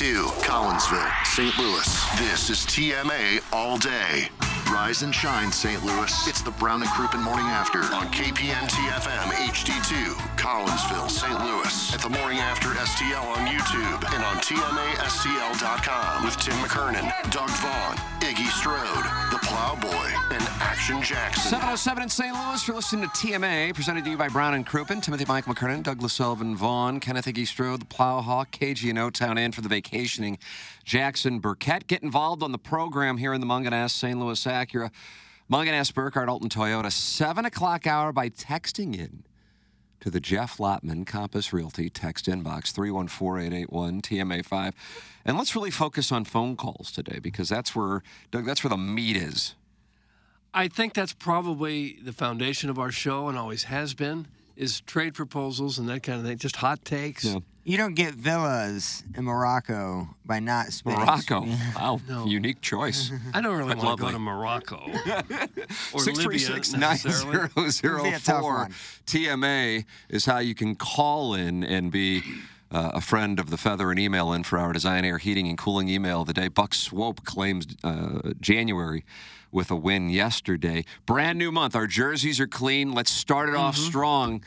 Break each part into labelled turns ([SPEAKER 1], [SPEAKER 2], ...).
[SPEAKER 1] To Collinsville, St. Louis. This is TMA all day. Rise and shine, St. Louis. It's the Brown and Crouppen morning after on KPN TFM HD2, Collinsville, St. Louis. At the morning after STL on YouTube and on TMASTL.com with Tim McKernan, Doug Vaughn, Iggy Strode, The Plowboy, and Action Jackson.
[SPEAKER 2] 707 in St. Louis. You're listening to TMA, presented to you by Brown and Crouppen, Timothy Mike McKernan, Douglas Sullivan Vaughn, Kenneth Iggy Strode, the Plowhawk, KG and O-Town in for the vacationing Jackson Burkett. Get involved on the program here in the Munganass, St. Louis Acura. Munganass, Burkhardt, Alton Toyota, 7 o'clock hour by texting in to the Jeff Lotman Compass Realty text inbox 314-881-TMA5. And let's really focus on phone calls today because that's where, Doug, that's where the meat is.
[SPEAKER 3] I think that's probably the foundation of our show and always has been is trade proposals and that kind of thing, just hot takes.
[SPEAKER 4] You don't get villas in Morocco by not Spanish.
[SPEAKER 2] Morocco. Wow, unique choice.
[SPEAKER 3] I don't really
[SPEAKER 2] But
[SPEAKER 3] want to go
[SPEAKER 2] lovely.
[SPEAKER 3] to Morocco or Libya
[SPEAKER 2] 636
[SPEAKER 3] necessarily.
[SPEAKER 2] 9004
[SPEAKER 4] one.
[SPEAKER 2] TMA is how you can call in and be uh, a friend of the feather and email in for our design, air, heating, and cooling email of the day. Buck Swope claims uh, January with a win yesterday. Brand new month. Our jerseys are clean. Let's start it off strong.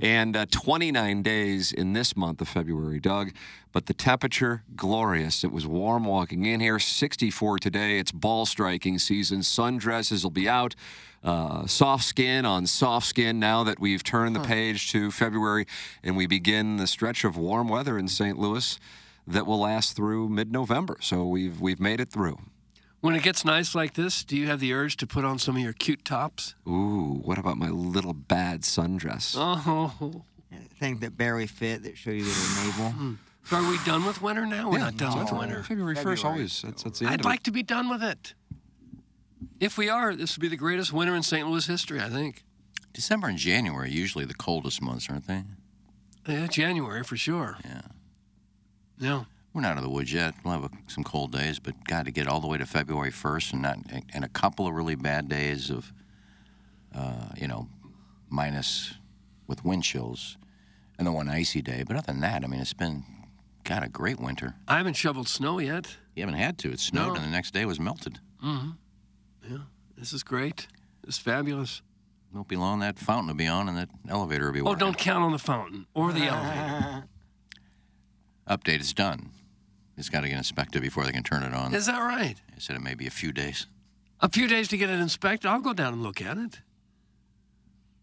[SPEAKER 2] And uh, 29 days in this month of February, Doug. But the temperature, glorious. It was warm walking in here. 64 today. It's ball striking season. Sundresses will be out uh, soft skin on soft skin now that we've turned the page to February and we begin the stretch of warm weather in St. Louis that will last through mid-November. So we've we've made it through.
[SPEAKER 3] When it gets nice like this, do you have the urge to put on some of your cute tops?
[SPEAKER 2] Ooh, what about my little bad sundress?
[SPEAKER 3] Oh, Hmm.
[SPEAKER 4] Thing that barely fit that show you little navel.
[SPEAKER 3] so are we done with winter now? We're not done with winter.
[SPEAKER 2] February 1st always. That's, that's the end
[SPEAKER 3] I'd
[SPEAKER 2] of it.
[SPEAKER 3] like to be done with it. If we are, this would be the greatest winter in St. Louis history, I think.
[SPEAKER 5] December and January are usually the coldest months, aren't they?
[SPEAKER 3] Yeah, January for sure.
[SPEAKER 5] Yeah.
[SPEAKER 3] No.
[SPEAKER 5] We're not out of the woods yet. We'll have a, some cold days, but God, to get all the way to February 1st and not and a couple of really bad days of, uh, you know, minus with wind chills, and the one icy day. But other than that, I mean, it's been, God, a great winter.
[SPEAKER 3] I haven't shoveled snow yet.
[SPEAKER 5] You haven't had to. It snowed,
[SPEAKER 3] No.
[SPEAKER 5] and the next day was melted.
[SPEAKER 2] Mm-hmm.
[SPEAKER 3] This is great. This is fabulous.
[SPEAKER 5] Won't be long. That fountain will be on, and that elevator will be
[SPEAKER 3] Oh,
[SPEAKER 5] working.
[SPEAKER 3] don't count on the fountain or the elevator.
[SPEAKER 5] Update is done. It's got to get inspected before they can turn it on. They
[SPEAKER 3] Is that right?
[SPEAKER 5] said it may be a few days.
[SPEAKER 3] A few days to get it inspected. I'll go down and look at it.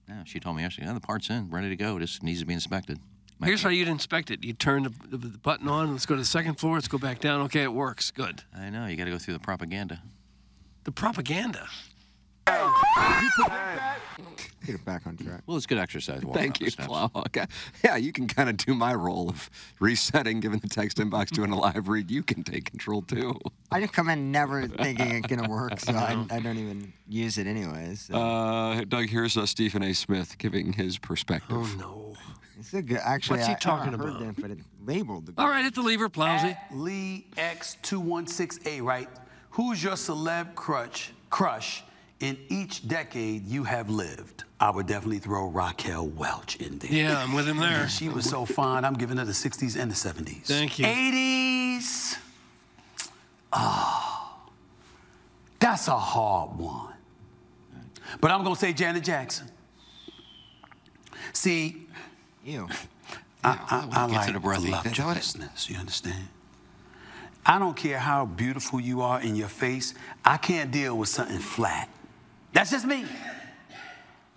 [SPEAKER 5] Yeah, she told me yesterday. Yeah, the part's in, ready to go. Just needs to be inspected. Might
[SPEAKER 3] Here's
[SPEAKER 5] be-
[SPEAKER 3] how you'd inspect it. You turn the, the, the button on. Let's go to the second floor. Let's go back down. Okay, it works. Good.
[SPEAKER 5] I know. You got to go through the propaganda.
[SPEAKER 3] The propaganda.
[SPEAKER 4] Get it back on track.
[SPEAKER 5] Well, it's good exercise. walking up
[SPEAKER 2] Thank
[SPEAKER 5] the
[SPEAKER 2] you,
[SPEAKER 5] steps.
[SPEAKER 2] Plowhawk. Yeah, you can kind of do my role of resetting, giving the text inbox, doing a live read. You can take control too.
[SPEAKER 4] I just come in never thinking it's gonna work, so I, I don't even use it anyways. So.
[SPEAKER 2] Uh, Doug, here's uh, Stephen A. Smith giving his perspective.
[SPEAKER 3] Oh, no.
[SPEAKER 4] it's a good. Actually,
[SPEAKER 3] what's he
[SPEAKER 4] I- I,
[SPEAKER 3] talking
[SPEAKER 4] heard
[SPEAKER 3] about?
[SPEAKER 4] Them, but it labeled. The,
[SPEAKER 3] All right, hit the lever, Plowsy.
[SPEAKER 6] Lee X216A, right? Who's your celeb crutch, crush in each decade you have lived? I would definitely throw Raquel Welch in there.
[SPEAKER 3] Yeah, I'm with him there.
[SPEAKER 6] She was so fine. I'm giving her the 60s and the 70s.
[SPEAKER 3] Thank you.
[SPEAKER 6] 80s. Oh, ah, that's a hard one. But I'm going to say Janet Jackson. See,
[SPEAKER 4] Ew.
[SPEAKER 6] I, I, I
[SPEAKER 5] Get to
[SPEAKER 6] like
[SPEAKER 5] the breathy.
[SPEAKER 6] the
[SPEAKER 5] That's
[SPEAKER 6] voluptuousness, you understand? I don't care how beautiful you are in your face, I can't deal with something flat. That's just me.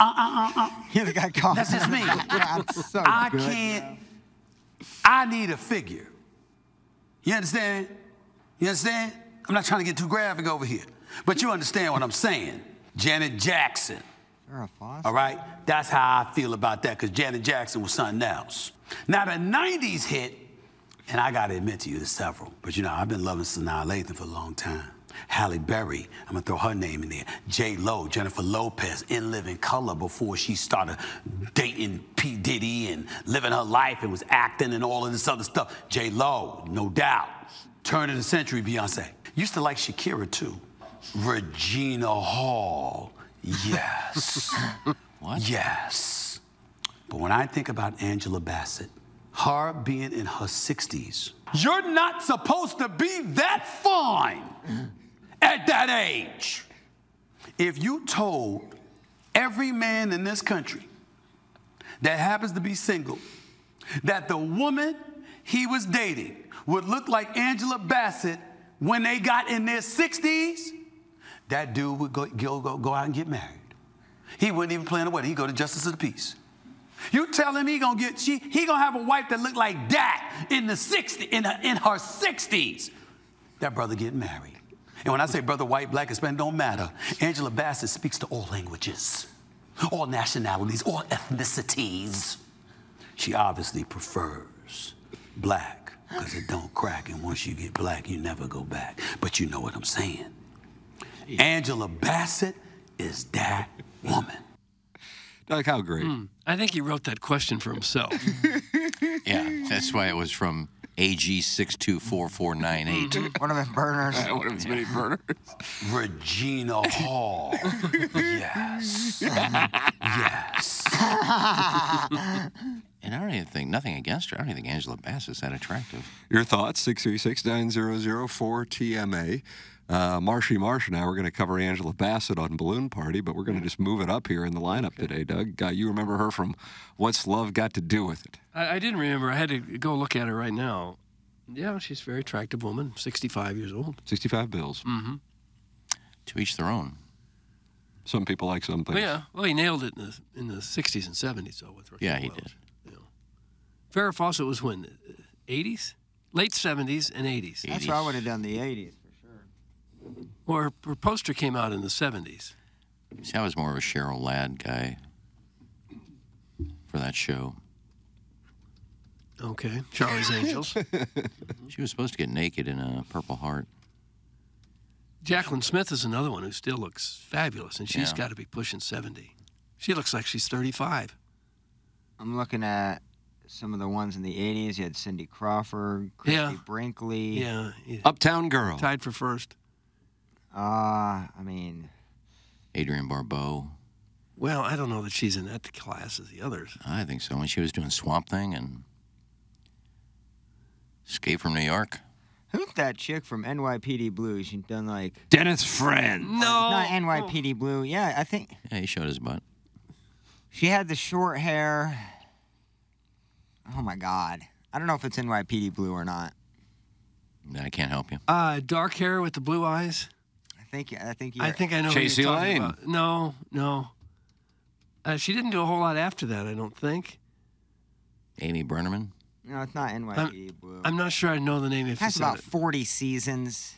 [SPEAKER 6] Uh, uh, uh, uh.
[SPEAKER 4] You're the guy calling.
[SPEAKER 6] That's just me.
[SPEAKER 4] yeah, I'm so
[SPEAKER 6] I
[SPEAKER 4] good.
[SPEAKER 6] can't. I need a figure. You understand? You understand? I'm not trying to get too graphic over here, but you understand what I'm saying. Janet Jackson.
[SPEAKER 3] Ah.
[SPEAKER 4] You're a Foster.
[SPEAKER 6] All right? That's how I feel about that, because Janet Jackson was something else. Now, the 90s hit, and I got to admit to you, there's several, but you know, I've been loving Sanaa Lathan for a long time. Halle Berry, I'm gonna throw her name in there. J. Lo, Jennifer Lopez, in Living Color before she started dating P. Diddy and living her life and was acting and all of this other stuff. J. Lo, no doubt. Turn of the century, Beyonce. Used to like Shakira too. Regina Hall, yes. Yes. But when I think about Angela Bassett, her being in her 60s, you're not supposed to be that fine at that age. If you told every man in this country that happens to be single that the woman he was dating would look like Angela Bassett when they got in their 60s, that dude would go, go, go, go out and get married. He wouldn't even plan a wedding. He'd go to Justice of the Peace. You tell him he gonna get she he gonna have a wife that look like that in the 60 in her, in her 60s. That brother getting married. And when I say brother white, black, Hispanic, don't matter. Angela Bassett speaks to all languages, all nationalities, all ethnicities. She obviously prefers black, because it don't crack, and once you get black, you never go back. But you know what I'm saying. Angela Bassett is that woman.
[SPEAKER 2] Doug, how great.
[SPEAKER 3] Hmm. I think he wrote that question for himself.
[SPEAKER 5] Yeah, that's why it was from AG six two four four nine eight.
[SPEAKER 4] Mm-hmm. One of them burners.
[SPEAKER 2] One of his many burners.
[SPEAKER 6] Regina Hall. yes. yes.
[SPEAKER 5] And I don't even think nothing against her. I don't even think Angela Bass is that attractive.
[SPEAKER 2] Your thoughts, 636 900 4TMA. Uh, Marshy Marsh and I were going to cover Angela Bassett on Balloon Party, but we're going
[SPEAKER 5] Mm.
[SPEAKER 2] to just move it up here in the lineup today, Doug. Uh, you remember her from What's Love Got to Do with It?
[SPEAKER 3] I, I didn't remember. I had to go look at her right now. Yeah, she's a very attractive woman, 65 years old. Mm-hmm.
[SPEAKER 2] 65 Bills.
[SPEAKER 5] Mm. To each their own.
[SPEAKER 2] Some people like some things.
[SPEAKER 3] Well, yeah, well, he nailed it in the, in the 60s and 70s, though, with Raquel
[SPEAKER 5] Yeah, he
[SPEAKER 3] Welch.
[SPEAKER 5] did.
[SPEAKER 3] Yeah. Farrah Fawcett was when? uh, 80s? Late 70s and 80s.
[SPEAKER 4] That's where I would have done the 80s for sure.
[SPEAKER 3] Well, her, her poster came out in the 70s.
[SPEAKER 5] See, I was more of a Cheryl Ladd guy for that show.
[SPEAKER 3] Okay. Charlie's Angels.
[SPEAKER 5] She was supposed to get naked in a Purple Heart.
[SPEAKER 3] Jacqueline Smith is another one who still looks fabulous, and she's
[SPEAKER 5] Yeah.
[SPEAKER 3] got to be pushing 70. She looks like she's 35.
[SPEAKER 4] I'm looking at some of the ones in the 80s. You had Cindy Crawford, Christy
[SPEAKER 3] Yeah.
[SPEAKER 4] Brinkley.
[SPEAKER 3] Yeah. yeah.
[SPEAKER 2] Uptown Girl.
[SPEAKER 3] Tied for first.
[SPEAKER 4] Uh, I mean,
[SPEAKER 5] Adrian Barbeau.
[SPEAKER 3] Well, I don't know that she's in that class as the others.
[SPEAKER 5] I think so. When she was doing Swamp Thing and Escape from New York.
[SPEAKER 4] who's that chick from NYPD Blue? She's done like.
[SPEAKER 2] Dennis Friend.
[SPEAKER 3] No.
[SPEAKER 4] Not NYPD Blue. Yeah, I think
[SPEAKER 5] Yeah, he showed his butt.
[SPEAKER 4] she had the short hair. Oh my God. I don't know if it's NYPD Blue or not.
[SPEAKER 5] Nah, I can't help you.
[SPEAKER 3] Uh, dark hair with the blue eyes.
[SPEAKER 4] I think I think you
[SPEAKER 3] I think I know.
[SPEAKER 2] Chasey
[SPEAKER 3] who you're talking
[SPEAKER 2] Lane.
[SPEAKER 3] About. No, no. Uh, she didn't do a whole lot after that, I don't think.
[SPEAKER 5] Amy Bernerman.
[SPEAKER 4] No, it's not NYPD Blue.
[SPEAKER 3] I'm not sure I know the name if you
[SPEAKER 4] That's
[SPEAKER 3] said
[SPEAKER 4] about
[SPEAKER 3] it.
[SPEAKER 4] 40 seasons.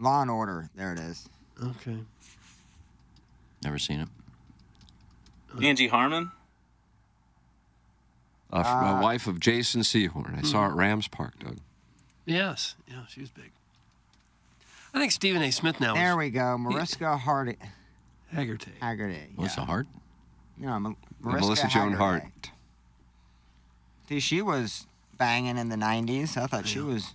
[SPEAKER 4] Law and Order. There it is.
[SPEAKER 3] Okay.
[SPEAKER 5] Never seen it.
[SPEAKER 7] Angie Harmon.
[SPEAKER 2] A f-
[SPEAKER 4] Uh,
[SPEAKER 2] a wife of Jason Seahorn. I saw her
[SPEAKER 5] Hmm.
[SPEAKER 2] at Rams Park, Doug.
[SPEAKER 3] Yes. Yeah, she was big. I think Stephen A. Smith now
[SPEAKER 4] There
[SPEAKER 3] is
[SPEAKER 4] we go. Mariska Hardy.
[SPEAKER 3] Haggerty.
[SPEAKER 4] Haggerty.
[SPEAKER 5] Melissa Hart.
[SPEAKER 4] No, Ma-
[SPEAKER 2] And
[SPEAKER 4] Mariska
[SPEAKER 2] Melissa Joan
[SPEAKER 4] Haggerty.
[SPEAKER 2] Hart.
[SPEAKER 4] See, she was banging in the 90s. I thought she was,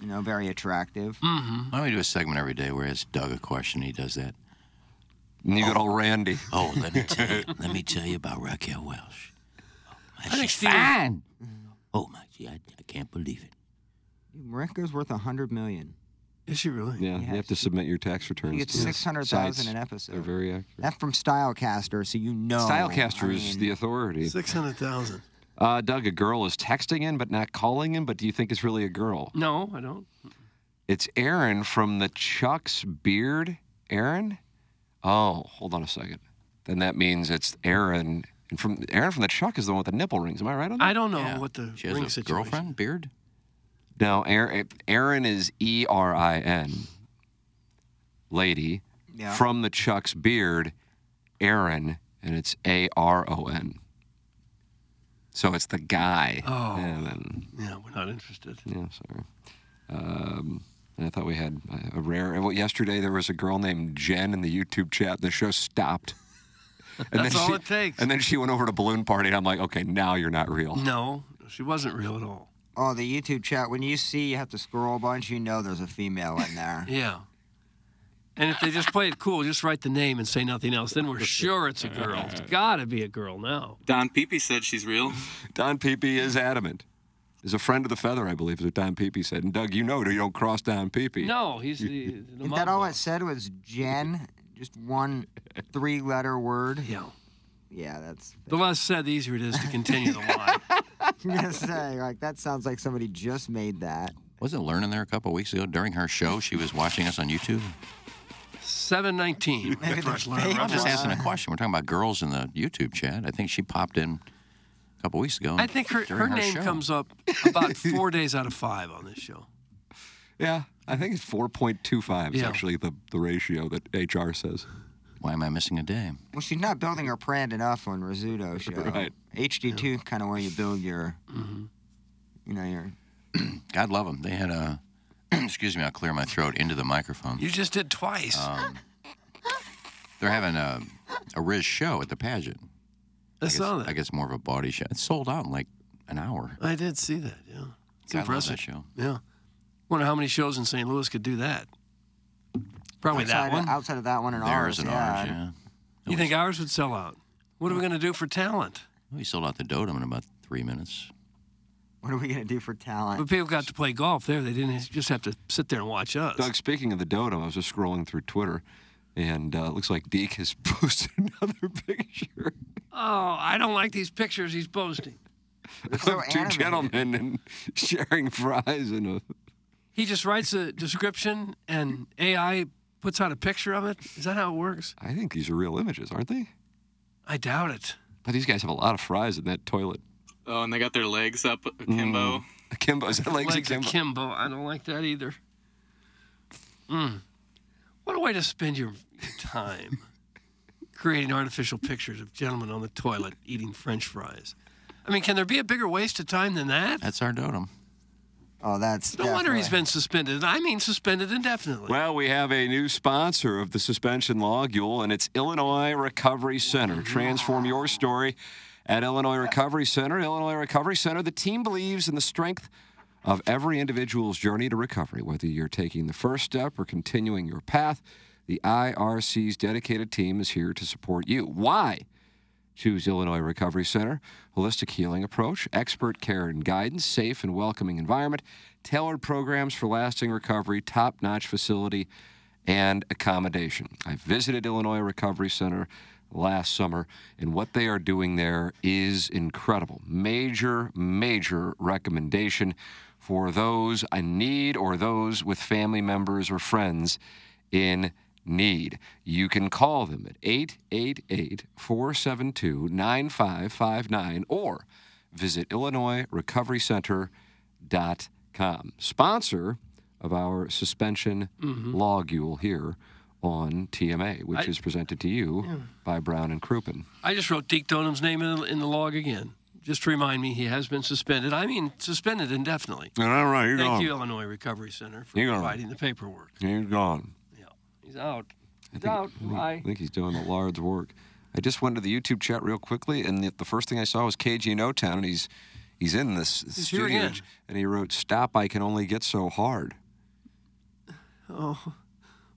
[SPEAKER 4] you know, very attractive.
[SPEAKER 3] Mm-hmm.
[SPEAKER 5] Why don't we do a segment every day where I ask Doug a question? He does that.
[SPEAKER 2] And you got old Randy.
[SPEAKER 5] Oh, let me tell you, let me tell you about Raquel Welsh. Oh,
[SPEAKER 3] think
[SPEAKER 5] she's
[SPEAKER 3] Steven-
[SPEAKER 5] fine. Oh my gee, I, I can't believe it.
[SPEAKER 4] Mariska's worth 100 million.
[SPEAKER 3] Is she really?
[SPEAKER 2] Yeah, you have to submit your tax returns.
[SPEAKER 4] You get
[SPEAKER 2] to the
[SPEAKER 4] 600,000
[SPEAKER 2] sites.
[SPEAKER 4] an
[SPEAKER 2] They're
[SPEAKER 4] episode.
[SPEAKER 2] very accurate.
[SPEAKER 4] That's from Stylecaster, so you know.
[SPEAKER 2] Stylecaster
[SPEAKER 4] I
[SPEAKER 2] is
[SPEAKER 4] mean,
[SPEAKER 2] the authority.
[SPEAKER 3] Six hundred thousand.
[SPEAKER 2] Uh, Doug, a girl is texting in but not calling in, but do you think it's really a girl?
[SPEAKER 3] No, I don't.
[SPEAKER 2] It's Aaron from the Chuck's Beard. Aaron? Oh, hold on a second. Then that means it's Aaron. And from Aaron from the Chuck is the one with the nipple rings. Am I right on that?
[SPEAKER 3] I don't know what the
[SPEAKER 2] She has
[SPEAKER 3] ring
[SPEAKER 2] a
[SPEAKER 3] situation.
[SPEAKER 2] girlfriend? Beard? No, Aaron, eh, Aaron is E R I N. Lady.
[SPEAKER 3] Yeah.
[SPEAKER 2] From the Chuck's Beard, Aaron, and it's A R O N. So it's the guy.
[SPEAKER 3] Oh.
[SPEAKER 2] And then,
[SPEAKER 3] Yeah, we're not interested.
[SPEAKER 2] yeah, sorry. Um, and I thought we had a- a rare. Well, yesterday there was a girl named Jen in the YouTube chat, and the show stopped.
[SPEAKER 3] That's all it takes.
[SPEAKER 2] And then she went over to balloon party, and I'm like, okay, now you're not real.
[SPEAKER 3] No, she wasn't real at all.
[SPEAKER 4] Oh, the YouTube chat. When you see, you have to scroll a bunch. You know, there's a female in there.
[SPEAKER 3] Yeah. And if they just play it cool, just write the name and say nothing else, then we're sure it's a girl. It's got to be a girl now.
[SPEAKER 7] Don Peepy said she's real.
[SPEAKER 2] Don Peepy is adamant. Is a friend of the feather, I believe, is what Don Peepy said. And Doug, you know, you don't cross Don Peepy.
[SPEAKER 3] No, he's the, the
[SPEAKER 4] If that all it said was Jen, just one three-letter word.
[SPEAKER 3] Yeah.
[SPEAKER 4] Yeah, that's.
[SPEAKER 3] The less said, the easier it is to continue the lie.
[SPEAKER 4] I'm gonna say, like, that sounds like somebody just made that.
[SPEAKER 5] Wasn't learning there a couple weeks ago during her show? She was watching us on YouTube.
[SPEAKER 3] 719.
[SPEAKER 4] Maybe
[SPEAKER 3] First
[SPEAKER 4] the
[SPEAKER 3] learner
[SPEAKER 4] fake
[SPEAKER 5] I'm
[SPEAKER 3] reference.
[SPEAKER 5] just asking a question. We're talking about girls in the YouTube chat. I think she popped in a couple weeks ago.
[SPEAKER 3] I think her,
[SPEAKER 5] during
[SPEAKER 3] her name
[SPEAKER 5] show.
[SPEAKER 3] comes up about four days out of five on this show.
[SPEAKER 2] Yeah, I think it's 4.25 is
[SPEAKER 3] Yeah.
[SPEAKER 2] actually the, the ratio that HR says.
[SPEAKER 5] Why am I missing a day?
[SPEAKER 4] Well, she's not building her brand enough on Rizzuto show.
[SPEAKER 2] Right.
[SPEAKER 4] HD2 kind of where you build your, you know, your.
[SPEAKER 5] Mm-hmm. God love them. They had a. excuse me. I'll clear my throat into the microphone.
[SPEAKER 3] You just did twice.
[SPEAKER 5] Um, they're having a a Riz show at the pageant.
[SPEAKER 3] I
[SPEAKER 5] guess,
[SPEAKER 3] saw that.
[SPEAKER 5] I guess more of a body show. It's sold out in like an hour.
[SPEAKER 3] I did see that, yeah. It's
[SPEAKER 5] God, I love
[SPEAKER 3] impressive.
[SPEAKER 5] that show.
[SPEAKER 3] Yeah. Wonder how many shows in St. Louis could do that. Probably
[SPEAKER 4] outside
[SPEAKER 3] that one.
[SPEAKER 4] Of, outside of that one and
[SPEAKER 5] Theirs
[SPEAKER 4] ours.
[SPEAKER 5] and
[SPEAKER 4] yeah.
[SPEAKER 5] ours. Yeah.
[SPEAKER 3] You think ours would sell out? What are we going to do for talent?
[SPEAKER 5] We sold out the Dotem in about three minutes.
[SPEAKER 4] What are we going to do for talent?
[SPEAKER 3] But people got to play golf there. They didn't just have to sit there and watch us.
[SPEAKER 2] Doug, speaking of the dodo, I was just scrolling through Twitter, and uh, it looks like Deke has posted another picture
[SPEAKER 3] Oh, I don't like these pictures he's posting.
[SPEAKER 4] They're so
[SPEAKER 2] of two
[SPEAKER 4] animated.
[SPEAKER 2] gentlemen and sharing fries and a.
[SPEAKER 3] He just writes a description and AI puts out a picture of it. Is that how it works?
[SPEAKER 2] I think these are real images, aren't they?
[SPEAKER 3] I doubt it.
[SPEAKER 2] But these guys have a lot of fries in that toilet.
[SPEAKER 7] Oh, and they got their legs up akimbo.
[SPEAKER 2] Mm. Akimbo, is that legs,
[SPEAKER 3] Legs
[SPEAKER 2] akimbo?
[SPEAKER 3] akimbo. I don't like that either. Mm. What a way to spend your time creating artificial pictures of gentlemen on the toilet eating French fries. I mean, can there be a bigger waste of time than that?
[SPEAKER 5] That's our Dotem.
[SPEAKER 4] Oh, that's.
[SPEAKER 3] No wonder he's
[SPEAKER 4] definitely-
[SPEAKER 3] been suspended. I mean, suspended indefinitely.
[SPEAKER 2] Well, we have a new sponsor of the suspension logule, and it's Illinois Recovery Center. Transform your story at Illinois Recovery Center. Illinois Recovery Center, the team believes in the strength of every individual's journey to recovery, whether you're taking the first step or continuing your path. The IRC's dedicated team is here to support you. Why? Choose Illinois Recovery Center. Holistic healing approach, expert care and guidance, safe and welcoming environment, tailored programs for lasting recovery, top notch facility, and accommodation. I visited Illinois Recovery Center last summer, and what they are doing there is incredible. Major, major recommendation for those in need or those with family members or friends in need. You can call them at 888 472 9559 or visit IllinoisRecoveryCenter.com. Sponsor of our suspension logule here on TMA, which is presented to you by Brown and Crouppen.
[SPEAKER 3] I just wrote Deke Donham's name in the, in the log again, just to remind me he has been suspended. I mean, suspended indefinitely.
[SPEAKER 2] All right, you're
[SPEAKER 3] Thank you, Illinois Recovery Center, for
[SPEAKER 2] You're gone.
[SPEAKER 3] providing the paperwork.
[SPEAKER 2] You're gone.
[SPEAKER 3] He's out. He's
[SPEAKER 2] think-
[SPEAKER 3] out.
[SPEAKER 2] I
[SPEAKER 3] Bye.
[SPEAKER 2] think he's doing the Lard's work. I just went to the YouTube chat real quickly, and the, the first thing I saw was KG No Town, and he's he's in this
[SPEAKER 3] here
[SPEAKER 2] studio,
[SPEAKER 3] again.
[SPEAKER 2] and he wrote, "Stop! I can only get so hard."
[SPEAKER 3] Oh,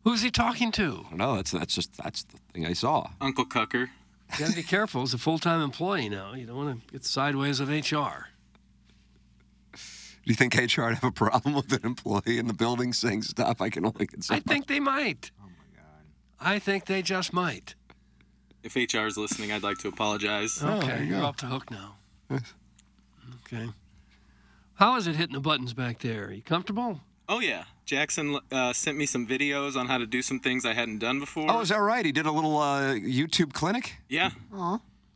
[SPEAKER 3] who's he talking to?
[SPEAKER 2] No, that's that's just that's the thing I saw.
[SPEAKER 7] Uncle Cucker.
[SPEAKER 3] You gotta be careful. He's a full-time employee now. You don't want to get sideways of HR.
[SPEAKER 2] Do you think HR would have a problem with an employee in the building saying, "Stop! I can only get so
[SPEAKER 3] I think they might. Oh my God. I think they just might. Oh,
[SPEAKER 2] Oh,
[SPEAKER 7] If HR is listening, I'd like to apologize.
[SPEAKER 3] Okay, you are off the hook now. Okay. How is it hitting the buttons back there? Are you comfortable?
[SPEAKER 7] Oh yeah, Jackson uh, sent me some videos on how to do some things I hadn't done before.
[SPEAKER 2] Oh, is that right? He did a little uh, YouTube clinic.
[SPEAKER 7] Yeah.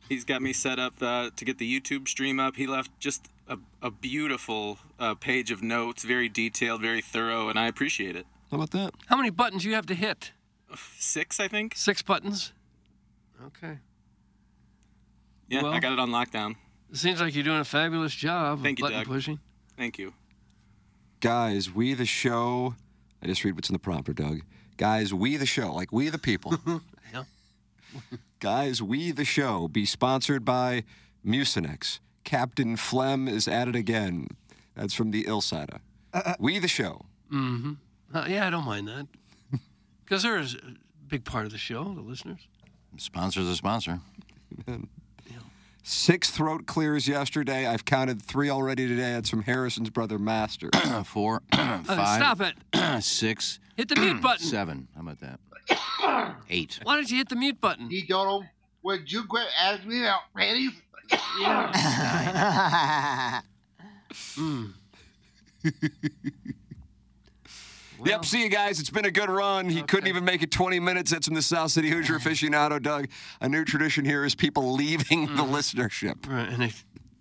[SPEAKER 7] He's got me set up uh, to get the YouTube stream up. He left just a, a beautiful uh, page of notes, very detailed, very thorough, and I appreciate it.
[SPEAKER 2] How about that?
[SPEAKER 3] How many buttons you have to hit?
[SPEAKER 7] Six, I think.
[SPEAKER 3] Six buttons. Okay.
[SPEAKER 7] Yeah,
[SPEAKER 3] Well-
[SPEAKER 7] I got it on lockdown.
[SPEAKER 3] It seems like you're doing a fabulous job
[SPEAKER 7] Thank
[SPEAKER 3] of
[SPEAKER 7] you,
[SPEAKER 3] button
[SPEAKER 7] Doug.
[SPEAKER 3] pushing.
[SPEAKER 7] Thank you.
[SPEAKER 2] Guys, we the show. I just read what's in the prompter, Doug. Guys, we the show, like we the people.
[SPEAKER 3] Yeah.
[SPEAKER 2] Guys, we the show be sponsored by Mucinex. Captain Flem is at it again. That's from the Ilsada.
[SPEAKER 5] uh.
[SPEAKER 2] we the show.
[SPEAKER 3] Uh, yeah, I don't mind that. Because they're a big part of the show, the listeners.
[SPEAKER 5] Sponsor's a sponsor.
[SPEAKER 2] Six throat clears yesterday. I've counted three already today. That's from Harrison's brother, Master.
[SPEAKER 5] Four, five,
[SPEAKER 3] Uh, stop it.
[SPEAKER 5] six,
[SPEAKER 3] Hit the mute button.
[SPEAKER 5] seven. How about that? Eight.
[SPEAKER 3] Why don't you hit the mute button?
[SPEAKER 8] You don't know when you quit asking me about Randy.
[SPEAKER 4] Mm.
[SPEAKER 2] Yep, see you guys. It's been a good run. He couldn't even make it 20 minutes. That's from the South City Hoosier aficionado, Doug. A new tradition here is people leaving
[SPEAKER 4] Mm.
[SPEAKER 2] the listenership.
[SPEAKER 3] Right, and they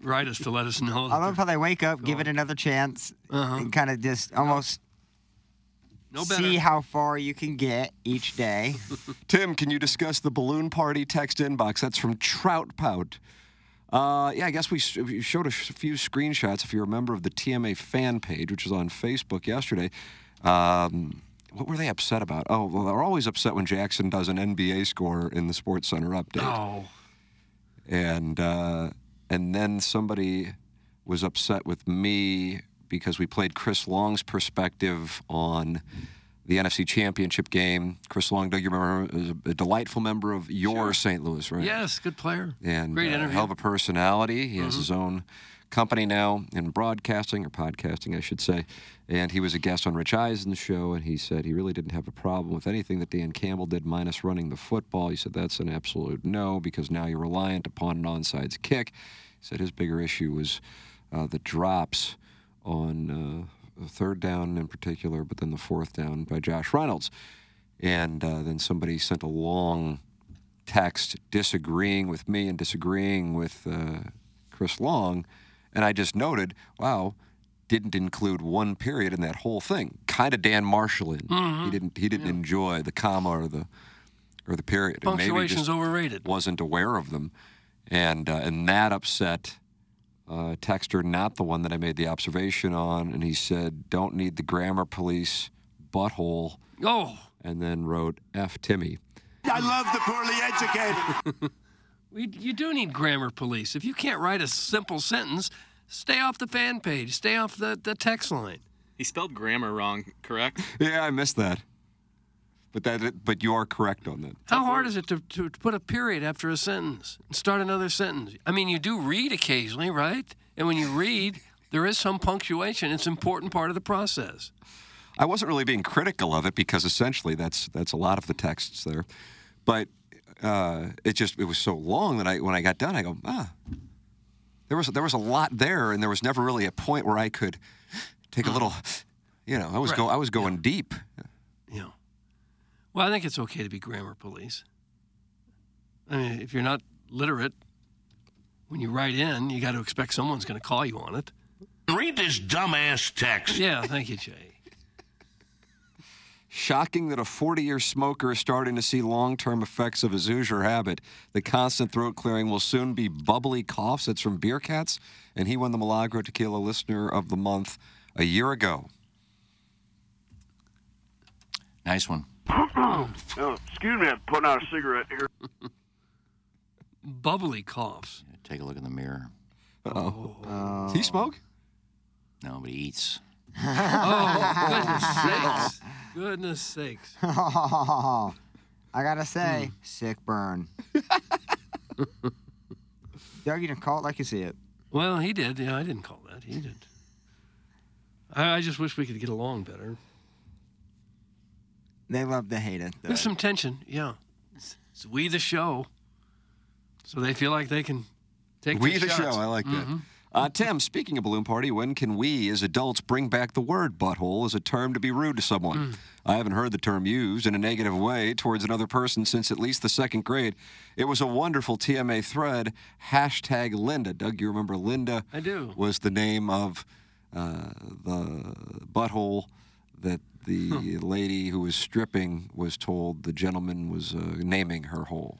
[SPEAKER 3] write us to let us know.
[SPEAKER 4] I
[SPEAKER 3] that
[SPEAKER 4] love how they wake up, give it another chance, and kind of just almost
[SPEAKER 3] they're Uh-huh. no better.
[SPEAKER 4] see how far you can get Eh, each day.
[SPEAKER 2] Tim, can you discuss the balloon party text inbox? That's from Trout Pout. Uh, yeah, I guess we, s- we showed a sh- few screenshots, if you remember, of the TMA fan page, which was on Facebook yesterday. Um, what were they upset about? Oh, well, they're always upset when Jackson does an NBA score in the Sports Center update.
[SPEAKER 3] oh,
[SPEAKER 2] and uh, and then somebody was upset with me because we played Chris Long's perspective on the NFC Championship game. Chris Long, do you remember, is a delightful member of your St. Louis, right?
[SPEAKER 3] yes, good player.
[SPEAKER 2] and
[SPEAKER 3] Great
[SPEAKER 2] uh,
[SPEAKER 3] interview. Mm-hmm.
[SPEAKER 2] hell of a personality. He has his own company now in broadcasting or podcasting, I should say. And he was a guest on Rich Eisen's show, and he said he really didn't have a problem with anything that Dan Campbell did, minus running the football. He said that's an absolute no because now you're reliant upon an onside kick. He said his bigger issue was uh, the drops on uh, third down in particular, but then the fourth down by Josh Reynolds. And uh, then somebody sent a long text disagreeing with me and disagreeing with uh, Chris Long. And I just noted, wow, didn't include one period in that whole thing. Kind of Dan Marshallian. He didn't he didn't enjoy the comma or the or the period. And maybe
[SPEAKER 3] Punctuation's
[SPEAKER 2] just
[SPEAKER 3] overrated.
[SPEAKER 2] Wasn't aware of them, and uh, and that upset. Uh, texter, not the one that I made the observation on, and he said, "Don't need the grammar police butthole,"
[SPEAKER 3] Oh,
[SPEAKER 2] and then wrote "F Timmy."
[SPEAKER 6] I love the poorly educated.
[SPEAKER 3] we, you do need grammar police. If you can't write a simple sentence, stay off the fan page, stay off the, the text line.
[SPEAKER 7] He spelled grammar wrong, correct?
[SPEAKER 2] Yeah, I missed that. But that, but you are correct on that.
[SPEAKER 3] How hard is it to, to, to put a period after a sentence and start another sentence? I mean, you do read occasionally, right? And when you read, there is some punctuation. It's an important part of the process.
[SPEAKER 2] I wasn't really being critical of it because essentially that's that's a lot of the texts there, but uh, it just it was so long that I when I got done I go ah, there was there was a lot there and there was never really a point where I could take a little, you know I was go I was going deep.
[SPEAKER 3] You know. Well, I think it's okay to be grammar police. I mean, if you're not literate, when you write in, you got to expect someone's going to call you on it.
[SPEAKER 8] Read this dumbass text.
[SPEAKER 3] Yeah, thank you, Jay.
[SPEAKER 2] Shocking that a 40 year smoker is starting to see long term effects of his Hoosier habit. The constant throat clearing will soon be bubbly coughs. That's from Beer Cats, and he won the Milagro Tequila Listener of the Month a year ago.
[SPEAKER 5] Nice one.
[SPEAKER 8] Oh, excuse me, I'm putting out a cigarette here.
[SPEAKER 3] Bubbly coughs.
[SPEAKER 5] Take a look in the mirror.
[SPEAKER 2] Does he smoke?
[SPEAKER 5] No, but he eats.
[SPEAKER 3] Oh, goodness sakes. Goodness sakes.
[SPEAKER 4] I gotta
[SPEAKER 3] Hmm.
[SPEAKER 4] say, sick burn. Doug, you can call it like you see it.
[SPEAKER 3] Well, he did. Yeah, I didn't call that. He did. I, I just wish we could get along better.
[SPEAKER 4] They love to hate it. Doug.
[SPEAKER 3] There's some tension. Yeah. It's, it's we the show. So they feel like they can take
[SPEAKER 2] We
[SPEAKER 3] their
[SPEAKER 2] the
[SPEAKER 3] shots. Mm-hmm.
[SPEAKER 2] show. I like that. Uh, Tim, speaking of balloon party, when can we as adults bring back the word butthole as a term to be rude to someone?
[SPEAKER 9] Mm.
[SPEAKER 2] I haven't heard the term used in a negative way towards another person since at least the second grade. It was a wonderful TMA thread, hashtag Linda. Doug, you remember Linda?
[SPEAKER 3] I do.
[SPEAKER 2] Was the name of uh, the butthole that the lady who was stripping was told the gentleman was uh, naming her hole.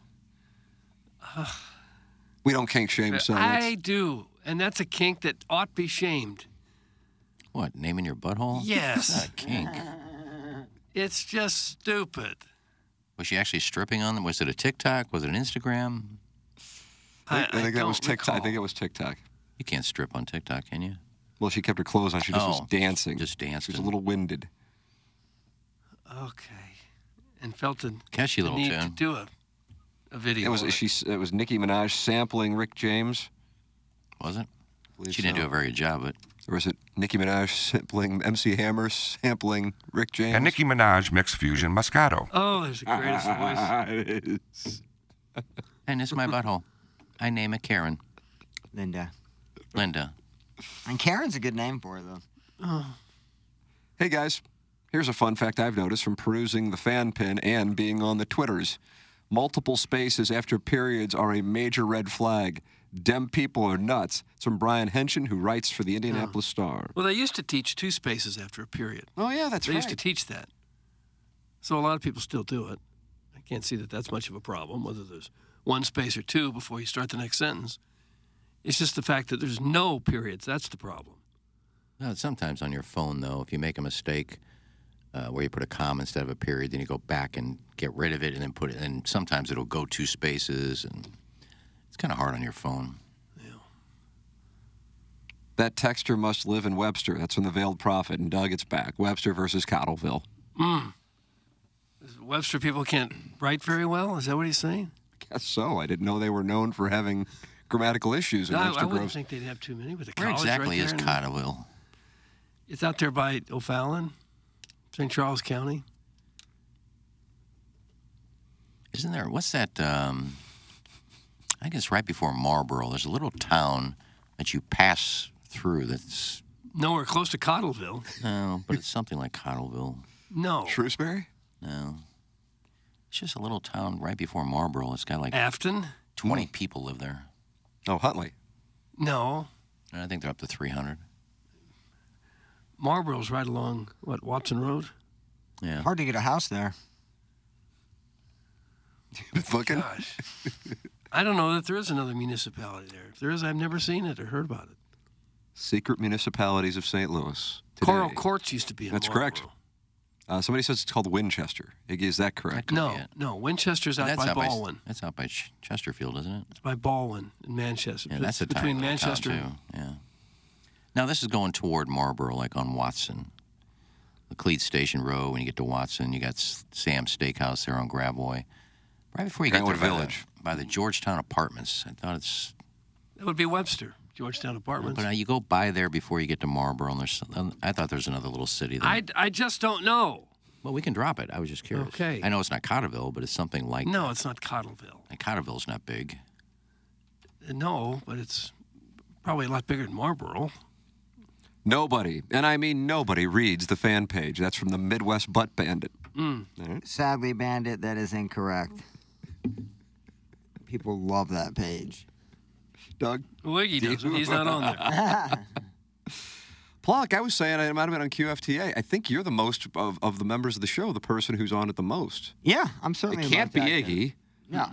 [SPEAKER 2] We don't kink shame, so it's-
[SPEAKER 3] I do, and that's a kink that ought be shamed.
[SPEAKER 5] What, naming your
[SPEAKER 2] Oh,
[SPEAKER 5] butthole?
[SPEAKER 3] Yes.
[SPEAKER 5] Not a kink.
[SPEAKER 3] It's just stupid.
[SPEAKER 5] Was she actually stripping on them? Was it a TikTok? Was it an Instagram?
[SPEAKER 2] I, think- I think that was TikTok. I think it was TikTok.
[SPEAKER 5] You can't strip on TikTok, can you?
[SPEAKER 2] Well, she kept her clothes on. She just was
[SPEAKER 5] Oh,
[SPEAKER 2] dancing.
[SPEAKER 5] Just dancing.
[SPEAKER 2] She was a little winded.
[SPEAKER 3] Okay. And Felton.
[SPEAKER 2] Catchy little
[SPEAKER 3] need to
[SPEAKER 2] tune.
[SPEAKER 3] do a, a video.
[SPEAKER 2] It was
[SPEAKER 3] of
[SPEAKER 2] she. It was Nicki Minaj sampling Rick James.
[SPEAKER 5] Was it?
[SPEAKER 2] She didn't do a
[SPEAKER 5] very good job, but.
[SPEAKER 2] Or was it Nicki Minaj sampling MC Hammer sampling Rick James?
[SPEAKER 10] A Nicki Minaj mixed fusion Moscato.
[SPEAKER 3] Oh, there's the
[SPEAKER 5] greatest
[SPEAKER 2] voice.
[SPEAKER 5] And it's my butthole. I name it Karen.
[SPEAKER 4] Linda.
[SPEAKER 5] Linda.
[SPEAKER 4] And Karen's a good name for it, though.
[SPEAKER 3] Oh.
[SPEAKER 2] Hey guys, here's a fun fact I've noticed from perusing the fan pin and being on the Twitters. Multiple spaces after periods are a major red flag. Dem people are nuts. It's from Brian Henson, who writes for the
[SPEAKER 3] Oh.
[SPEAKER 2] Indianapolis Star.
[SPEAKER 3] Well, they used to teach two spaces after a period.
[SPEAKER 2] Oh, yeah, that's
[SPEAKER 3] they They used
[SPEAKER 2] right.
[SPEAKER 3] to teach that. So a lot of people still do it. I can't see that that's much of a problem, whether there's one space or two before you start the next sentence. It's just the fact that there's no periods. That's the problem.
[SPEAKER 5] No, sometimes on your phone, though, if you make a mistake uh, where you put a comma instead of a period, then you go back and get rid of it and then put it, and sometimes it'll go two spaces, and it's kind of hard on your phone.
[SPEAKER 2] That texture must live in Webster. That's from the Veiled Prophet. And Doug, it's back. Webster versus Cottleville.
[SPEAKER 3] Mm. Webster people can't write very well. Is that what he's saying?
[SPEAKER 2] Guess so. I didn't know they were known for having grammatical issues in
[SPEAKER 3] No, I, I
[SPEAKER 2] Webster
[SPEAKER 3] wouldn't
[SPEAKER 2] Groves.
[SPEAKER 3] think they'd have too many with the
[SPEAKER 5] Where
[SPEAKER 3] college
[SPEAKER 5] exactly
[SPEAKER 3] right
[SPEAKER 5] is
[SPEAKER 3] there.
[SPEAKER 5] Cottleville?
[SPEAKER 3] It's out there by O'Fallon, St. Charles County.
[SPEAKER 5] Isn't there? What's that? Um, I guess right before Marlboro, there's a little town that you pass through that's.
[SPEAKER 3] Nowhere close to Cottleville.
[SPEAKER 5] No, but it's something like Cottleville.
[SPEAKER 3] No.
[SPEAKER 2] Shrewsbury?
[SPEAKER 5] No. It's just a little town right before Marlboro. It's got like
[SPEAKER 3] Afton?
[SPEAKER 5] 20 people live there.
[SPEAKER 2] Oh, Huntley.
[SPEAKER 3] No.
[SPEAKER 5] I think they're up to 300.
[SPEAKER 3] Marlboro's right along, what, Watson Road?
[SPEAKER 5] Yeah.
[SPEAKER 4] Hard to get a house there.
[SPEAKER 2] Fucking.
[SPEAKER 3] Gosh. I don't know that there is another municipality there. If there is, I've never seen it or heard about it.
[SPEAKER 2] Secret municipalities of St. Louis. today.
[SPEAKER 3] Coral Courts used to be in
[SPEAKER 2] That's
[SPEAKER 3] Marlboro.
[SPEAKER 2] correct. Uh, somebody says it's called Winchester. Iggy, Is that correct?
[SPEAKER 3] No, no. Winchester's out
[SPEAKER 5] That's
[SPEAKER 3] by
[SPEAKER 5] out by-
[SPEAKER 3] Baldwin.
[SPEAKER 5] That's out by Ch- Chesterfield, isn't it?
[SPEAKER 3] It's by Baldwin in Manchester.
[SPEAKER 5] Yeah, that's a
[SPEAKER 3] It's
[SPEAKER 5] tiny
[SPEAKER 3] between
[SPEAKER 5] little town,
[SPEAKER 3] Manchester.
[SPEAKER 5] too. Yeah. Now this is going toward Marlboro, like on Watson, the Cleat Station Road. When you get to Watson, you got S- Sam's Steakhouse there on Gravoy. Right before you
[SPEAKER 2] Grantwood
[SPEAKER 5] get there, by the-
[SPEAKER 2] Village.
[SPEAKER 5] by the, Georgetown Apartments. I thought it's,
[SPEAKER 3] That would be Webster, Georgetown Apartments.
[SPEAKER 5] but now you go by there before you get to Marlboro, and there's. I thought there's another little city there.
[SPEAKER 3] I, I just don't know.
[SPEAKER 5] well, we can drop it. I was just curious.
[SPEAKER 3] Okay.
[SPEAKER 5] I know it's not Cotterville, but it's something
[SPEAKER 2] Mm.
[SPEAKER 5] like.
[SPEAKER 3] No, it's not Cottleville.
[SPEAKER 5] And Cotterville's not big.
[SPEAKER 3] No, but it's probably a lot bigger than Marlboro.
[SPEAKER 2] Nobody, and I mean nobody, reads the fan page. That's from the Midwest Butt Bandit. Mm.
[SPEAKER 4] Sadly, Bandit, that is incorrect. People love that page.
[SPEAKER 2] Doug?
[SPEAKER 3] Wiggy doesn't. He's not on there.
[SPEAKER 2] Pluck, I was saying, I might have been on QFTA. I think you're the most of, of the members of the show, the person who's on it the most.
[SPEAKER 4] Yeah, I'm certainly.
[SPEAKER 2] It can't be
[SPEAKER 4] loved out
[SPEAKER 2] Iggy.
[SPEAKER 4] there. No.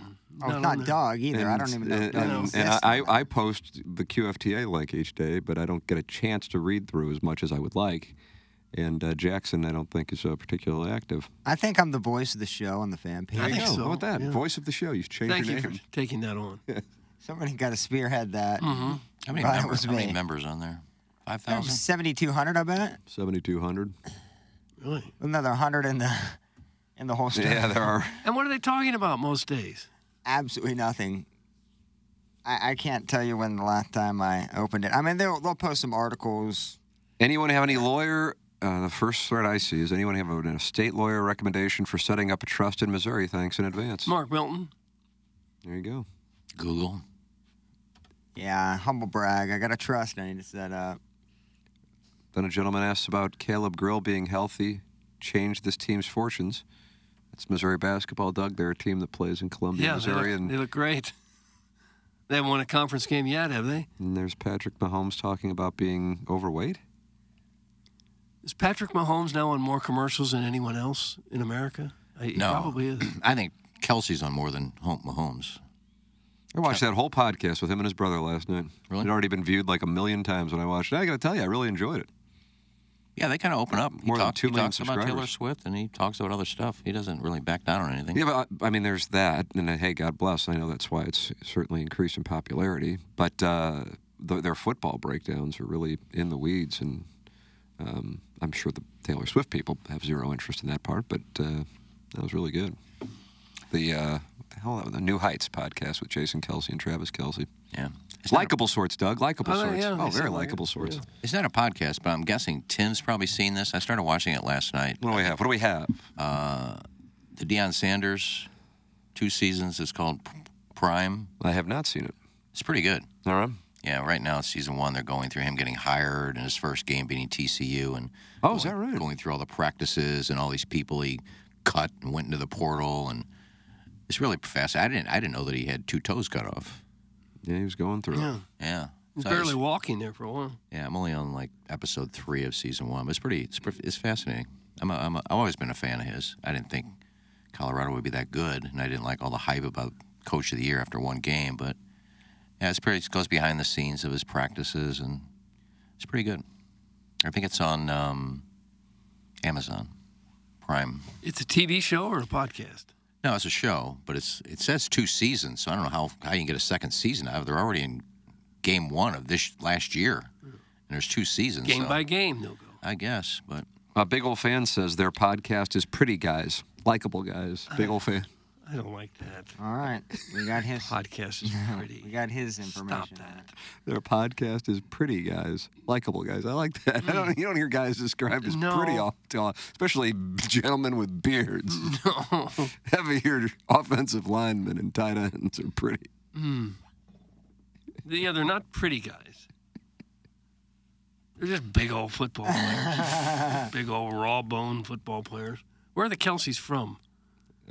[SPEAKER 4] Oh,
[SPEAKER 3] Not on
[SPEAKER 4] not
[SPEAKER 3] there.
[SPEAKER 4] Doug either. I don't even know. if
[SPEAKER 2] And,
[SPEAKER 4] Doug
[SPEAKER 2] and,
[SPEAKER 4] exists.
[SPEAKER 2] and I, I I post the QFTA link each day, but I don't get a chance to read through as much as I would like. And uh, Jackson, I don't think, is uh, particularly active.
[SPEAKER 4] I think I'm the voice of the show on the fan page.
[SPEAKER 2] There you go. How about that? Voice of the show. You've changed
[SPEAKER 4] Thank
[SPEAKER 2] your
[SPEAKER 4] you
[SPEAKER 2] name.
[SPEAKER 4] for
[SPEAKER 3] taking that on.
[SPEAKER 4] Somebody got to spearhead that.
[SPEAKER 3] Mhm.
[SPEAKER 5] How many,
[SPEAKER 4] Glad it
[SPEAKER 5] members,
[SPEAKER 4] was
[SPEAKER 5] how many
[SPEAKER 4] me.
[SPEAKER 5] members on there? Five
[SPEAKER 4] There's
[SPEAKER 5] thousand.
[SPEAKER 4] 7,200, I bet.
[SPEAKER 2] 7,200.
[SPEAKER 3] Really?
[SPEAKER 4] Another 100 in the in the whole store.
[SPEAKER 2] Yeah, there are.
[SPEAKER 3] And what are they talking about most days?
[SPEAKER 4] Absolutely nothing. I, I can't tell you when the last time I opened it. I mean, they'll, they'll post some articles.
[SPEAKER 2] Anyone have any lawyer? Uh, the first thread I see is anyone have an estate lawyer recommendation for setting up a trust in Missouri? Thanks in advance.
[SPEAKER 3] Mark Milton.
[SPEAKER 2] There you go.
[SPEAKER 5] Google.
[SPEAKER 4] Yeah, humble brag. I gotta trust. I need to set up.
[SPEAKER 2] Then a gentleman asks about Caleb Grill being healthy, changed this team's fortunes. That's Missouri basketball, Doug. They're a team that plays in Columbia,
[SPEAKER 3] yeah, they
[SPEAKER 2] Missouri,
[SPEAKER 3] look,
[SPEAKER 2] and,
[SPEAKER 3] they look great. They haven't won a conference game yet, have they?
[SPEAKER 2] and there's Patrick Mahomes talking about being overweight.
[SPEAKER 3] Is Patrick Mahomes now on more commercials than anyone else in America? I- He
[SPEAKER 5] No.
[SPEAKER 3] probably is.
[SPEAKER 5] I think Kelsey's on more than Hol- Mahomes.
[SPEAKER 2] I watched that whole podcast with him and his brother last night. Really? It had already been viewed like a million times when I watched it. I got to tell you, I really enjoyed it.
[SPEAKER 5] Yeah, they kind of open up. He,
[SPEAKER 2] More than
[SPEAKER 5] talk-
[SPEAKER 2] two
[SPEAKER 5] he
[SPEAKER 2] million
[SPEAKER 5] talks about Taylor
[SPEAKER 2] subscribers.
[SPEAKER 5] Swift and he talks about other stuff. He doesn't really back down on anything.
[SPEAKER 2] Yeah, but I, I mean, there's that, and uh, hey, God bless. I know that's why it's certainly increased in popularity. But uh, th their football breakdowns are really in the weeds, and um, I'm sure the Taylor Swift people have zero interest in that part. But uh, that was really good. The uh, what the hell the New Heights podcast with Jason Kelsey and Travis Kelsey.
[SPEAKER 5] Yeah,
[SPEAKER 2] likable sorts, Doug. Likable sorts. oh, very likable sorts.
[SPEAKER 5] sorts. It's not a podcast, but I'm guessing Tim's probably seen this. I started watching it last night.
[SPEAKER 2] What do we have? What do we have?
[SPEAKER 5] Uh, the Deion Sanders, two seasons. It's called P- Prime.
[SPEAKER 2] I have not seen it.
[SPEAKER 5] It's pretty good.
[SPEAKER 2] All right.
[SPEAKER 5] Yeah, right now it's season one. They're going through him getting hired and his first game beating TCU and
[SPEAKER 2] oh,
[SPEAKER 5] going, is that right? Going through all the practices and all these people he cut and went into the portal and it's really fast. I didn't I didn't know that he had two toes cut off.
[SPEAKER 2] Yeah, he was going through.
[SPEAKER 3] Yeah.
[SPEAKER 5] Yeah.
[SPEAKER 3] He's
[SPEAKER 5] So I was-
[SPEAKER 3] barely walking there for a while.
[SPEAKER 5] yeah, I'm only on like episode three of season one, but it's pretty, it's, pre- it's fascinating. I'm, a, I'm a, I've always been a fan of his. I didn't think Colorado would be that good, and I didn't like all the hype about Coach of the Year after one game, but yeah, it's pretty. It goes behind the scenes of his practices, and it's pretty good. I think it's on um, Amazon Prime.
[SPEAKER 3] It's a TV show or a podcast?
[SPEAKER 5] No, it's a show, but it's it says two seasons, so I don't know how how you can get a second season out of. it. They're already in game one of this last year, and there's two seasons.
[SPEAKER 3] Game
[SPEAKER 5] so-
[SPEAKER 3] by game, they'll go.
[SPEAKER 5] I guess, but
[SPEAKER 2] A big old fan says their podcast is pretty guys, likable guys. Big old fan.
[SPEAKER 3] I don't like that.
[SPEAKER 4] All right, we got his
[SPEAKER 3] podcast is pretty.
[SPEAKER 4] we got his information.
[SPEAKER 2] Their podcast is pretty guys, likable guys. I like that. I
[SPEAKER 4] Mm.
[SPEAKER 2] don't, you don't hear guys described as pretty
[SPEAKER 3] No.
[SPEAKER 2] often, especially gentlemen with beards. No. Heavier offensive linemen and tight ends are pretty.
[SPEAKER 3] Mm. Yeah, they're not pretty guys. They're just big old football players. big old raw bone football players. Where are the Kelseys from?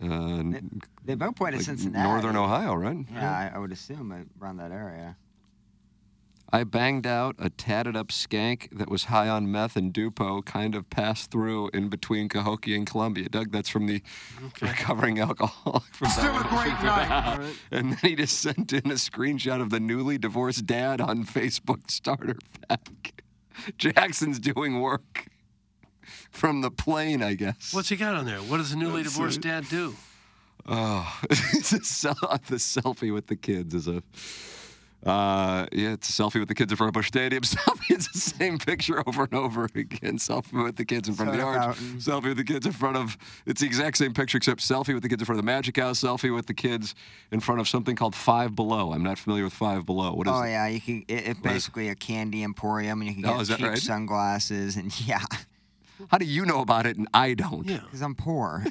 [SPEAKER 2] Uh,
[SPEAKER 4] They both played at
[SPEAKER 2] like
[SPEAKER 4] Cincinnati.
[SPEAKER 2] Northern Ohio, right?
[SPEAKER 4] Yeah, I, I would assume uh, around that area.
[SPEAKER 2] I banged out a tatted up skank that was high on meth and Dupo, kind of passed through in between Cahokia and Columbia. Doug, that's from the recovering alcoholic from
[SPEAKER 8] Still a great night.
[SPEAKER 2] And then he just sent in a screenshot of the newly divorced dad on Facebook starter pack. Jackson's doing work from the plane, I guess.
[SPEAKER 3] What's he got on there? What does the newly
[SPEAKER 2] That's
[SPEAKER 3] divorced
[SPEAKER 2] it.
[SPEAKER 3] dad do?
[SPEAKER 2] Oh, it's a sel- the selfie with the kids is a. Uh, yeah, it's a selfie with the kids in front of Bush Stadium. Selfie, it's the same picture over and over again. Selfie with the kids in front of the
[SPEAKER 8] Soda
[SPEAKER 2] Orange.
[SPEAKER 8] fountain.
[SPEAKER 2] Selfie with the kids in front of. It's the exact same picture except selfie with the kids in front of the Magic House. Selfie with the kids in front of something called Five Below. I'm not familiar with Five Below. What is?
[SPEAKER 4] oh
[SPEAKER 2] it?
[SPEAKER 4] yeah, you can. It, it's
[SPEAKER 2] What is-
[SPEAKER 4] basically a candy emporium, and you can
[SPEAKER 2] Oh,
[SPEAKER 4] get
[SPEAKER 2] is that
[SPEAKER 4] cheap
[SPEAKER 2] right?
[SPEAKER 4] sunglasses and yeah.
[SPEAKER 2] How do you know about it and I don't?
[SPEAKER 3] Yeah,
[SPEAKER 4] because I'm poor.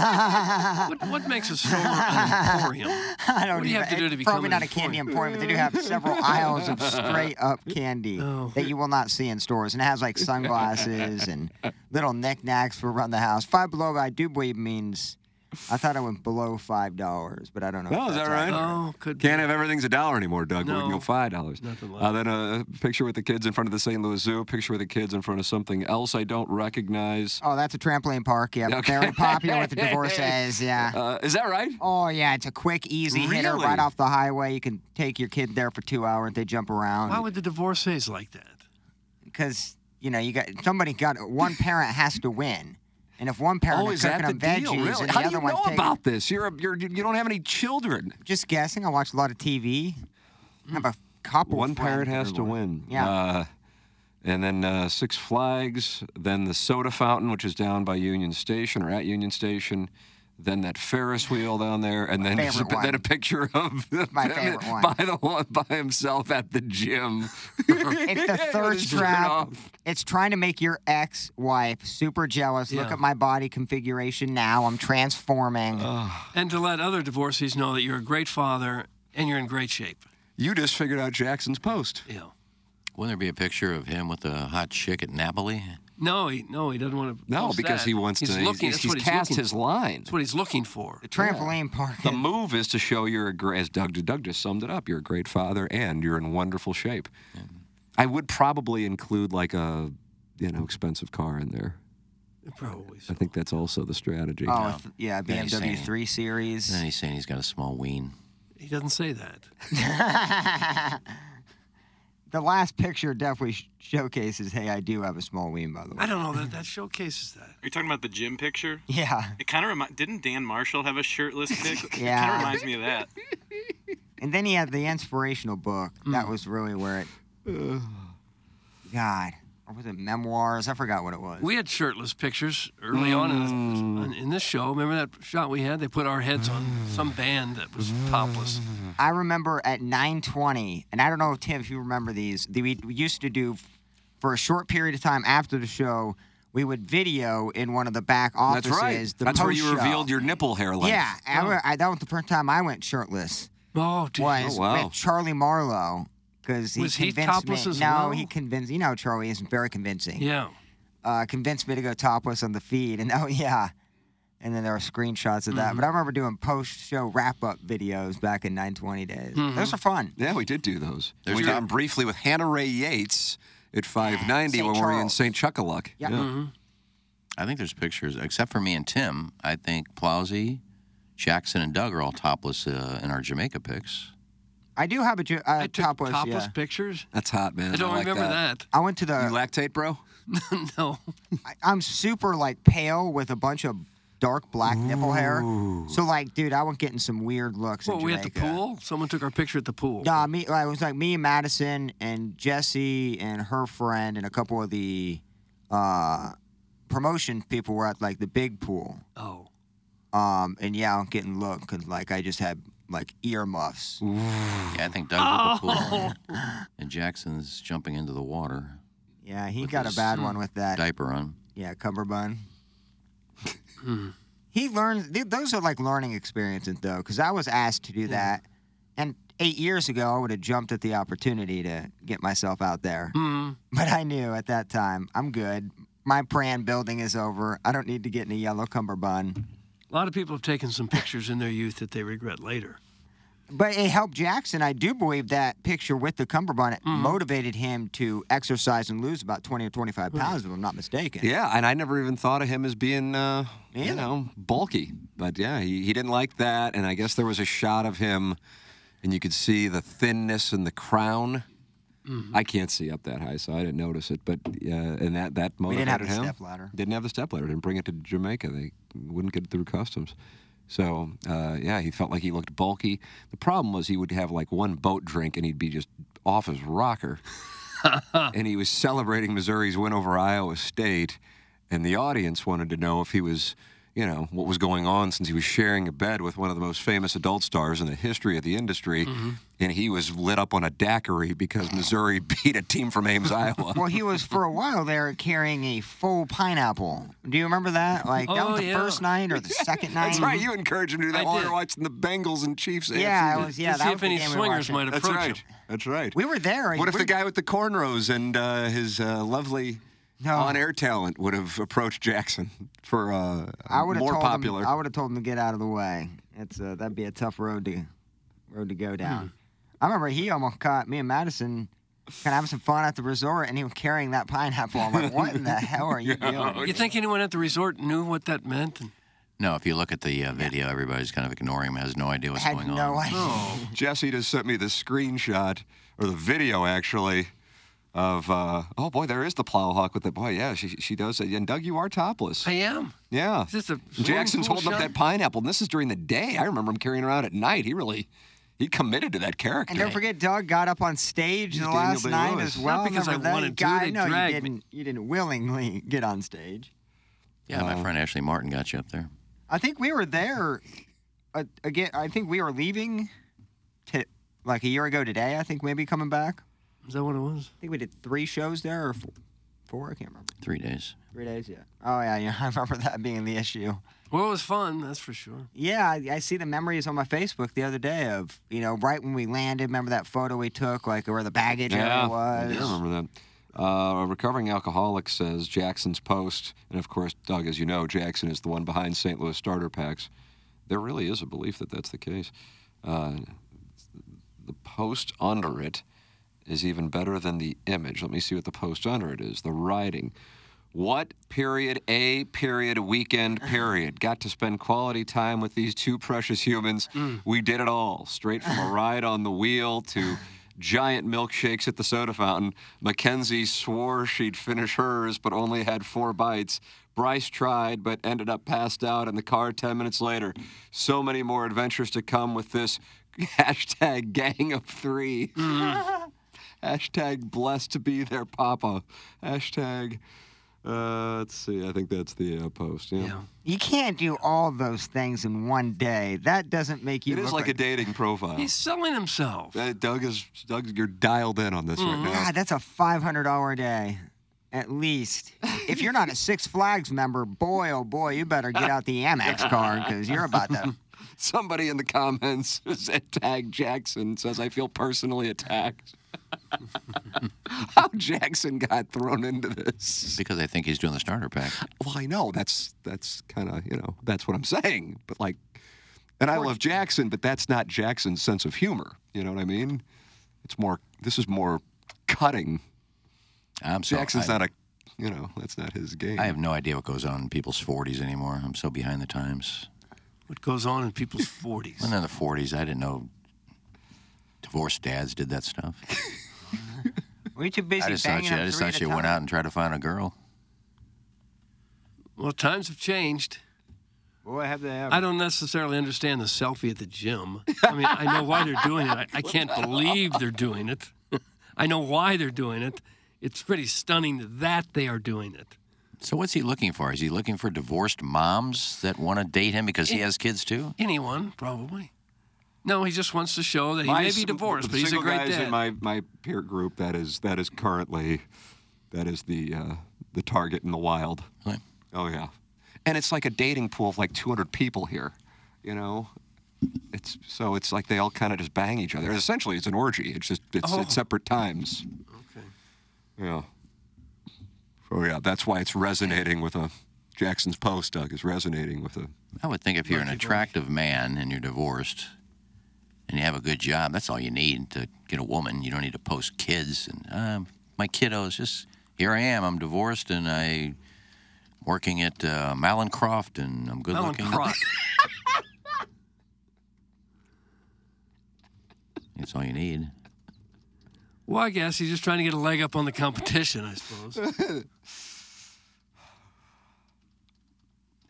[SPEAKER 3] what, what makes a store an emporium?
[SPEAKER 4] I don't
[SPEAKER 3] What do you
[SPEAKER 4] even,
[SPEAKER 3] have to do to
[SPEAKER 4] it's
[SPEAKER 3] become
[SPEAKER 4] probably
[SPEAKER 3] an
[SPEAKER 4] not a candy emporium, but they do have several aisles of straight up candy
[SPEAKER 3] Oh.
[SPEAKER 4] that you will not see in stores, and it has like sunglasses and little knickknacks for around the house. Five below, I do believe means. I thought I went below five dollars, but I don't know.
[SPEAKER 2] Oh,
[SPEAKER 4] if
[SPEAKER 2] is
[SPEAKER 4] that's
[SPEAKER 2] that right?
[SPEAKER 3] Oh, could
[SPEAKER 2] Can't have everything everything's a dollar anymore, Doug. but We can go
[SPEAKER 3] No,
[SPEAKER 2] five dollars. Uh, then a picture with the kids in front of the St. Louis Zoo. A picture with the kids in front of something else I don't recognize.
[SPEAKER 4] Oh, that's a trampoline park. Yeah,
[SPEAKER 2] Okay.
[SPEAKER 4] very popular with the divorcees. Yeah.
[SPEAKER 2] Uh, is that right?
[SPEAKER 4] Ah. Oh yeah, it's a quick, easy hitter
[SPEAKER 2] Really?
[SPEAKER 4] right off the highway. You can take your kid there for two hours. They jump around.
[SPEAKER 3] Why would the divorcees like that?
[SPEAKER 4] because you know you got somebody got one parent has to win, and if one parent
[SPEAKER 2] oh,
[SPEAKER 4] is
[SPEAKER 2] is that
[SPEAKER 4] cooking
[SPEAKER 2] the
[SPEAKER 4] them
[SPEAKER 2] deal?
[SPEAKER 4] veggies
[SPEAKER 2] Really?
[SPEAKER 4] and the
[SPEAKER 2] How
[SPEAKER 4] other
[SPEAKER 2] do you
[SPEAKER 4] one's
[SPEAKER 2] know
[SPEAKER 4] taking,
[SPEAKER 2] about this? You're, a, you're you don't have any children.
[SPEAKER 4] just guessing. I watch a lot of TV. I have a couple.
[SPEAKER 2] One
[SPEAKER 4] friends
[SPEAKER 2] parent
[SPEAKER 4] that
[SPEAKER 2] has
[SPEAKER 4] are
[SPEAKER 2] to
[SPEAKER 4] like-
[SPEAKER 2] win.
[SPEAKER 4] Yeah.
[SPEAKER 2] Uh, and then uh, Six Flags, then the soda fountain, which is down by Union Station or at Union Station. Then that Ferris wheel down there, and then there's a,
[SPEAKER 8] favorite
[SPEAKER 2] then
[SPEAKER 8] one.
[SPEAKER 2] a picture of
[SPEAKER 8] My
[SPEAKER 2] him
[SPEAKER 8] favorite one.
[SPEAKER 2] by the one by himself at the gym.
[SPEAKER 4] it's the
[SPEAKER 2] His
[SPEAKER 4] thirst
[SPEAKER 2] shirt
[SPEAKER 4] trap.
[SPEAKER 2] off.
[SPEAKER 4] It's trying to make your ex-wife super jealous. Look
[SPEAKER 3] Yeah.
[SPEAKER 4] at my body configuration now. I'm transforming.
[SPEAKER 3] And to let other divorcees know that you're a great father and you're in great shape.
[SPEAKER 2] You just figured out Jackson's post.
[SPEAKER 3] Yeah.
[SPEAKER 5] Wouldn't there be a picture of him with a hot chick at Napoli?
[SPEAKER 3] No, he no, he doesn't want to.
[SPEAKER 2] No,
[SPEAKER 3] post
[SPEAKER 2] because
[SPEAKER 3] that.
[SPEAKER 2] he wants
[SPEAKER 3] he's
[SPEAKER 2] to-
[SPEAKER 3] Looking,
[SPEAKER 2] he's-
[SPEAKER 3] that's
[SPEAKER 2] he's
[SPEAKER 3] what he's
[SPEAKER 2] cast
[SPEAKER 3] looking
[SPEAKER 2] his
[SPEAKER 3] for.
[SPEAKER 2] line.
[SPEAKER 3] That's what he's looking for.
[SPEAKER 4] The trampoline park.
[SPEAKER 2] The move is to show you're a great, as Doug Doug just summed it up. You're a great father, and you're in wonderful shape. I would probably include like a, you know, expensive car in there.
[SPEAKER 3] Probably.
[SPEAKER 2] I think that's also the strategy.
[SPEAKER 4] Oh, th- yeah,
[SPEAKER 5] Then he's
[SPEAKER 4] BMW
[SPEAKER 5] saying-
[SPEAKER 4] 3 Series.
[SPEAKER 5] Then he's saying he's got a small ween.
[SPEAKER 3] He doesn't say that.
[SPEAKER 4] The last picture definitely sh- showcases, hey, I do have a small ween, by the way.
[SPEAKER 3] I don't know that that showcases that.
[SPEAKER 7] Are you talking about the gym picture?
[SPEAKER 4] Yeah.
[SPEAKER 7] It kind of remind. Didn't Dan Marshall have a shirtless pic? It kind
[SPEAKER 4] Yeah.
[SPEAKER 7] of reminds me of that.
[SPEAKER 4] And then he had the inspirational book. That
[SPEAKER 2] Hmm.
[SPEAKER 4] was really where it. God. Or was it memoirs? I forgot what it was.
[SPEAKER 3] We had shirtless pictures early on
[SPEAKER 5] Mm.
[SPEAKER 3] in this, in this show. Remember that shot we had? They put our heads on some band that was topless.
[SPEAKER 4] Mm. I remember at 9:20, and I don't know, Tim, if you remember these. the- We we used to do for a short period of time after the show. We would video in one of the back
[SPEAKER 2] that's
[SPEAKER 4] offices.
[SPEAKER 2] right.
[SPEAKER 4] The
[SPEAKER 2] That's where you
[SPEAKER 4] post-show.
[SPEAKER 2] revealed your nipple hair length.
[SPEAKER 4] Yeah, I, re- I, that was the first time I went shirtless.
[SPEAKER 3] Oh, dude.
[SPEAKER 4] Was
[SPEAKER 2] Oh, wow.
[SPEAKER 4] with Charlie Marlowe because he
[SPEAKER 3] Was he
[SPEAKER 4] convinced
[SPEAKER 3] topless
[SPEAKER 4] me.
[SPEAKER 3] as
[SPEAKER 4] no,
[SPEAKER 3] well?
[SPEAKER 4] he convinced. You know, Charlie isn't very convincing.
[SPEAKER 3] Yeah.
[SPEAKER 4] Uh, convinced me to go topless on the feed, and oh yeah. And then there were screenshots of
[SPEAKER 3] Mm-hmm.
[SPEAKER 4] that. But I remember doing post-show wrap-up videos back in 920 days.
[SPEAKER 3] Mm-hmm.
[SPEAKER 4] Those are fun.
[SPEAKER 2] Mm-hmm. Yeah, we did do those.
[SPEAKER 5] There's
[SPEAKER 2] we
[SPEAKER 5] your-
[SPEAKER 2] did them briefly with Hannah Ray Yates at 590
[SPEAKER 4] St.
[SPEAKER 2] when we were in
[SPEAKER 4] Charles.
[SPEAKER 2] St. Chuckaluck.
[SPEAKER 4] Yeah.
[SPEAKER 5] Mm-hmm. Hmm. I think there's pictures, except for me and Tim. I think Plowsy, Jackson, and Doug are all topless uh, in our Jamaica pics.
[SPEAKER 4] I do have a ju- uh,
[SPEAKER 3] I took
[SPEAKER 4] topless.
[SPEAKER 3] topless,
[SPEAKER 4] yeah.
[SPEAKER 3] pictures.
[SPEAKER 2] That's hot, man.
[SPEAKER 3] I don't
[SPEAKER 2] like
[SPEAKER 3] remember that.
[SPEAKER 4] I went to the.
[SPEAKER 2] You lactate, bro?
[SPEAKER 3] no.
[SPEAKER 4] I, I'm super like pale with a bunch of dark black nipple hair. So like, dude, I was getting some weird looks.
[SPEAKER 3] Well,
[SPEAKER 4] in
[SPEAKER 3] we at
[SPEAKER 4] Jamaica.
[SPEAKER 3] the pool. Someone took our picture at the pool.
[SPEAKER 4] Nah, me. Like, it was like me and Madison and Jesse and her friend and a couple of the uh, promotion people were at like the big pool.
[SPEAKER 3] Oh.
[SPEAKER 4] Um, and yeah, I'm getting looked because like I just had like earmuffs.
[SPEAKER 5] Yeah, I think
[SPEAKER 4] Oh.
[SPEAKER 5] Doug's at the pool, and Jackson's jumping into the water,
[SPEAKER 4] Yeah, he
[SPEAKER 5] With Mm.
[SPEAKER 4] got a
[SPEAKER 5] his
[SPEAKER 4] bad one with that.
[SPEAKER 5] diaper on.
[SPEAKER 4] Yeah, cummerbund. he learned th- those are like learning experiences though, because I was asked to do that, and eight years ago I would have jumped at the opportunity to get myself out there. But I knew at that time I'm good. My brand building is over. I don't need to get in a yellow cummerbund.
[SPEAKER 3] A lot of people have taken some pictures in their youth that they regret later.
[SPEAKER 4] But it helped Jackson. I do believe that picture with the cummerbund motivated him to exercise and lose about 20 or 25 pounds, if I'm not mistaken.
[SPEAKER 2] Yeah, and I never even thought of him as being, uh, you
[SPEAKER 4] Yeah.
[SPEAKER 2] know, bulky. But yeah, he, he didn't like that. And I guess there was a shot of him, and you could see the thinness in the crown.
[SPEAKER 5] Hmm.
[SPEAKER 4] Mm-hmm.
[SPEAKER 2] I can't see up that high, so I didn't notice it. But uh, and that that
[SPEAKER 4] We didn't have
[SPEAKER 2] motivated
[SPEAKER 4] the
[SPEAKER 2] him.
[SPEAKER 4] step ladder.
[SPEAKER 2] Didn't have the step ladder. Didn't bring it to Jamaica. They wouldn't get it through customs. So uh, yeah, he felt like he looked bulky. The problem was he would have like one boat drink and he'd be just off his rocker. and he was celebrating Missouri's win over Iowa State, and the audience wanted to know if he was, you know, what was going on since he was sharing a bed with one of the most famous adult stars in the history of the industry, and he was lit up on a daiquiri because Missouri beat a team from Ames, Iowa.
[SPEAKER 4] Well, he was for a while there carrying a full pineapple. Do you remember that? Like that
[SPEAKER 3] Oh,
[SPEAKER 4] was the
[SPEAKER 3] yeah.
[SPEAKER 4] first night or the second night?
[SPEAKER 2] That's right. You encouraged him to do that
[SPEAKER 3] I
[SPEAKER 2] while
[SPEAKER 3] did.
[SPEAKER 2] you were watching the Bengals and Chiefs.
[SPEAKER 4] yeah,
[SPEAKER 2] AFC.
[SPEAKER 4] it was. Yeah,
[SPEAKER 3] to
[SPEAKER 4] that
[SPEAKER 3] see
[SPEAKER 4] was
[SPEAKER 3] if
[SPEAKER 4] the
[SPEAKER 3] any
[SPEAKER 4] game we were
[SPEAKER 3] swingers
[SPEAKER 4] watching.
[SPEAKER 3] might
[SPEAKER 2] That's
[SPEAKER 3] approach
[SPEAKER 2] right.
[SPEAKER 3] him.
[SPEAKER 2] That's right.
[SPEAKER 4] We were there.
[SPEAKER 2] What if
[SPEAKER 4] We-
[SPEAKER 2] the guy with the cornrows and uh, his uh, lovely
[SPEAKER 4] No.
[SPEAKER 2] on-air talent would have approached Jackson for uh,
[SPEAKER 4] I would have
[SPEAKER 2] more
[SPEAKER 4] told
[SPEAKER 2] popular?
[SPEAKER 4] Him, I would have told him to get out of the way. It's uh, that'd be a tough road to road to
[SPEAKER 3] Hmm.
[SPEAKER 4] go down. I remember he almost caught me and Madison. Kind of having some fun at the resort, and he was carrying that pineapple. I'm like, what in the hell are you doing?
[SPEAKER 3] You think anyone at the resort knew what that meant? And,
[SPEAKER 5] No, if you look at the uh, video, everybody's kind of ignoring him, has no idea what's
[SPEAKER 4] had
[SPEAKER 5] going
[SPEAKER 4] no
[SPEAKER 5] on.
[SPEAKER 4] idea.
[SPEAKER 3] Oh.
[SPEAKER 2] Jesse just sent me the screenshot or the video actually of uh, oh boy, there is the plowhawk with the boy. Yeah, she she does it. And Doug, you are topless.
[SPEAKER 3] I am.
[SPEAKER 2] Yeah.
[SPEAKER 3] Is this a
[SPEAKER 2] And Jackson's
[SPEAKER 3] swimming
[SPEAKER 2] holding
[SPEAKER 3] pool
[SPEAKER 2] up
[SPEAKER 3] shot?
[SPEAKER 2] that pineapple, and this is during the day. I remember him carrying around at night. He really he committed to that character.
[SPEAKER 4] And don't forget, Doug got up on stage the
[SPEAKER 2] Daniel
[SPEAKER 4] last night
[SPEAKER 2] Day-Lewis.
[SPEAKER 4] as well.
[SPEAKER 3] Not because
[SPEAKER 4] Remember
[SPEAKER 3] I
[SPEAKER 4] that?
[SPEAKER 3] wanted to,
[SPEAKER 4] God,
[SPEAKER 3] they
[SPEAKER 4] no, you
[SPEAKER 3] dragged me.
[SPEAKER 4] didn't. You didn't willingly get on stage.
[SPEAKER 5] Yeah,
[SPEAKER 2] Oh.
[SPEAKER 5] my friend Ashley Martin got you up there.
[SPEAKER 4] I think we were there. Uh, again, I think we were leaving, t- like a year ago today. I think maybe coming back.
[SPEAKER 3] Is that what it was?
[SPEAKER 4] I think we did three shows there, or four, Four? I can't remember.
[SPEAKER 5] Three days.
[SPEAKER 4] Three days, yeah. Oh, yeah, yeah. I remember that being the issue.
[SPEAKER 3] Well, it was fun, that's for sure.
[SPEAKER 4] Yeah, I, I see the memories on my Facebook the other day of, you know, right when we landed, remember that photo we took, like where the baggage area was?
[SPEAKER 2] I do remember that. Uh, a recovering alcoholic says Jackson's post, and of course, Doug, as you know, Jackson is the one behind St. Louis starter packs. There really is a belief that that's the case. Uh, the post under it is even better than the image. Let me see what the post under it is. The writing. What period, A period, weekend period. Got to spend quality time with these two precious humans. We did it all. Straight from a ride on the wheel to giant milkshakes at the soda fountain. Mackenzie swore she'd finish hers, but only had four bites. Bryce tried, but ended up passed out in the car 10 minutes later. So many more adventures to come with this hashtag gang of three. Hashtag blessed to be their papa. Hashtag, uh, let's see, I think that's the uh, post. Yeah.
[SPEAKER 4] You can't do all those things in one day. That doesn't make you
[SPEAKER 2] It is
[SPEAKER 4] look
[SPEAKER 2] like a uh, dating profile.
[SPEAKER 3] He's selling himself.
[SPEAKER 2] Uh, Doug is, Doug, you're dialed in on this
[SPEAKER 3] Mm-hmm.
[SPEAKER 2] right now.
[SPEAKER 4] God, that's a five hundred dollar day, at least. If you're not a Six Flags member, boy oh boy, you better get out the Amex card because you're about to.
[SPEAKER 2] Somebody in the comments said tag Jackson says I feel personally attacked. How Jackson got thrown into this?
[SPEAKER 5] Because I think he's doing the starter pack.
[SPEAKER 2] Well, I know that's that's kind of you know that's what I'm saying, but like, and I love Jackson, but that's not Jackson's sense of humor. You know what I mean? It's more. This is more cutting.
[SPEAKER 5] I'm so
[SPEAKER 2] Jackson's
[SPEAKER 5] I,
[SPEAKER 2] not a. You know, that's not his game.
[SPEAKER 5] I have no idea what goes on in people's 40s anymore. I'm so behind the times.
[SPEAKER 3] What goes on in people's 40s?
[SPEAKER 5] When in the 40s, I didn't know divorced dads did that stuff.
[SPEAKER 4] Were you too busy
[SPEAKER 5] I just thought
[SPEAKER 4] banging
[SPEAKER 5] you,
[SPEAKER 4] them
[SPEAKER 5] I just
[SPEAKER 4] three
[SPEAKER 5] thought
[SPEAKER 4] at
[SPEAKER 5] you
[SPEAKER 4] a
[SPEAKER 5] went
[SPEAKER 4] time?
[SPEAKER 5] out and tried to find a girl.
[SPEAKER 3] Well, times have changed.
[SPEAKER 4] Boy, have they ever.
[SPEAKER 3] I don't necessarily understand the selfie at the gym. I mean, I know why they're doing it. I, I can't believe they're doing it. I know why they're doing it. It's pretty stunning that they are doing it.
[SPEAKER 5] So what's he looking for? Is he looking for divorced moms that want to date him because he has kids too?
[SPEAKER 3] Anyone, probably. No, he just wants to show that he
[SPEAKER 2] My
[SPEAKER 3] may be
[SPEAKER 2] s-
[SPEAKER 3] divorced,
[SPEAKER 2] the
[SPEAKER 3] but he's a
[SPEAKER 2] single
[SPEAKER 3] great
[SPEAKER 2] guys
[SPEAKER 3] dad.
[SPEAKER 2] in my my peer group that is that is currently that is the uh, the target in the wild.
[SPEAKER 5] Really?
[SPEAKER 2] Oh yeah, and it's like a dating pool of like 200 people here, you know. It's so it's like they all kind of just bang each other. Essentially, it's an orgy. It's just it's
[SPEAKER 3] Oh.
[SPEAKER 2] at separate times.
[SPEAKER 3] okay.
[SPEAKER 2] Yeah.
[SPEAKER 5] Oh,
[SPEAKER 2] So yeah, that's why it's resonating with a Jackson's post. Doug is resonating with a
[SPEAKER 5] I would think if you're an attractive man and you're divorced and you have a good job, that's all you need to get a woman. You don't need to post kids and um, my kiddos. Just here I am. I'm divorced and I working at uh, Malincroft and I'm good
[SPEAKER 3] Melon
[SPEAKER 5] looking.
[SPEAKER 3] Croc.
[SPEAKER 5] That's all you need.
[SPEAKER 3] Well, I guess he's just trying to get a leg up on the competition, I suppose.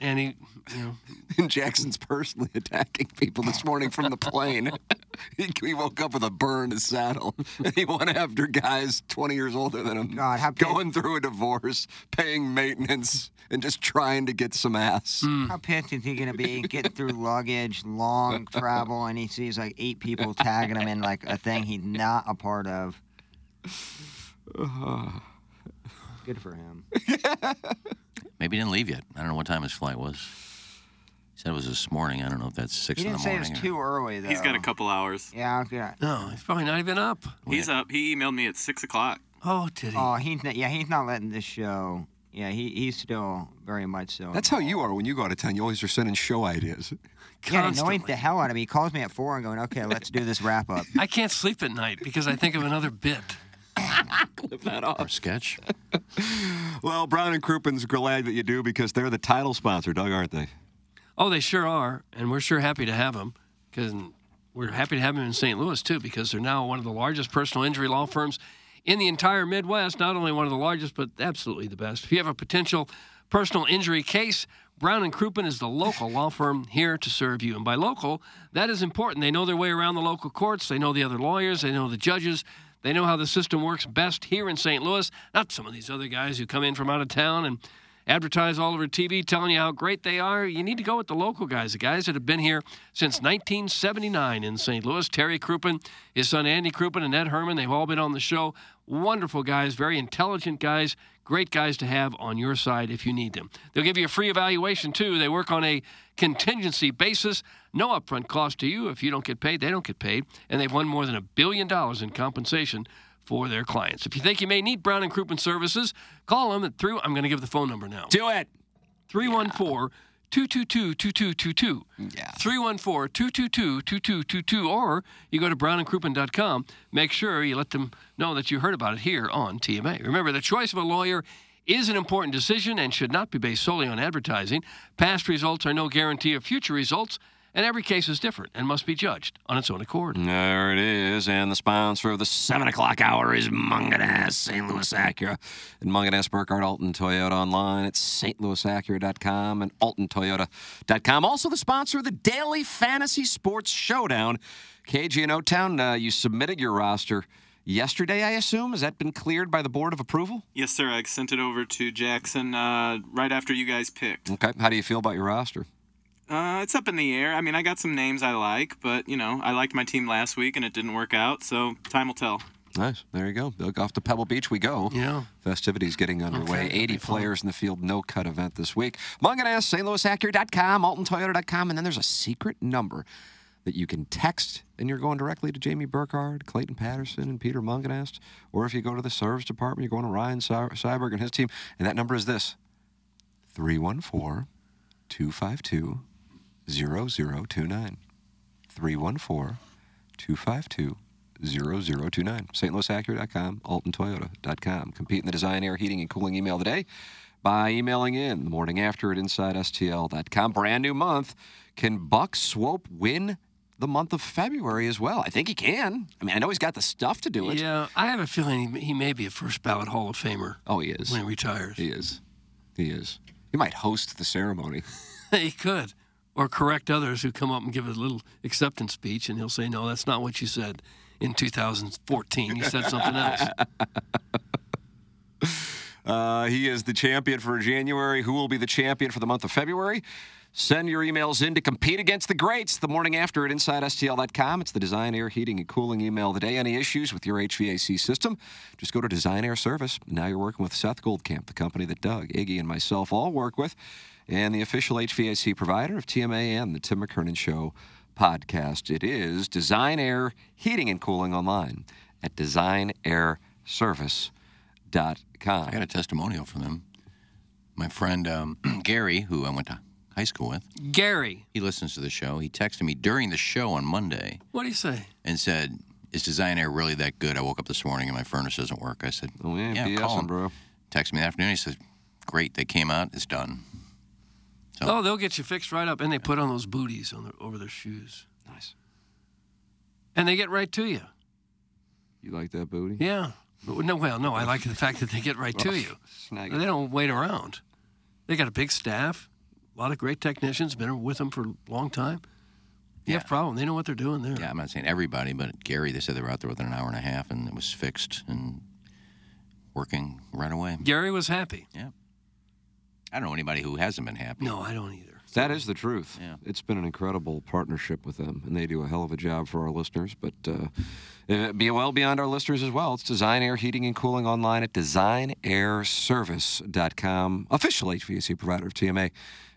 [SPEAKER 3] and he, you know,
[SPEAKER 2] and Jackson's personally attacking people this morning from the plane. he, he woke up with a burn in his saddle, and he went after guys 20 years older than him,
[SPEAKER 4] God, how pissed,
[SPEAKER 2] going through a divorce, paying maintenance, and just trying to get some ass.
[SPEAKER 4] Mm. how pissed is he gonna be getting through luggage, long travel, and he sees like eight people tagging him in like a thing he's not a part of. Good for him.
[SPEAKER 5] Maybe he didn't leave yet. I don't know what time his flight was. He said it was this morning. I don't know if that's six
[SPEAKER 4] He
[SPEAKER 5] in
[SPEAKER 4] didn't
[SPEAKER 5] the
[SPEAKER 4] say it
[SPEAKER 5] morning.
[SPEAKER 4] was
[SPEAKER 5] or-
[SPEAKER 4] too early though.
[SPEAKER 7] He's got a couple hours.
[SPEAKER 4] Yeah, okay.
[SPEAKER 3] no, he's probably not even up.
[SPEAKER 7] He's up. He emailed me at six o'clock.
[SPEAKER 3] Oh, did he?
[SPEAKER 4] Oh, he's not, yeah, he's not letting this show. Yeah, he, he's still very much so.
[SPEAKER 2] That's how you are when you go out of town. You always are sending show ideas.
[SPEAKER 4] Yeah, it annoys
[SPEAKER 3] Constantly.
[SPEAKER 4] the hell out of me. He calls me at four and going, okay, let's do this wrap up.
[SPEAKER 3] I can't sleep at night because I think of another bit.
[SPEAKER 5] or sketch.
[SPEAKER 2] Well, Brown and Croupians glad that you do because they're the title sponsor, Doug, aren't they?
[SPEAKER 3] Oh, they sure are, and we're sure happy to have them because we're happy to have them in St. Louis too because they're now one of the largest personal injury law firms in the entire Midwest. Not only one of the largest, but absolutely the best. If you have a potential personal injury case, Brown and Crouppen is the local law firm here to serve you. And by local, that is important. They know their way around the local courts. They know the other lawyers. They know the judges. They know how the system works best here in St. Louis. Not some of these other guys who come in from out of town and advertise all over TV telling you how great they are. You need to go with the local guys, the guys that have been here since 1979 in St. Louis. Terry Crouppen, his son Andy Crouppen, and Ed Herman, they've all been on the show. Wonderful guys, very intelligent guys, great guys to have on your side if you need them. They'll give you a free evaluation, too. They work on a contingency basis, no upfront cost to you. If you don't get paid, they don't get paid. And they've won more than a billion dollars in compensation for their clients. If you think you may need Brown and Crouppen services, call them at through. I'm going to give the phone number now.
[SPEAKER 2] Do it.
[SPEAKER 3] 314 222 2222. 314 222 2222. Or you go to brownandcrouppen.com. Make sure you let them know that you heard about it here on TMA. Remember, the choice of a lawyer is an important decision and should not be based solely on advertising. Past results are no guarantee of future results, and every case is different and must be judged on its own accord.
[SPEAKER 2] There it is. And the sponsor of the 7 o'clock hour is Munganess, St. Louis Acura. And Munganess, Burkhardt, Alton Toyota online at stlouisacura.com and altontoyota.com. Also the sponsor of the Daily Fantasy Sports Showdown. KG and O-Town, uh, you submitted your roster yesterday, I assume. Has that been cleared by the Board of Approval?
[SPEAKER 7] Yes, sir. I sent it over to Jackson uh, right after you guys picked.
[SPEAKER 2] Okay. How do you feel about your roster?
[SPEAKER 7] Uh, it's up in the air. I mean, I got some names I like, but you know, I liked my team last week and it didn't work out, so time will tell.
[SPEAKER 2] Nice. There you go. Off to Pebble Beach we go.
[SPEAKER 7] Yeah.
[SPEAKER 2] Festivities getting underway.
[SPEAKER 7] Okay,
[SPEAKER 2] 80 players in the field, no cut event this week. Munganess, stlouisacura.com, altontoyota.com, and then there's a secret number that you can text, and you're going directly to Jamie Burkhardt, Clayton Patterson, and Peter Munganast. Or if you go to the service department, you're going to Ryan Sy- Syberg and his team. And that number is this 314 252 0029. 314 252 0029. StLouisAccurate.com, AltonToyota.com. Compete in the Design Air Heating and Cooling email today by emailing in the morning after at InsideSTL.com. Brand new month. Can Buck Swope win the month of February as well? I think he can. I mean, I know he's got the stuff to do it.
[SPEAKER 3] Yeah, I have a feeling he, he may be a first ballot Hall of Famer.
[SPEAKER 2] Oh, he is.
[SPEAKER 3] When he retires.
[SPEAKER 2] He is. He is. He might host the ceremony.
[SPEAKER 3] he could. Or correct others who come up and give a little acceptance speech, and he'll say, No, that's not what you said in 2014. You said something else.
[SPEAKER 2] Uh, he is the champion for January. Who will be the champion for the month of February? Send your emails in to compete against the greats the morning after at InsideSTL.com. It's the Design Air Heating and Cooling email today. Any issues with your HVAC system? Just go to Design Air Service. Now you're working with Seth Goldcamp, the company that Doug, Iggy, and myself all work with, and the official HVAC provider of TMA and the Tim McKernan Show podcast. It is Design Air Heating and Cooling online at DesignAirService.com.
[SPEAKER 5] I got a testimonial from them. My friend um, Gary, who I went to high school with,
[SPEAKER 3] Gary,
[SPEAKER 5] he listens to the show. He texted me during the show on Monday
[SPEAKER 3] what do you say?
[SPEAKER 5] and said, "Is Design Air really that good?" I woke up this morning and my furnace doesn't work. I said,
[SPEAKER 2] Oh, yeah, BSing,
[SPEAKER 5] call 'em."
[SPEAKER 2] bro.
[SPEAKER 5] Texted me in the afternoon. He said, "Great, they came out. It's done." So-
[SPEAKER 3] Oh, they'll get you fixed right up, and they put on those booties on their, over their shoes.
[SPEAKER 2] Nice.
[SPEAKER 3] And they get right to you.
[SPEAKER 2] You like that booty?
[SPEAKER 3] Yeah. But no, well, no, I like the fact that they get right to you.
[SPEAKER 2] Snag
[SPEAKER 3] They don't wait around. They got a big staff, a lot of great technicians, been with them for a long time. You have a problem. They know what they're doing there.
[SPEAKER 5] Yeah, I'm not saying everybody, but Gary, they said they were out there within an hour and a half, and it was fixed and working right away.
[SPEAKER 3] Gary was happy.
[SPEAKER 5] I don't know anybody who hasn't been happy.
[SPEAKER 3] No, I don't either.
[SPEAKER 2] That is the truth.
[SPEAKER 5] Yeah.
[SPEAKER 2] It's been an incredible partnership with them, and they do a hell of a job for our listeners, but uh, uh, be well beyond our listeners as well. It's Design Air Heating and Cooling online at designairservice.com, official HVAC provider of TMA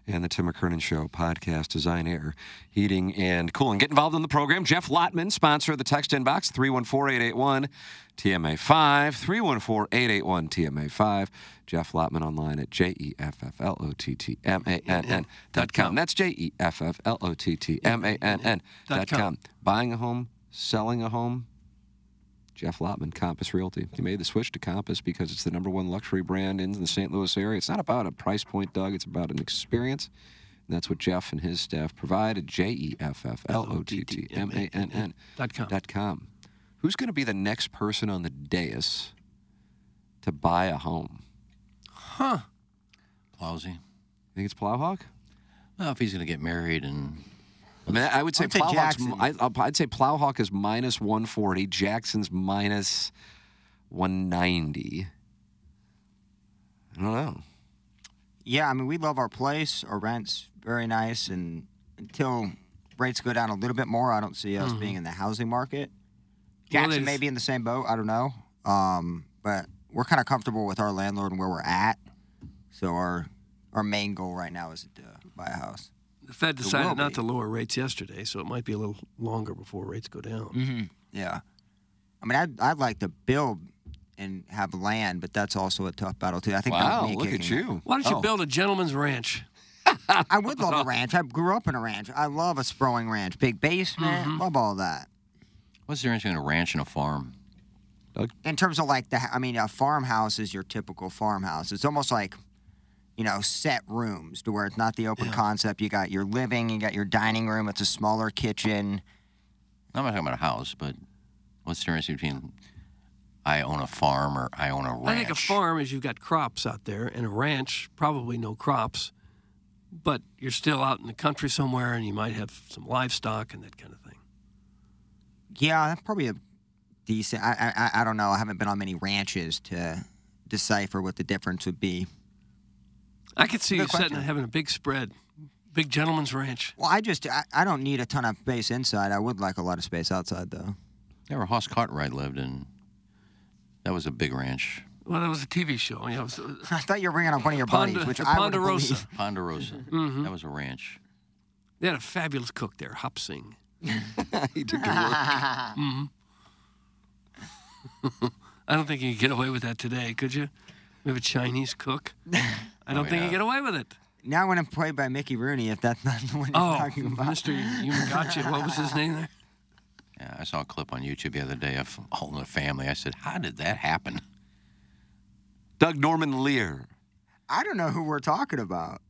[SPEAKER 2] and the Tim McKernan Show podcast, Design Air Heating and Cooling. Get involved in the program. Jeff Lotman, sponsor of the text inbox, 314 881 TMA5, 314 881 TMA5. Jeff Lotman online at J E F F L O T T M A N N dot com. That's J E F F L O T T M A N N dot com. Buying a home, selling a home. Jeff Lotman, Compass Realty. He made the switch to Compass because it's the number one luxury brand in the St. Louis area. It's not about a price point, Doug. It's about an experience. And that's what Jeff and his staff provided. J E F F L O T T M A N N
[SPEAKER 3] Dot com.
[SPEAKER 2] dot com. Who's going to be the next person on the dais to buy a home?
[SPEAKER 3] Huh.
[SPEAKER 5] Plowsy.
[SPEAKER 2] You think it's Plowhawk?
[SPEAKER 5] Well, if he's going to get married and
[SPEAKER 2] I mean, I would say
[SPEAKER 4] I'd say
[SPEAKER 2] Plowhawk's.
[SPEAKER 4] Jackson.
[SPEAKER 2] I, I'll- I'd say Plowhawk is minus 140. Jackson's minus 190. I don't know.
[SPEAKER 4] Yeah, I mean, we love our place. Our rent's very nice, and until rates go down a little bit more, I don't see
[SPEAKER 9] Mhm.
[SPEAKER 4] us
[SPEAKER 3] Mm-hmm.
[SPEAKER 4] being in the housing market.
[SPEAKER 9] Well,
[SPEAKER 4] Jackson
[SPEAKER 9] they've-
[SPEAKER 4] may be in the same boat. I don't know. Um, but we're kind of comfortable with our landlord and where we're at. So our our main goal right now is to buy a house.
[SPEAKER 3] The Fed
[SPEAKER 4] It will
[SPEAKER 3] decided not
[SPEAKER 4] be.
[SPEAKER 3] to lower rates yesterday, so it might be a little longer before rates go down.
[SPEAKER 4] Mhm. Yeah. I mean, I'd, I'd like to build and have land, but that's also a tough battle too. I think. that was me kicking it.
[SPEAKER 3] Why don't you build a gentleman's ranch?
[SPEAKER 4] I would love a ranch. I grew up in a ranch. I love a sprawling ranch, big basement, love all that.
[SPEAKER 5] Mm-hmm. What's the difference between a ranch and a farm?
[SPEAKER 4] In terms of like the, I mean, a farmhouse is your typical farmhouse. It's almost like, you know, set rooms to where it's not the open concept. You got your living, you got your dining room. It's a smaller kitchen.
[SPEAKER 5] I'm not talking about a house, but what's the difference between I own a farm or I own a ranch?
[SPEAKER 3] I think a farm is you've got crops out there, and a ranch probably no crops, but you're still out in the country somewhere, and you might have some livestock and that kind of thing.
[SPEAKER 4] Yeah, that's probably a decent. I, I- I I don't know. I haven't been on many ranches to decipher what the difference would be.
[SPEAKER 3] I could see
[SPEAKER 4] Good
[SPEAKER 3] you setting
[SPEAKER 4] question.
[SPEAKER 3] having a big spread, big gentleman's ranch.
[SPEAKER 4] Well, I just I, I don't need a ton of space inside. I would like a lot of space outside though.
[SPEAKER 5] Yeah, where Hoss Cartwright lived in. That was a big ranch.
[SPEAKER 3] Well, that was a TV show. Yeah, it was, uh,
[SPEAKER 4] I thought you were bringing up one of your
[SPEAKER 3] Ponda-
[SPEAKER 4] buddies, which I would
[SPEAKER 3] Ponderosa.
[SPEAKER 5] Ponderosa.
[SPEAKER 3] Mhm.
[SPEAKER 5] That was a ranch.
[SPEAKER 3] They had a fabulous cook there, Hop Singh.
[SPEAKER 5] he did
[SPEAKER 4] good work.
[SPEAKER 3] hmm Mm-hmm. I don't think you could get away with that today, could you? We have a Chinese cook. I
[SPEAKER 4] Oh,
[SPEAKER 3] don't think you get away with it.
[SPEAKER 4] Now when I'm played by Mickey Rooney, if that's not the one you're
[SPEAKER 3] Oh,
[SPEAKER 4] talking about.
[SPEAKER 3] Mr. Yamagata, what was his name there?
[SPEAKER 5] Yeah, I saw a clip on YouTube the other day of all in the family. I said, How did that happen? Doug Norman Lear.
[SPEAKER 4] I don't know who we're talking about.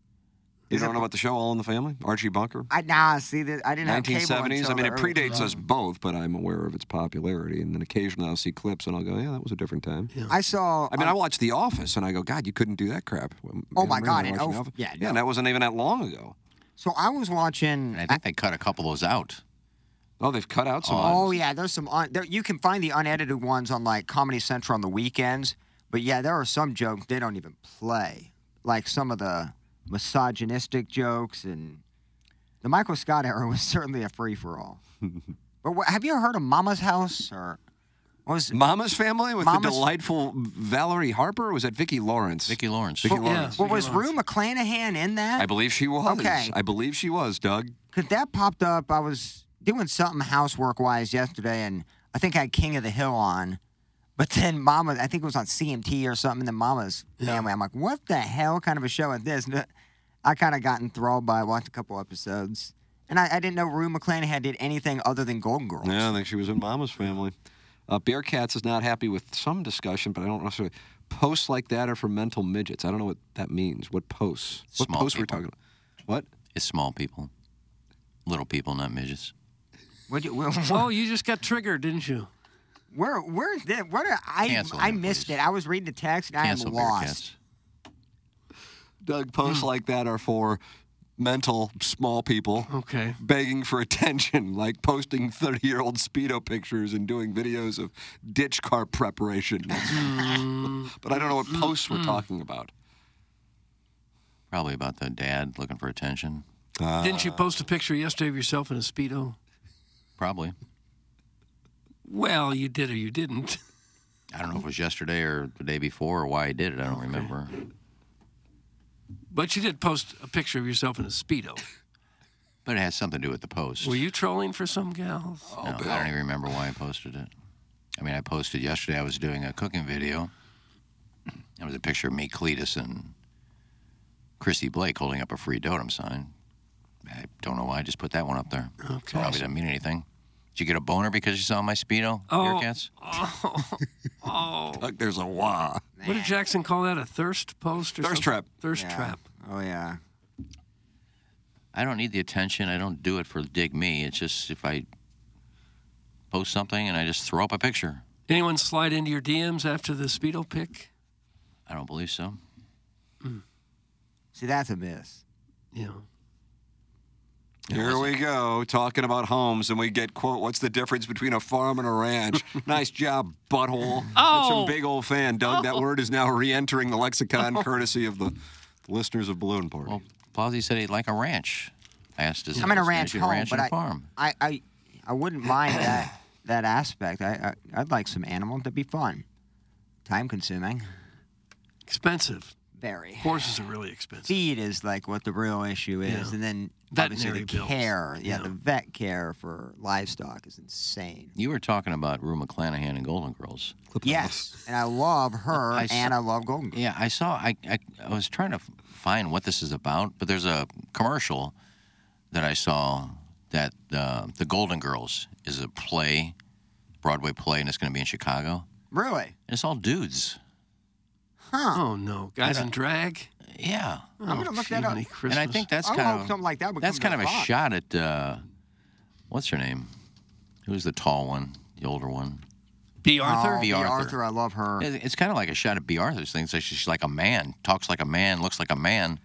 [SPEAKER 2] You don't know about the show All in the Family? Archie Bunker?
[SPEAKER 4] I nah, see that I didn't have cable
[SPEAKER 2] 1970s. I
[SPEAKER 4] until the
[SPEAKER 2] mean, it
[SPEAKER 4] early
[SPEAKER 2] predates us
[SPEAKER 4] 2000s.
[SPEAKER 2] both, but I'm aware of its popularity. And then occasionally I'll see clips and I'll go, yeah, that was a different time.
[SPEAKER 4] I saw. um,
[SPEAKER 2] I mean, I watched The Office and I go, God, you couldn't do that crap.
[SPEAKER 4] Oh, my God, and
[SPEAKER 2] And
[SPEAKER 4] oh, yeah,
[SPEAKER 2] yeah, and that wasn't even that long ago.
[SPEAKER 4] So I was watching.
[SPEAKER 5] I think they cut a couple of those out.
[SPEAKER 2] Oh, they've cut out some.
[SPEAKER 4] Oh yeah, there's some. Un- there, you can find the unedited ones on like Comedy Central on the weekends. But yeah, there are some jokes they don't even play, like some of the misogynistic jokes and the Michael Scott era was certainly a free for all. But what, have you ever heard of Mama's House or what was
[SPEAKER 2] Mama's Family with
[SPEAKER 4] Mama's-
[SPEAKER 2] the delightful Valerie Harper? Or was that Vicki Lawrence? Vicki
[SPEAKER 5] Lawrence.
[SPEAKER 2] Vicki
[SPEAKER 4] Well,
[SPEAKER 2] Lawrence.
[SPEAKER 4] well, was Rue McClanahan in that?
[SPEAKER 2] I believe she was.
[SPEAKER 4] Okay.
[SPEAKER 2] I believe she was, Doug.
[SPEAKER 4] Because that popped up. I was doing something housework wise yesterday, and I think I had King of the Hill on. But then Mama, I think it was on CMT or something, and then Mama's Family. I'm like, what the hell kind of a show is this? And I kind of got enthralled by it, watched a couple episodes. And I, I didn't know Rue McClanahan did anything other than Golden Girl.
[SPEAKER 2] Yeah, I think she was in Mama's Family. Uh, Bearcats is not happy with some discussion, but I don't necessarily. Posts like that are for mental midgets. I don't know what that means. What posts? What
[SPEAKER 5] Small
[SPEAKER 2] posts we're
[SPEAKER 5] people.
[SPEAKER 2] talking about? What?
[SPEAKER 5] It's small people, little people, not midgets.
[SPEAKER 4] What you,
[SPEAKER 3] oh, you just got triggered, didn't you?
[SPEAKER 4] Where, where, did, where did I,
[SPEAKER 5] Cancel
[SPEAKER 4] I
[SPEAKER 5] him,
[SPEAKER 4] missed it. I was reading the text, and
[SPEAKER 5] Cancel
[SPEAKER 4] I am lost.
[SPEAKER 5] Bearcats.
[SPEAKER 2] Doug, posts like that are for mental small people
[SPEAKER 3] okay
[SPEAKER 2] begging for attention like posting 30 year old speedo pictures and doing videos of ditch car preparation
[SPEAKER 3] Hmm.
[SPEAKER 2] but i don't know what posts we're talking about
[SPEAKER 5] Mm-hmm. Probably about the dad looking for attention.
[SPEAKER 3] Didn't you post a picture yesterday of yourself in a Speedo?
[SPEAKER 5] Probably.
[SPEAKER 3] Well, you did or you didn't.
[SPEAKER 5] I don't know if it was yesterday or the day before or why I did it. I don't remember.
[SPEAKER 3] But you did post a picture of yourself in a Speedo.
[SPEAKER 5] But it has something to do with the post.
[SPEAKER 3] Were you trolling for some gals?
[SPEAKER 2] Oh,
[SPEAKER 5] No, I don't even remember why I posted it. I mean, I posted yesterday. I was doing a cooking video. It was a picture of me, Cletus, and Chrissy Blake holding up a free dotem sign. I don't know why. I just put that one up there.
[SPEAKER 3] Okay.
[SPEAKER 5] Probably doesn't mean anything. Did you get a boner because you saw my speedo?
[SPEAKER 3] Oh.
[SPEAKER 5] Bearcats?
[SPEAKER 3] Oh, oh.
[SPEAKER 2] Doug, there's a wah.
[SPEAKER 3] What did Jackson call that? A thirst post or
[SPEAKER 5] Thirst
[SPEAKER 3] something?
[SPEAKER 5] trap.
[SPEAKER 3] Thirst
[SPEAKER 5] Yeah.
[SPEAKER 3] trap.
[SPEAKER 4] Oh yeah.
[SPEAKER 5] I don't need the attention. I don't do it for dig me. It's just if I post something and I just throw up a picture.
[SPEAKER 3] Anyone slide into your DMs after the Speedo pic?
[SPEAKER 5] I don't believe so.
[SPEAKER 4] See, that's a miss.
[SPEAKER 3] Yeah.
[SPEAKER 2] here we go talking about homes and we get quote what's the difference between a farm and a ranch nice job butthole that's
[SPEAKER 3] Oh.
[SPEAKER 5] Oh.
[SPEAKER 2] from big old fan doug that word is now re-entering the lexicon courtesy of the listeners of Balloon Party.
[SPEAKER 5] Well, Plowsy said he'd like a ranch. I asked his
[SPEAKER 4] I'm in a
[SPEAKER 5] his
[SPEAKER 4] ranch
[SPEAKER 5] nephew,
[SPEAKER 4] home,
[SPEAKER 5] ranch
[SPEAKER 4] but
[SPEAKER 5] and
[SPEAKER 4] I,
[SPEAKER 5] farm.
[SPEAKER 4] I, I, I wouldn't mind that that aspect. I, I, I'd like some animal to be fun. Time consuming.
[SPEAKER 3] Expensive.
[SPEAKER 4] Very.
[SPEAKER 3] Horses are really expensive.
[SPEAKER 4] Feed is like what the real issue is,
[SPEAKER 3] Yeah.
[SPEAKER 4] and then obviously
[SPEAKER 3] Veterinary
[SPEAKER 4] the
[SPEAKER 3] bills,
[SPEAKER 4] care. Yeah,
[SPEAKER 3] yeah.
[SPEAKER 4] the vet care for livestock is insane.
[SPEAKER 5] You were talking about Rue McClanahan and Golden Girls.
[SPEAKER 4] Yes, and I love her,
[SPEAKER 5] I saw-
[SPEAKER 4] and I love Golden Girls.
[SPEAKER 5] Yeah, I saw. I, I I was trying to find what this is about, but there's a commercial that I saw that uh, the Golden Girls is a play, Broadway play, and it's going to be in Chicago.
[SPEAKER 4] Really?
[SPEAKER 5] And it's all dudes.
[SPEAKER 3] Oh no, guys in drag.
[SPEAKER 5] Yeah.
[SPEAKER 4] I'm
[SPEAKER 3] Oh,
[SPEAKER 4] gonna look that up.
[SPEAKER 5] And I think that's
[SPEAKER 4] I
[SPEAKER 5] kind
[SPEAKER 4] hope
[SPEAKER 5] of
[SPEAKER 4] something like that would
[SPEAKER 5] that's
[SPEAKER 4] come
[SPEAKER 5] kind
[SPEAKER 4] to
[SPEAKER 5] of a
[SPEAKER 4] Fox.
[SPEAKER 5] shot at uh, what's her name? Who's the tall one? The older one?
[SPEAKER 3] B.
[SPEAKER 4] Oh,
[SPEAKER 5] B. Arthur.
[SPEAKER 4] I love her.
[SPEAKER 5] It- It's kind of like a shot at B. Arthur's thing. It's like she's like a man, talks like a man, looks like a man.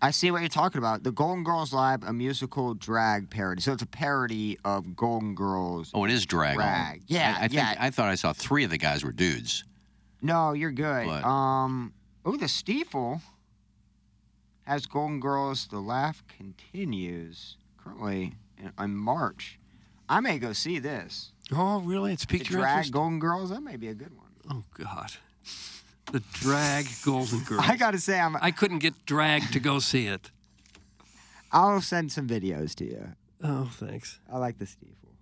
[SPEAKER 4] I see what you're talking about. The Golden Girls Live, a musical drag parody. So it's a parody of Golden Girls.
[SPEAKER 5] Oh, it is drag. only.
[SPEAKER 4] Drag. Yeah,
[SPEAKER 5] I, I think,
[SPEAKER 4] yeah.
[SPEAKER 5] I thought I saw three of the guys were dudes.
[SPEAKER 4] No, you're good.
[SPEAKER 5] What?
[SPEAKER 4] Um, oh, the Stiefel has Golden Girls. The laugh continues currently in, in March. I may go see this.
[SPEAKER 3] Oh, really? It's
[SPEAKER 4] The
[SPEAKER 3] piqued your
[SPEAKER 4] drag
[SPEAKER 3] interest?
[SPEAKER 4] Golden Girls. That may be a good one.
[SPEAKER 3] oh, God. The drag Golden Girl.
[SPEAKER 4] I gotta say, I'm.
[SPEAKER 3] I couldn't get drag to go see it.
[SPEAKER 4] I'll send some videos to you.
[SPEAKER 3] Oh, thanks.
[SPEAKER 4] I like the Stiefel.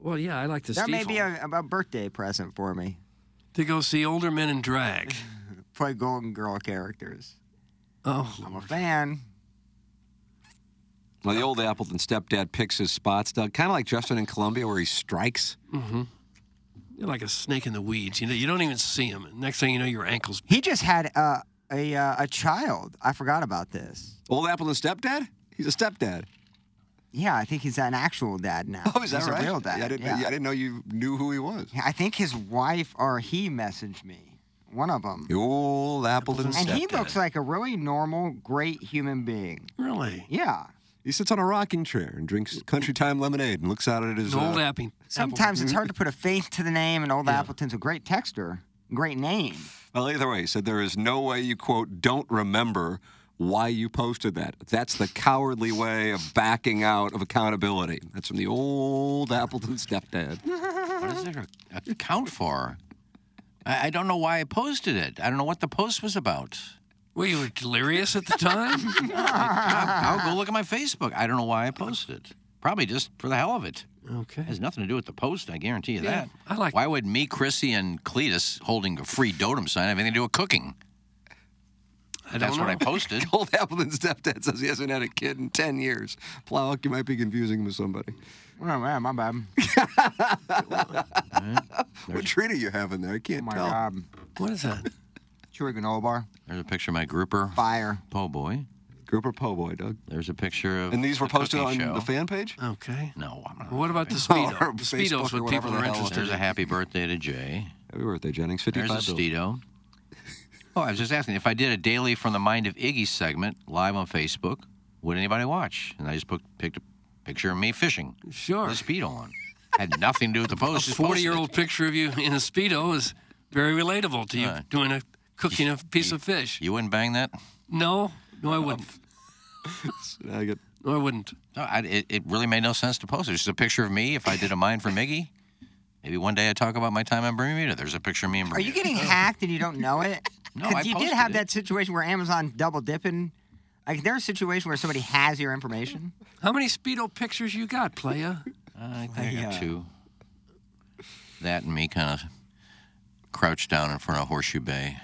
[SPEAKER 3] Well, yeah, I like the
[SPEAKER 4] that may
[SPEAKER 3] Stiefel.
[SPEAKER 4] be a, a birthday present for me.
[SPEAKER 3] to go see older men in drag.
[SPEAKER 4] Play Golden Girl characters.
[SPEAKER 3] Oh,
[SPEAKER 4] I'm a fan.
[SPEAKER 2] Well, the old Appleton stepdad picks his spots, Doug. Kind of like Justin in Columbia, where he strikes.
[SPEAKER 3] Mm-hmm. You're like a snake in the weeds. You know, you don't even see him. Next thing you know, your ankles.
[SPEAKER 4] He just had uh, a uh, a child. I forgot about this.
[SPEAKER 2] Old Appleton stepdad? He's a stepdad.
[SPEAKER 4] Yeah, I think he's an actual dad now.
[SPEAKER 2] Oh, is that
[SPEAKER 4] he's
[SPEAKER 2] right?
[SPEAKER 4] a real dad.
[SPEAKER 2] I didn't,
[SPEAKER 4] yeah.
[SPEAKER 2] I didn't know you knew who he was.
[SPEAKER 4] Yeah, I think his wife or he messaged me. One of them.
[SPEAKER 2] The old Appleton
[SPEAKER 4] And
[SPEAKER 2] stepdad.
[SPEAKER 4] he looks like a really normal, great human being.
[SPEAKER 3] Really?
[SPEAKER 4] Yeah. Mm-hmm.
[SPEAKER 2] He sits on a rocking chair and drinks country time lemonade and looks out at his.
[SPEAKER 3] An
[SPEAKER 2] uh,
[SPEAKER 3] old
[SPEAKER 2] Mm-hmm.
[SPEAKER 3] apping.
[SPEAKER 4] Sometimes it's hard to put a face to the name, and Old Appleton's a great texter. Great name.
[SPEAKER 2] Well, either way, he said there is no way you quote don't remember why you posted that. That's the cowardly way of backing out of accountability. That's from the old Appleton stepdad.
[SPEAKER 5] What does that account for? I, I don't know why I posted it. I don't know what the post was about.
[SPEAKER 3] Well, you were delirious at the time.
[SPEAKER 5] I'll go look at my Facebook. I don't know why I posted it. Probably just for the hell of it.
[SPEAKER 3] okay.
[SPEAKER 5] has nothing to do with the post, I guarantee you
[SPEAKER 3] Yeah,
[SPEAKER 5] that.
[SPEAKER 3] I like-
[SPEAKER 5] Why would me, Chrissy, and Cletus holding a free dotem sign have anything to do with cooking?
[SPEAKER 3] I don't
[SPEAKER 5] That's
[SPEAKER 3] know.
[SPEAKER 5] what I posted.
[SPEAKER 2] Old Appleton stepdad says he hasn't had a kid in 10 years. Plowek, you might be confusing him with somebody.
[SPEAKER 4] Oh, man, my bad.
[SPEAKER 2] What treaty you have in there? I
[SPEAKER 4] Oh,
[SPEAKER 2] can't
[SPEAKER 4] my
[SPEAKER 2] tell.
[SPEAKER 4] God.
[SPEAKER 3] What is that?
[SPEAKER 4] Chewy granola bar.
[SPEAKER 5] There's a picture of my grouper,
[SPEAKER 4] Fire.
[SPEAKER 5] po' boy.
[SPEAKER 2] Group or po' boy, Doug.
[SPEAKER 5] There's a picture of.
[SPEAKER 2] And these were
[SPEAKER 5] the
[SPEAKER 2] posted on
[SPEAKER 5] cooking show.
[SPEAKER 2] the fan page?
[SPEAKER 3] Okay.
[SPEAKER 5] No, I'm not.
[SPEAKER 3] Well, what about the
[SPEAKER 2] Or
[SPEAKER 3] speedo? the
[SPEAKER 2] Facebook
[SPEAKER 3] speedos
[SPEAKER 2] or
[SPEAKER 3] with
[SPEAKER 2] whatever
[SPEAKER 3] people
[SPEAKER 2] the
[SPEAKER 3] are
[SPEAKER 2] hell it
[SPEAKER 3] interested.
[SPEAKER 5] There's a happy birthday to Jay.
[SPEAKER 2] Happy birthday, Jennings.
[SPEAKER 5] There's
[SPEAKER 2] 55
[SPEAKER 5] a
[SPEAKER 2] bill.
[SPEAKER 5] Stedo. Oh, I was just asking if I did a daily from the mind of Iggy segment live on Facebook, would anybody watch? And I just put, picked a picture of me fishing.
[SPEAKER 3] Sure.
[SPEAKER 5] With a speedo on. Had nothing to do with the
[SPEAKER 3] A
[SPEAKER 5] post. just posted it.
[SPEAKER 3] 40 year old picture of you in a Speedo is very relatable to you
[SPEAKER 5] Right.
[SPEAKER 3] doing a cooking a piece of fish.
[SPEAKER 5] You wouldn't bang that?
[SPEAKER 3] No, no, I wouldn't.
[SPEAKER 2] I get
[SPEAKER 3] No, I wouldn't.
[SPEAKER 5] No, I, it, it really made no sense to post. There's just a picture of me if I did a mine for Miggy. Maybe one day I talk about my time in Bermuda. There's a picture of me in
[SPEAKER 4] Are
[SPEAKER 5] Bermuda.
[SPEAKER 4] you getting hacked and you don't know it?
[SPEAKER 5] No,
[SPEAKER 4] 'Cause
[SPEAKER 5] I
[SPEAKER 4] you did
[SPEAKER 5] posted
[SPEAKER 4] have
[SPEAKER 5] it.
[SPEAKER 4] that situation where Amazon double dipping. Like, there's a situation where somebody has your information.
[SPEAKER 3] How many Speedo pictures you got, playa?
[SPEAKER 5] I think I got
[SPEAKER 4] Yeah.
[SPEAKER 5] two. That and me kind of crouched down in front of Horseshoe Bay.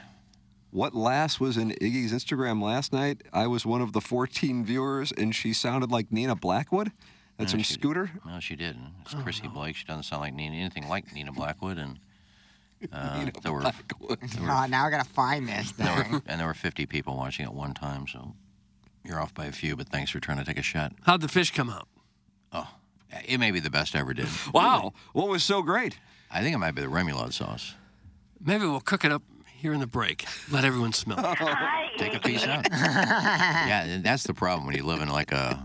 [SPEAKER 2] What last was in Iggy's Instagram last night? I was one of the 14 viewers, and she sounded like Nina Blackwood. That's from
[SPEAKER 5] she-
[SPEAKER 2] Scooter.
[SPEAKER 5] No, she didn't. It's
[SPEAKER 2] Oh,
[SPEAKER 5] Chrissy Blake. She doesn't sound like Nina, anything like Nina Blackwood. And uh, there were
[SPEAKER 4] Oh, now I gotta find this
[SPEAKER 5] there
[SPEAKER 4] thing.
[SPEAKER 5] were and there were 50 people watching at one time. So you're off by a few, but thanks for trying to take a shot.
[SPEAKER 3] How'd the fish come out?
[SPEAKER 5] It may be the best I ever did.
[SPEAKER 2] Wow, what was so great?
[SPEAKER 5] I think it might be the remoulade sauce.
[SPEAKER 3] Maybe we'll cook it up here in the break. Let everyone smell it.
[SPEAKER 5] Take a piece out. yeah, and that's the problem when you live in like a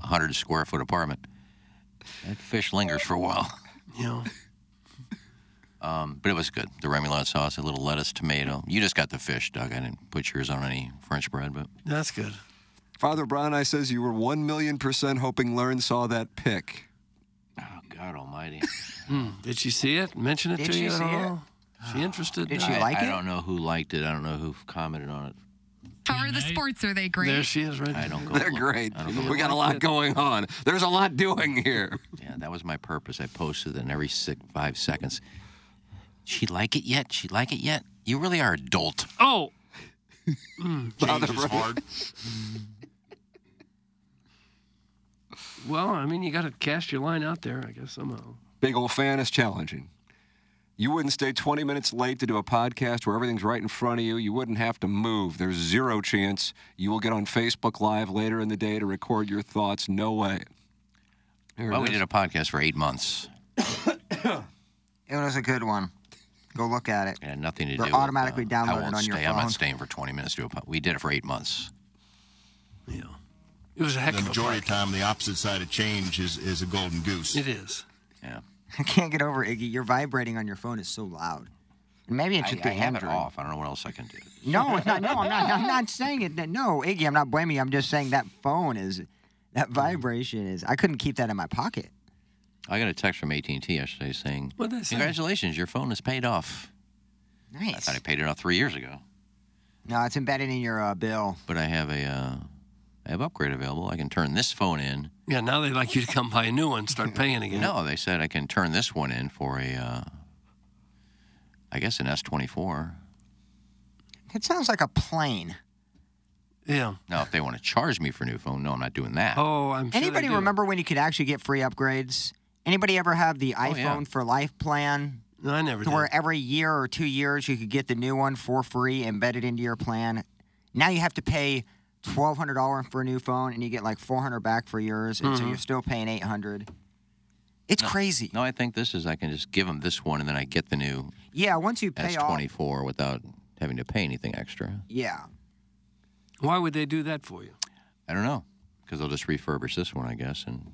[SPEAKER 5] 100 square foot apartment. That fish lingers for a while.
[SPEAKER 3] You know,
[SPEAKER 5] Um, but it was good. The remoulade sauce, a little lettuce, tomato. You just got the fish, Doug. I didn't put yours on any French bread, but
[SPEAKER 3] That's good.
[SPEAKER 2] Father Brown Eye says you were 1 million percent hoping Learn saw that pick.
[SPEAKER 5] oh, God Almighty.
[SPEAKER 3] Hmm. Did she see it? Mention it
[SPEAKER 5] Did
[SPEAKER 3] to
[SPEAKER 5] she
[SPEAKER 3] you at
[SPEAKER 5] see it?
[SPEAKER 3] all? She interested?
[SPEAKER 5] I, I don't know who liked it. I don't know who commented on it.
[SPEAKER 9] How are the sports? Are they great?
[SPEAKER 3] There she is, right?
[SPEAKER 5] I don't go.
[SPEAKER 2] They're great.
[SPEAKER 5] I don't go
[SPEAKER 2] We got a
[SPEAKER 5] look.
[SPEAKER 2] lot going on. There's a lot doing here.
[SPEAKER 5] Yeah, that was my purpose. I posted it in every six, five seconds. She like it yet? She like it yet? You really are adult.
[SPEAKER 3] Oh.
[SPEAKER 5] Father Change is Brown. hard.
[SPEAKER 3] well, I mean, you got to cast your line out there, I guess, somehow.
[SPEAKER 2] Big old fan is challenging. You wouldn't stay 20 minutes late to do a podcast where everything's right in front of you. You wouldn't have to move. There's zero chance you will get on Facebook Live later in the day to record your thoughts. No way. There it
[SPEAKER 5] Well, we
[SPEAKER 2] is.
[SPEAKER 5] did a podcast for eight months.
[SPEAKER 4] It was a good one. Go look at it.
[SPEAKER 5] It had nothing to
[SPEAKER 4] They're
[SPEAKER 5] do. with,
[SPEAKER 4] automatically
[SPEAKER 5] I
[SPEAKER 4] downloaded
[SPEAKER 5] won't
[SPEAKER 4] on your
[SPEAKER 5] stay. I'm
[SPEAKER 4] phone.
[SPEAKER 5] not staying for 20 minutes to do a podcast. We did it for eight months.
[SPEAKER 3] It was a heck
[SPEAKER 11] the
[SPEAKER 3] of a
[SPEAKER 11] majority of the time, the opposite side of change is, is a golden goose.
[SPEAKER 3] It is.
[SPEAKER 5] Yeah.
[SPEAKER 4] I can't get over Iggy. Your vibrating on your phone is so loud. Maybe it should
[SPEAKER 5] I, I
[SPEAKER 4] be
[SPEAKER 5] have it
[SPEAKER 4] Android.
[SPEAKER 5] off. I don't know what else I can do.
[SPEAKER 4] No, it's not, no, I'm not. I'm not saying it. that- No, Iggy, I'm not blaming you. I'm just saying that phone is, that vibration is. I couldn't keep that in my pocket.
[SPEAKER 5] I got a text from AT&T yesterday saying,
[SPEAKER 3] What'd they say?
[SPEAKER 5] "Congratulations, your phone is paid off." I
[SPEAKER 4] Nice.
[SPEAKER 5] thought I paid it off three years ago,
[SPEAKER 4] No, it's embedded in your uh, bill.
[SPEAKER 5] but I have a, uh, I have upgrade available. I can turn this phone in.
[SPEAKER 3] Yeah, now they'd like you to come buy a new one, and start paying again.
[SPEAKER 5] No, they said I can turn this one in for a, uh, I guess an S24.
[SPEAKER 4] It sounds like a plane.
[SPEAKER 3] Yeah.
[SPEAKER 5] Now, if they want to charge me for a new phone, no, I'm not doing that.
[SPEAKER 3] Oh, I'm
[SPEAKER 4] Anybody remember when you could actually get free upgrades? Anybody ever have the iPhone
[SPEAKER 5] yeah.
[SPEAKER 4] for Life plan?
[SPEAKER 3] Oh, No, I never
[SPEAKER 4] to
[SPEAKER 3] did.
[SPEAKER 4] where every year or two years you could get the new one for free embedded into your plan. Now you have to pay twelve hundred dollars for a new phone, and you get like four hundred back for yours, and so
[SPEAKER 3] Mm-hmm.
[SPEAKER 5] Mhm.
[SPEAKER 4] you're still paying eight hundred. It's crazy.
[SPEAKER 5] No, I think this is I can just give them this one and then I get the new
[SPEAKER 4] Yeah, once you pay off.
[SPEAKER 5] S24 without having to pay anything extra.
[SPEAKER 4] Yeah.
[SPEAKER 3] Why would they do that for you?
[SPEAKER 5] I don't know because they'll just refurbish this one, I guess, and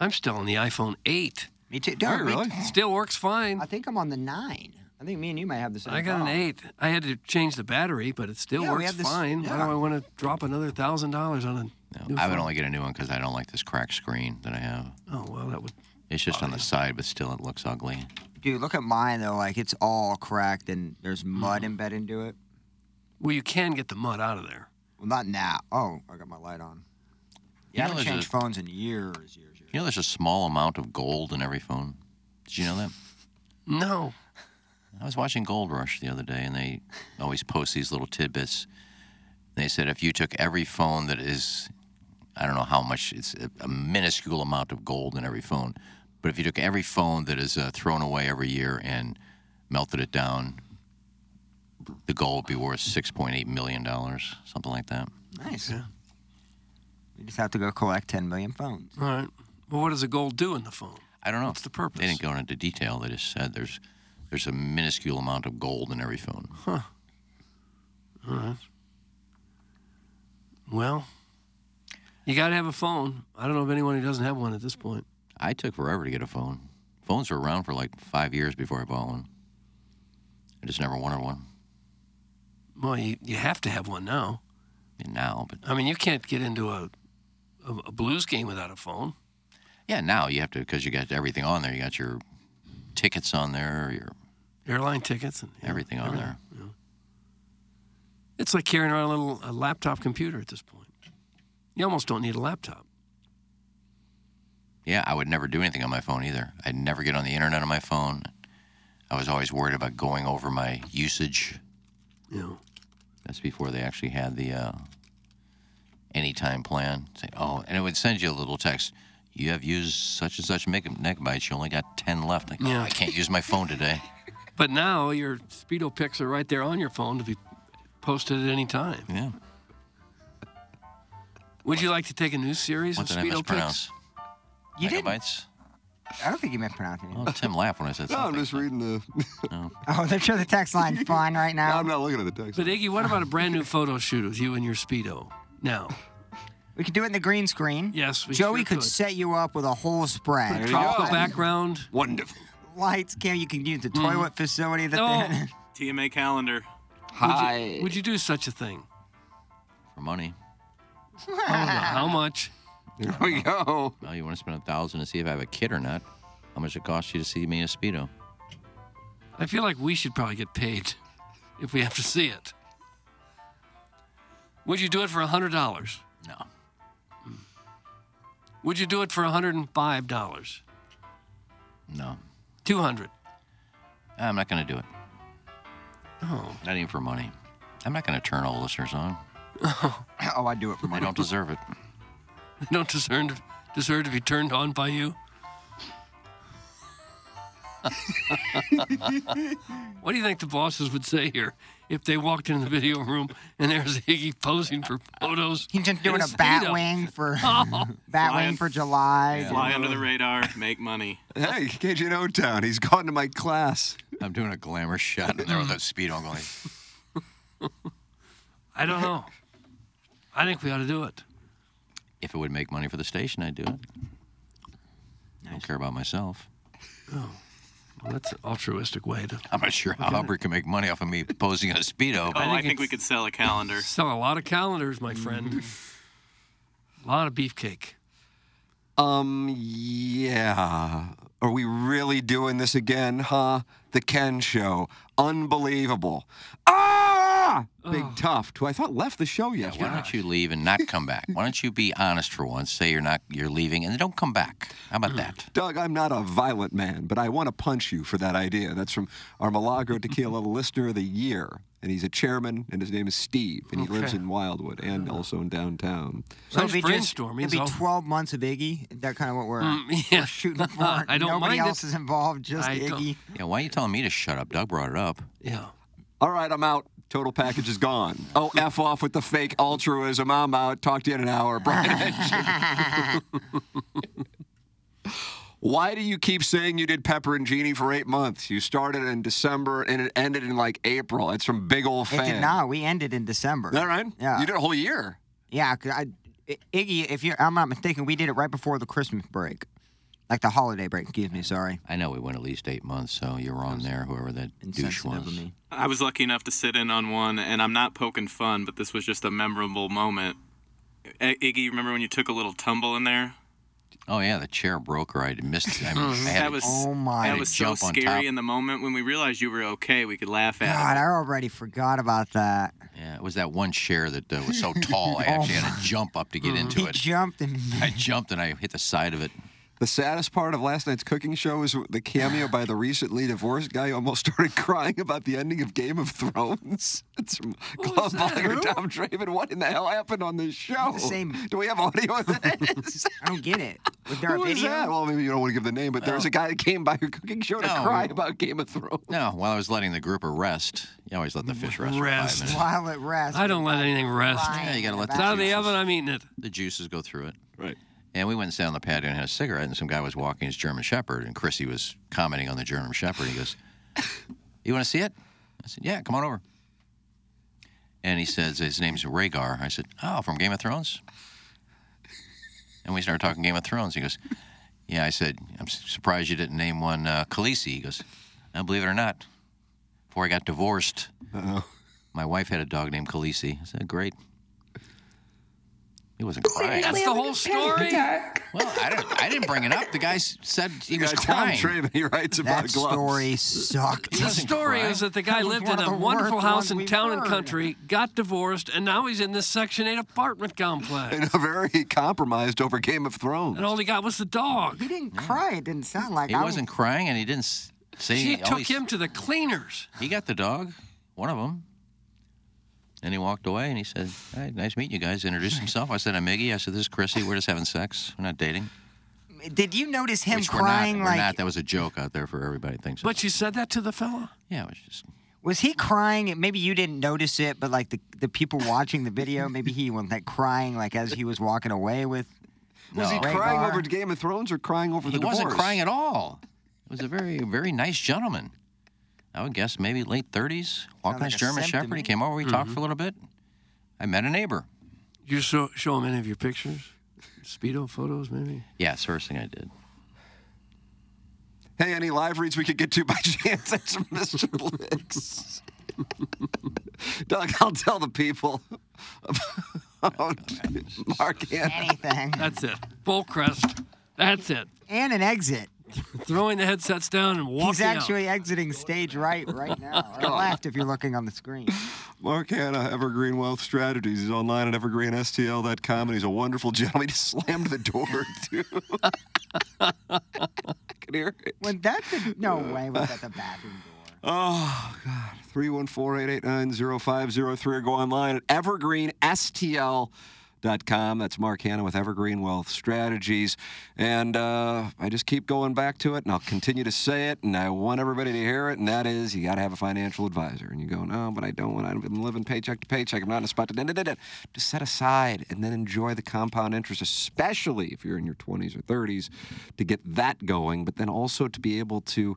[SPEAKER 3] I'm still on the iPhone 8.
[SPEAKER 4] Me too. Don't, me too.
[SPEAKER 3] Still works fine.
[SPEAKER 4] I think I'm on the nine. I think me and you might have the same.
[SPEAKER 3] I got an
[SPEAKER 4] problem.
[SPEAKER 3] 8. I had to change the battery, but it still
[SPEAKER 4] Yeah, we
[SPEAKER 3] works
[SPEAKER 4] had this-
[SPEAKER 3] fine. Why
[SPEAKER 4] yeah.
[SPEAKER 3] do I want to drop another $1,000 on a new
[SPEAKER 5] I
[SPEAKER 3] phone?
[SPEAKER 5] would only get a new one because I don't like this cracked screen that I have.
[SPEAKER 3] Oh, well, that would.
[SPEAKER 5] It's just on the side, but still it looks ugly.
[SPEAKER 4] Dude, look at mine though. Like it's all cracked and there's mud embedded into it.
[SPEAKER 3] Mm-hmm. Well, you can get the mud out of there.
[SPEAKER 4] Well, not now. Oh, I got my light on.
[SPEAKER 5] You
[SPEAKER 4] Yeah, I
[SPEAKER 5] know,
[SPEAKER 4] haven't
[SPEAKER 5] there's
[SPEAKER 4] changed
[SPEAKER 5] a-
[SPEAKER 4] phones in years. years.
[SPEAKER 5] You know, there's a small amount of gold in every phone. Did you know that?
[SPEAKER 3] No.
[SPEAKER 5] I was watching Gold Rush the other day, and they always post these little tidbits. They said if you took every phone that is, I don't know how much, it's a- a minuscule amount of gold in every phone, but if you took every phone that is uh, thrown away every year and melted it down, the gold would be worth $6.8 million, something like that.
[SPEAKER 4] Nice. We just have to go collect 10 million phones.
[SPEAKER 3] All right. Well, what does the gold do in the phone?
[SPEAKER 5] I don't know.
[SPEAKER 3] What's the purpose?
[SPEAKER 5] They didn't go into detail. They just said there's there's a minuscule amount of gold in every phone.
[SPEAKER 3] Huh. All right. Well, you got to have a phone. I don't know of anyone who doesn't have one at this point.
[SPEAKER 5] I took forever to get a phone. Phones were around for like five years before I bought one. I just never wanted one.
[SPEAKER 3] Well, you, you have to have one now.
[SPEAKER 5] And now, but
[SPEAKER 3] I mean, you can't get into a a, a blues game without a phone.
[SPEAKER 5] yeah, now you have to because you got everything on there. You got your tickets on there, your
[SPEAKER 3] Airline tickets and yeah,
[SPEAKER 5] everything on there.
[SPEAKER 3] It's like carrying around a little a laptop computer at this point. You almost don't need a laptop.
[SPEAKER 5] Yeah, I would never do anything on my phone either. I'd never get on the internet on my phone. I was always worried about going over my usage.
[SPEAKER 3] Yeah.
[SPEAKER 5] That's before they actually had the uh, anytime plan. Say, oh, and it would send you a little text. You have used such and such meg- megabytes. You only got 10 left. Like,
[SPEAKER 3] Yeah.
[SPEAKER 5] oh, I can't use my phone today.
[SPEAKER 3] But now your speedo pics are right there on your phone to be posted at any time.
[SPEAKER 5] Yeah.
[SPEAKER 3] Would you like to take a new series
[SPEAKER 5] What
[SPEAKER 3] of
[SPEAKER 5] did I
[SPEAKER 3] speedo pics?
[SPEAKER 5] mispronounce? You megabytes?
[SPEAKER 4] I don't think you meant pronouncing it.
[SPEAKER 5] Oh, Tim laughed when I said
[SPEAKER 2] No,
[SPEAKER 5] something.
[SPEAKER 2] I'm just reading the.
[SPEAKER 4] Oh, they're sure the text line's fine right now.
[SPEAKER 2] I'm not looking at the text.
[SPEAKER 3] But Iggy, what about a brand new photo shoot with you and your speedo? Now,
[SPEAKER 4] We could do it in the green screen.
[SPEAKER 3] yes, we
[SPEAKER 4] Joey
[SPEAKER 3] sure
[SPEAKER 4] could,
[SPEAKER 3] could.
[SPEAKER 4] set you up with a whole spread.
[SPEAKER 3] tropical background.
[SPEAKER 2] Wonderful.
[SPEAKER 4] lights, Cam. You can use
[SPEAKER 3] Mm-hmm.
[SPEAKER 4] the toilet facility that
[SPEAKER 7] Oh.
[SPEAKER 4] they're in.
[SPEAKER 7] TMA calendar.
[SPEAKER 3] Hi. Would you, would you do such a thing?
[SPEAKER 5] for money.
[SPEAKER 3] How much?
[SPEAKER 5] There we go. Well, you want to spend a thousand to see if I have a kid or not? How much it costs you to see me in a speedo?
[SPEAKER 3] I feel like we should probably get paid if we have to see it. Would you do it for hundred dollars? Hmm.
[SPEAKER 5] No.
[SPEAKER 3] Would you do it for hundred and five dollars?
[SPEAKER 5] No,
[SPEAKER 3] Two hundred.
[SPEAKER 5] Ah, I'm not going to do it.
[SPEAKER 3] Oh.
[SPEAKER 5] Not even for money. I'm not going to turn all listeners on.
[SPEAKER 4] oh, I do it for
[SPEAKER 5] money. They don't deserve it.
[SPEAKER 3] They don't deserve to, deserve to be turned on by you. what do you think the bosses would say here if they walked in the video room and there's Iggy posing for photos?
[SPEAKER 4] He's just
[SPEAKER 3] in
[SPEAKER 4] doing a bat
[SPEAKER 3] speedo?
[SPEAKER 4] wing for
[SPEAKER 3] Oh.
[SPEAKER 4] bat
[SPEAKER 3] Fly
[SPEAKER 4] wing
[SPEAKER 3] un-
[SPEAKER 4] for July.
[SPEAKER 7] Fly under the radar, make money.
[SPEAKER 2] Hey, KJ No Town. He's gone to my class.
[SPEAKER 5] I'm doing a glamour shot in there with that speedo going.
[SPEAKER 3] I don't know. I think we ought to do it.
[SPEAKER 5] If it would make money for the station, I'd do it. I don't care about myself.
[SPEAKER 3] Oh, well, that's an altruistic way to.
[SPEAKER 5] I'm not sure how Hubbard can make money off of me posing in a speedo.
[SPEAKER 7] Oh, I think we could sell a calendar.
[SPEAKER 3] Sell a lot of calendars, my friend. a lot of beefcake.
[SPEAKER 2] Um, yeah. Are we really doing this again, huh? The Ken Show. Unbelievable. Ah! Big Tuft, who I thought left the show yesterday.
[SPEAKER 5] Why don't you leave and not come back? Why don't you be honest for once? Say you're not you're leaving and then don't come back. How about that?
[SPEAKER 2] Doug, I'm not a violent man, but I want to punch you for that idea. That's from our Milagro Tequila Listener of the Year. And he's a chairman, and his name is Steve, and he lives
[SPEAKER 3] Okay.
[SPEAKER 2] in Wildwood and also in downtown.
[SPEAKER 4] So it'd
[SPEAKER 3] Sounds
[SPEAKER 4] be just,
[SPEAKER 3] brainstorming,
[SPEAKER 4] it'd be
[SPEAKER 3] so-
[SPEAKER 4] 12 months of Iggy. That kind of what we're,
[SPEAKER 3] Mm,
[SPEAKER 4] we're
[SPEAKER 3] yeah.
[SPEAKER 4] shooting for.
[SPEAKER 3] I don't
[SPEAKER 4] Nobody
[SPEAKER 3] mind it.
[SPEAKER 4] else is involved, just
[SPEAKER 3] I don't-
[SPEAKER 4] Iggy.
[SPEAKER 5] Yeah, why are you telling me to shut up? Doug brought it up.
[SPEAKER 3] Yeah.
[SPEAKER 2] All right, I'm out. Total package is gone. Oh, F off with the fake altruism. I'm out. Talk to you in an hour. Brian Hedges. Why do you keep saying you did Pepper and Genie for eight months? You started in December and it ended in like April. It's from Big Old Fan.
[SPEAKER 4] It did not. We ended in December.
[SPEAKER 2] Is that right?
[SPEAKER 4] Yeah.
[SPEAKER 2] You did a whole year.
[SPEAKER 4] Yeah, 'cause I, I- Iggy, if you're, I'm not mistaken, we did it right before the Christmas break, like the holiday break. Excuse me, sorry.
[SPEAKER 5] I know we went at least eight months, so you're wrong there, whoever that douche
[SPEAKER 4] Insensitive of
[SPEAKER 5] was.
[SPEAKER 4] me.
[SPEAKER 7] I was lucky enough to sit in on one, and I'm not poking fun, but this was just a memorable moment. I- Iggy, remember when you took a little tumble in there?
[SPEAKER 5] Oh yeah, the chair broke or I missed it. I,
[SPEAKER 2] Mm-hmm.
[SPEAKER 5] mean, I had
[SPEAKER 7] That
[SPEAKER 5] to-
[SPEAKER 7] was
[SPEAKER 4] Oh my
[SPEAKER 7] that was so
[SPEAKER 5] Jump on top.
[SPEAKER 7] scary in the moment. When we realized you were okay, we could laugh at
[SPEAKER 4] God, I already forgot about that.
[SPEAKER 5] yeah, it was that one chair that uh, was so tall I actually had to jump up to get into
[SPEAKER 4] Oh He
[SPEAKER 5] it.
[SPEAKER 4] jumped and
[SPEAKER 5] I jumped and I hit the side of it.
[SPEAKER 2] The saddest part of last night's cooking show was the cameo by the recently divorced guy who almost started crying about the ending of Game of Thrones. It's from Claude Bollinger, Tom Draven. What in the hell happened on this show?
[SPEAKER 4] the same-
[SPEAKER 2] Oh, Do we have audio of this?
[SPEAKER 4] I don't get it. Was there
[SPEAKER 2] Who
[SPEAKER 4] a
[SPEAKER 2] was
[SPEAKER 4] video?
[SPEAKER 2] that? Well, maybe you don't want to give the name, but there was a guy that came by your cooking show to
[SPEAKER 5] No.
[SPEAKER 2] cry about Game of Thrones.
[SPEAKER 5] No, while I was letting the grouper rest, you always let the fish rest,
[SPEAKER 3] Rest.
[SPEAKER 5] for five minutes.
[SPEAKER 4] While it rests.
[SPEAKER 3] I don't let anything rest.
[SPEAKER 4] Fine.
[SPEAKER 5] Yeah, you gotta let
[SPEAKER 3] It's out of the
[SPEAKER 5] juices-
[SPEAKER 3] oven. I'm eating it.
[SPEAKER 5] the juices go through it.
[SPEAKER 2] Right.
[SPEAKER 5] And we went and sat on the patio and had a cigarette, and some guy was walking his German Shepherd, and Chrissy was commenting on the German Shepherd. He goes, You want to see it? I said, Yeah, come on over. And he says, His name's Rhaegar. I said, Oh, from Game of Thrones? And we started talking Game of Thrones. He goes, Yeah, I said, I'm s- surprised you didn't name one uh, Khaleesi. He goes, "No, Believe it or not, before I got divorced,
[SPEAKER 2] Uh-oh.
[SPEAKER 5] my wife had a dog named Khaleesi. I said, Great. He wasn't crying.
[SPEAKER 3] That's the whole story.
[SPEAKER 5] Well, I didn't, I didn't bring it up. The guy s- said he was
[SPEAKER 2] Guy, Tom
[SPEAKER 5] crying.
[SPEAKER 2] Draven, he writes about
[SPEAKER 4] That
[SPEAKER 2] gloves.
[SPEAKER 4] story sucked.
[SPEAKER 3] The story
[SPEAKER 5] cry.
[SPEAKER 3] is that the guy
[SPEAKER 4] was
[SPEAKER 3] lived
[SPEAKER 4] one
[SPEAKER 3] in
[SPEAKER 4] of
[SPEAKER 3] a
[SPEAKER 4] the
[SPEAKER 3] wonderful
[SPEAKER 4] worst
[SPEAKER 3] house
[SPEAKER 4] ones
[SPEAKER 3] in
[SPEAKER 4] we've
[SPEAKER 3] town and
[SPEAKER 4] heard.
[SPEAKER 3] country, got divorced, and now he's in this Section 8 apartment complex.
[SPEAKER 2] And very compromised over Game of Thrones.
[SPEAKER 3] And all he got was the dog.
[SPEAKER 4] He didn't cry. It didn't sound like
[SPEAKER 5] He
[SPEAKER 4] I
[SPEAKER 5] wasn't crying, and he didn't s- say.
[SPEAKER 3] She
[SPEAKER 5] all
[SPEAKER 3] took
[SPEAKER 5] he, s-
[SPEAKER 3] him to the cleaners.
[SPEAKER 5] He got the dog, one of them. And he walked away, and he said, "All right, nice meeting you guys." Introduced himself. I said, "I'm Iggy." I said, "This is Chrissy. We're just having sex. We're not dating."
[SPEAKER 4] Did you notice him
[SPEAKER 5] Which
[SPEAKER 4] crying
[SPEAKER 5] we're not.
[SPEAKER 4] like
[SPEAKER 5] We're not. That was a joke out there for everybody. Thinks.
[SPEAKER 3] But she said that to the fella.
[SPEAKER 5] yeah, it was just.
[SPEAKER 4] Was he crying? Maybe you didn't notice it, but like the, the people watching the video, maybe he was like crying like as he was walking away with.
[SPEAKER 2] was he
[SPEAKER 4] No.
[SPEAKER 2] crying
[SPEAKER 4] Rhaegar.
[SPEAKER 2] over Game of Thrones or crying over
[SPEAKER 5] He
[SPEAKER 2] the divorce?
[SPEAKER 5] wasn't crying at all. It was a very, very nice gentleman. I would guess maybe late 30s. Walking
[SPEAKER 4] like
[SPEAKER 5] his
[SPEAKER 4] a
[SPEAKER 5] German
[SPEAKER 4] simp to
[SPEAKER 5] Shepherd. He
[SPEAKER 4] me.
[SPEAKER 5] came over. We
[SPEAKER 3] Mm-hmm.
[SPEAKER 5] talked for a little bit. I met a neighbor.
[SPEAKER 3] You show, show him any of your pictures? Speedo photos, maybe?
[SPEAKER 5] Yeah, it's the first thing I did.
[SPEAKER 2] Hey, any live reads we could get to by chance? That's from Mr. Blix. Doug, I'll tell the people about Mark Anthony.
[SPEAKER 4] Anything.
[SPEAKER 3] That's it. Bull crest. That's it.
[SPEAKER 4] And an exit.
[SPEAKER 3] Throwing the headsets down and walking
[SPEAKER 4] He's actually
[SPEAKER 3] out.
[SPEAKER 4] exiting stage right right now. Or left if you're looking on the screen.
[SPEAKER 2] Mark Hanna, Evergreen Wealth Strategies. He's online at evergreenstl.com, and he's a wonderful gentleman. He just slammed the door, too. I can hear it.
[SPEAKER 4] When that did, no way was that the bathroom door.
[SPEAKER 2] Oh, God. 314-889-0503 or go online at evergreenstl.com. That's Mark Hanna with Evergreen Wealth Strategies. And uh, I just keep going back to it, and I'll continue to say it, and I want everybody to hear it, and that is you got to have a financial advisor. And you go, no, but I don't want I've been living paycheck to paycheck. I'm not in a spot to... da, da, da, da." Just set aside and then enjoy the compound interest, especially if you're in your 20s or 30s, to get that going, but then also to be able to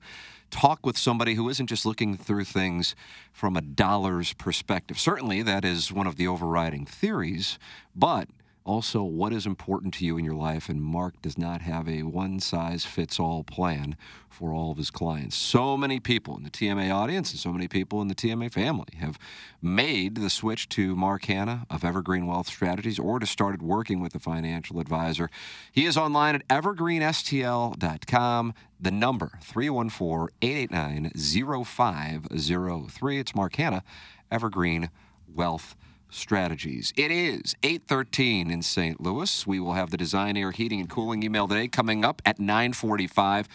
[SPEAKER 2] talk with somebody who isn't just looking through things from a dollar's perspective. Certainly, that is one of the overriding theories, but also what is important to you in your life. And Mark does not have a one size fits all plan for all of his clients. So many people in the TMA audience and so many people in the TMA family have made the switch to Mark Hanna of Evergreen Wealth Strategies or to started working with a financial advisor. He is online at evergreenstl.com. The number 314-889-0503. It's Mark Hanna, Evergreen Wealth strategies. It is 8:13 in St. Louis. We will have the design air heating and cooling email today coming up at 9:45.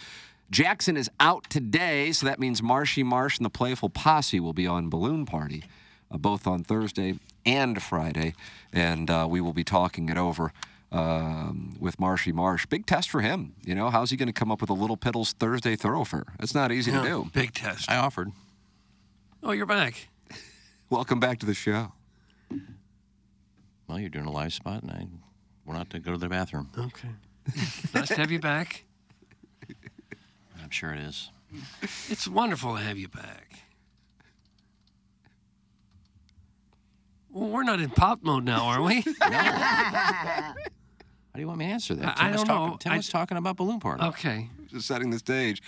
[SPEAKER 2] Jackson is out today, so that means Marshy Marsh and the Playful Posse will be on Balloon Party uh, both on Thursday and Friday, and uh, we will be talking it over um, with Marshy Marsh. Big test for him. You know, how's he going to come up with a Little Piddles Thursday thoroughfare? That's not easy
[SPEAKER 3] Yeah,
[SPEAKER 2] to do.
[SPEAKER 3] Big test.
[SPEAKER 2] I offered.
[SPEAKER 3] Oh, you're back.
[SPEAKER 2] Welcome back to the show.
[SPEAKER 5] Well, you're doing a live spot, and I went out to go to the bathroom.
[SPEAKER 3] Okay. nice to have you back.
[SPEAKER 5] I'm sure it is.
[SPEAKER 3] It's wonderful to have you back. Well, we're not in pop mode now, are we?
[SPEAKER 5] How do you want me to answer that?
[SPEAKER 3] I- I
[SPEAKER 5] Tim was
[SPEAKER 3] don't
[SPEAKER 5] talking,
[SPEAKER 3] know.
[SPEAKER 5] Tim
[SPEAKER 3] I-
[SPEAKER 5] was talking about balloon party.
[SPEAKER 3] Okay.
[SPEAKER 2] Just setting the stage.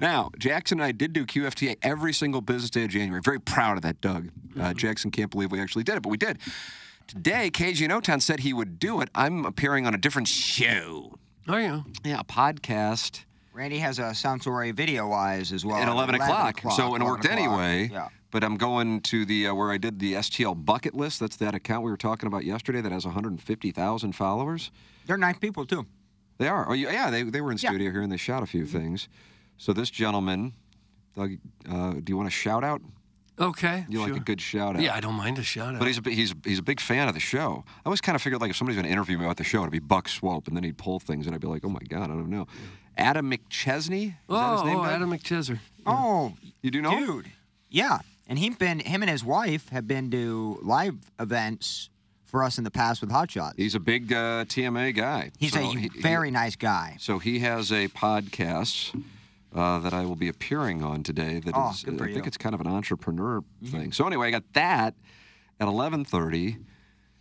[SPEAKER 2] Now, Jackson and I did do QFTA every single business day of January. Very proud of that, Doug. Uh, Jackson can't believe we actually did it, but we did. Today, KG in O-Town said he would do it. I'm appearing on a different show.
[SPEAKER 3] Are you?
[SPEAKER 2] Yeah, a podcast.
[SPEAKER 4] Randy has a sound story video wise as well.
[SPEAKER 2] at 11, o'clock. So and
[SPEAKER 4] 11
[SPEAKER 2] it worked
[SPEAKER 4] o'clock.
[SPEAKER 2] anyway.
[SPEAKER 4] Yeah.
[SPEAKER 2] But I'm going to the uh, where I did the STL bucket list. That's that account we were talking about yesterday that has 150,000 followers.
[SPEAKER 4] They're nice people too.
[SPEAKER 2] They are. Oh, you- yeah, they, they were in
[SPEAKER 4] Yeah. Mm-hmm.
[SPEAKER 2] studio here and they shot a few things. So this gentleman, Doug, uh, do you want a shout out?
[SPEAKER 3] Okay.
[SPEAKER 2] You like a
[SPEAKER 3] sure.
[SPEAKER 2] good shout out.
[SPEAKER 3] Yeah, I don't mind a shout out.
[SPEAKER 2] But he's a, bi- he's he's a big fan of the show. I always kind of figured like if somebody's going to interview me about the show, it'd be Buck Swope, and then he'd pull things, and I'd be like, oh my god, I don't know. Adam McChesney. Is that his
[SPEAKER 3] Oh,
[SPEAKER 2] name?
[SPEAKER 3] oh,
[SPEAKER 2] Doug?
[SPEAKER 3] Adam McChisor.
[SPEAKER 4] Oh,
[SPEAKER 2] you do know?
[SPEAKER 4] dude. Yeah, and he'd been him and his wife have been to live events for us in the past with Hot Shots.
[SPEAKER 2] He's a big uh, TMA guy.
[SPEAKER 4] He's
[SPEAKER 2] So
[SPEAKER 4] a
[SPEAKER 2] he- he-
[SPEAKER 4] very nice guy.
[SPEAKER 2] So he has a podcast uh, that I will be appearing on today. That is,
[SPEAKER 4] Oh, good for
[SPEAKER 2] I think
[SPEAKER 4] you. Mm-hmm.
[SPEAKER 2] it's kind of an entrepreneur thing. So anyway, I got that at 11:30,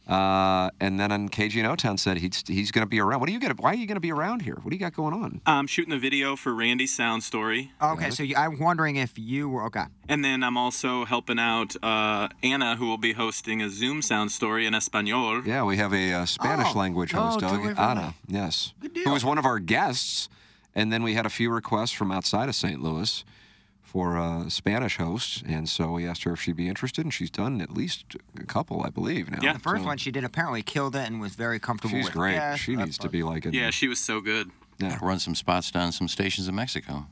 [SPEAKER 2] uh, and then on KG and O-Town said he's he's going to be around. What are you going to? Why are you going to be around here? What do you got going on?
[SPEAKER 7] I'm shooting a video for Randy's Sound Story,
[SPEAKER 4] Okay, so you, I'm wondering if you were okay.
[SPEAKER 7] and then I'm also helping out uh, Anna, who will be hosting a Zoom Sound Story in Espanol.
[SPEAKER 2] Yeah, we have a uh, Spanish language host,
[SPEAKER 7] Oh, do
[SPEAKER 2] Doug
[SPEAKER 7] we really?
[SPEAKER 2] Anna. Yes, who was one of our guests, and then we had a few requests from outside of St. Louis for uh, Spanish hosts, and so we asked her if she'd be interested, and she's done at least a couple, I believe, now.
[SPEAKER 4] the first
[SPEAKER 2] So
[SPEAKER 4] one she did apparently killed it and was very comfortable.
[SPEAKER 2] She's
[SPEAKER 4] with
[SPEAKER 2] great.
[SPEAKER 4] Yeah,
[SPEAKER 2] she
[SPEAKER 4] that's
[SPEAKER 2] needs to be like a
[SPEAKER 7] Yeah, she was so good.
[SPEAKER 2] Yeah.
[SPEAKER 5] Run some spots down some stations in Mexico.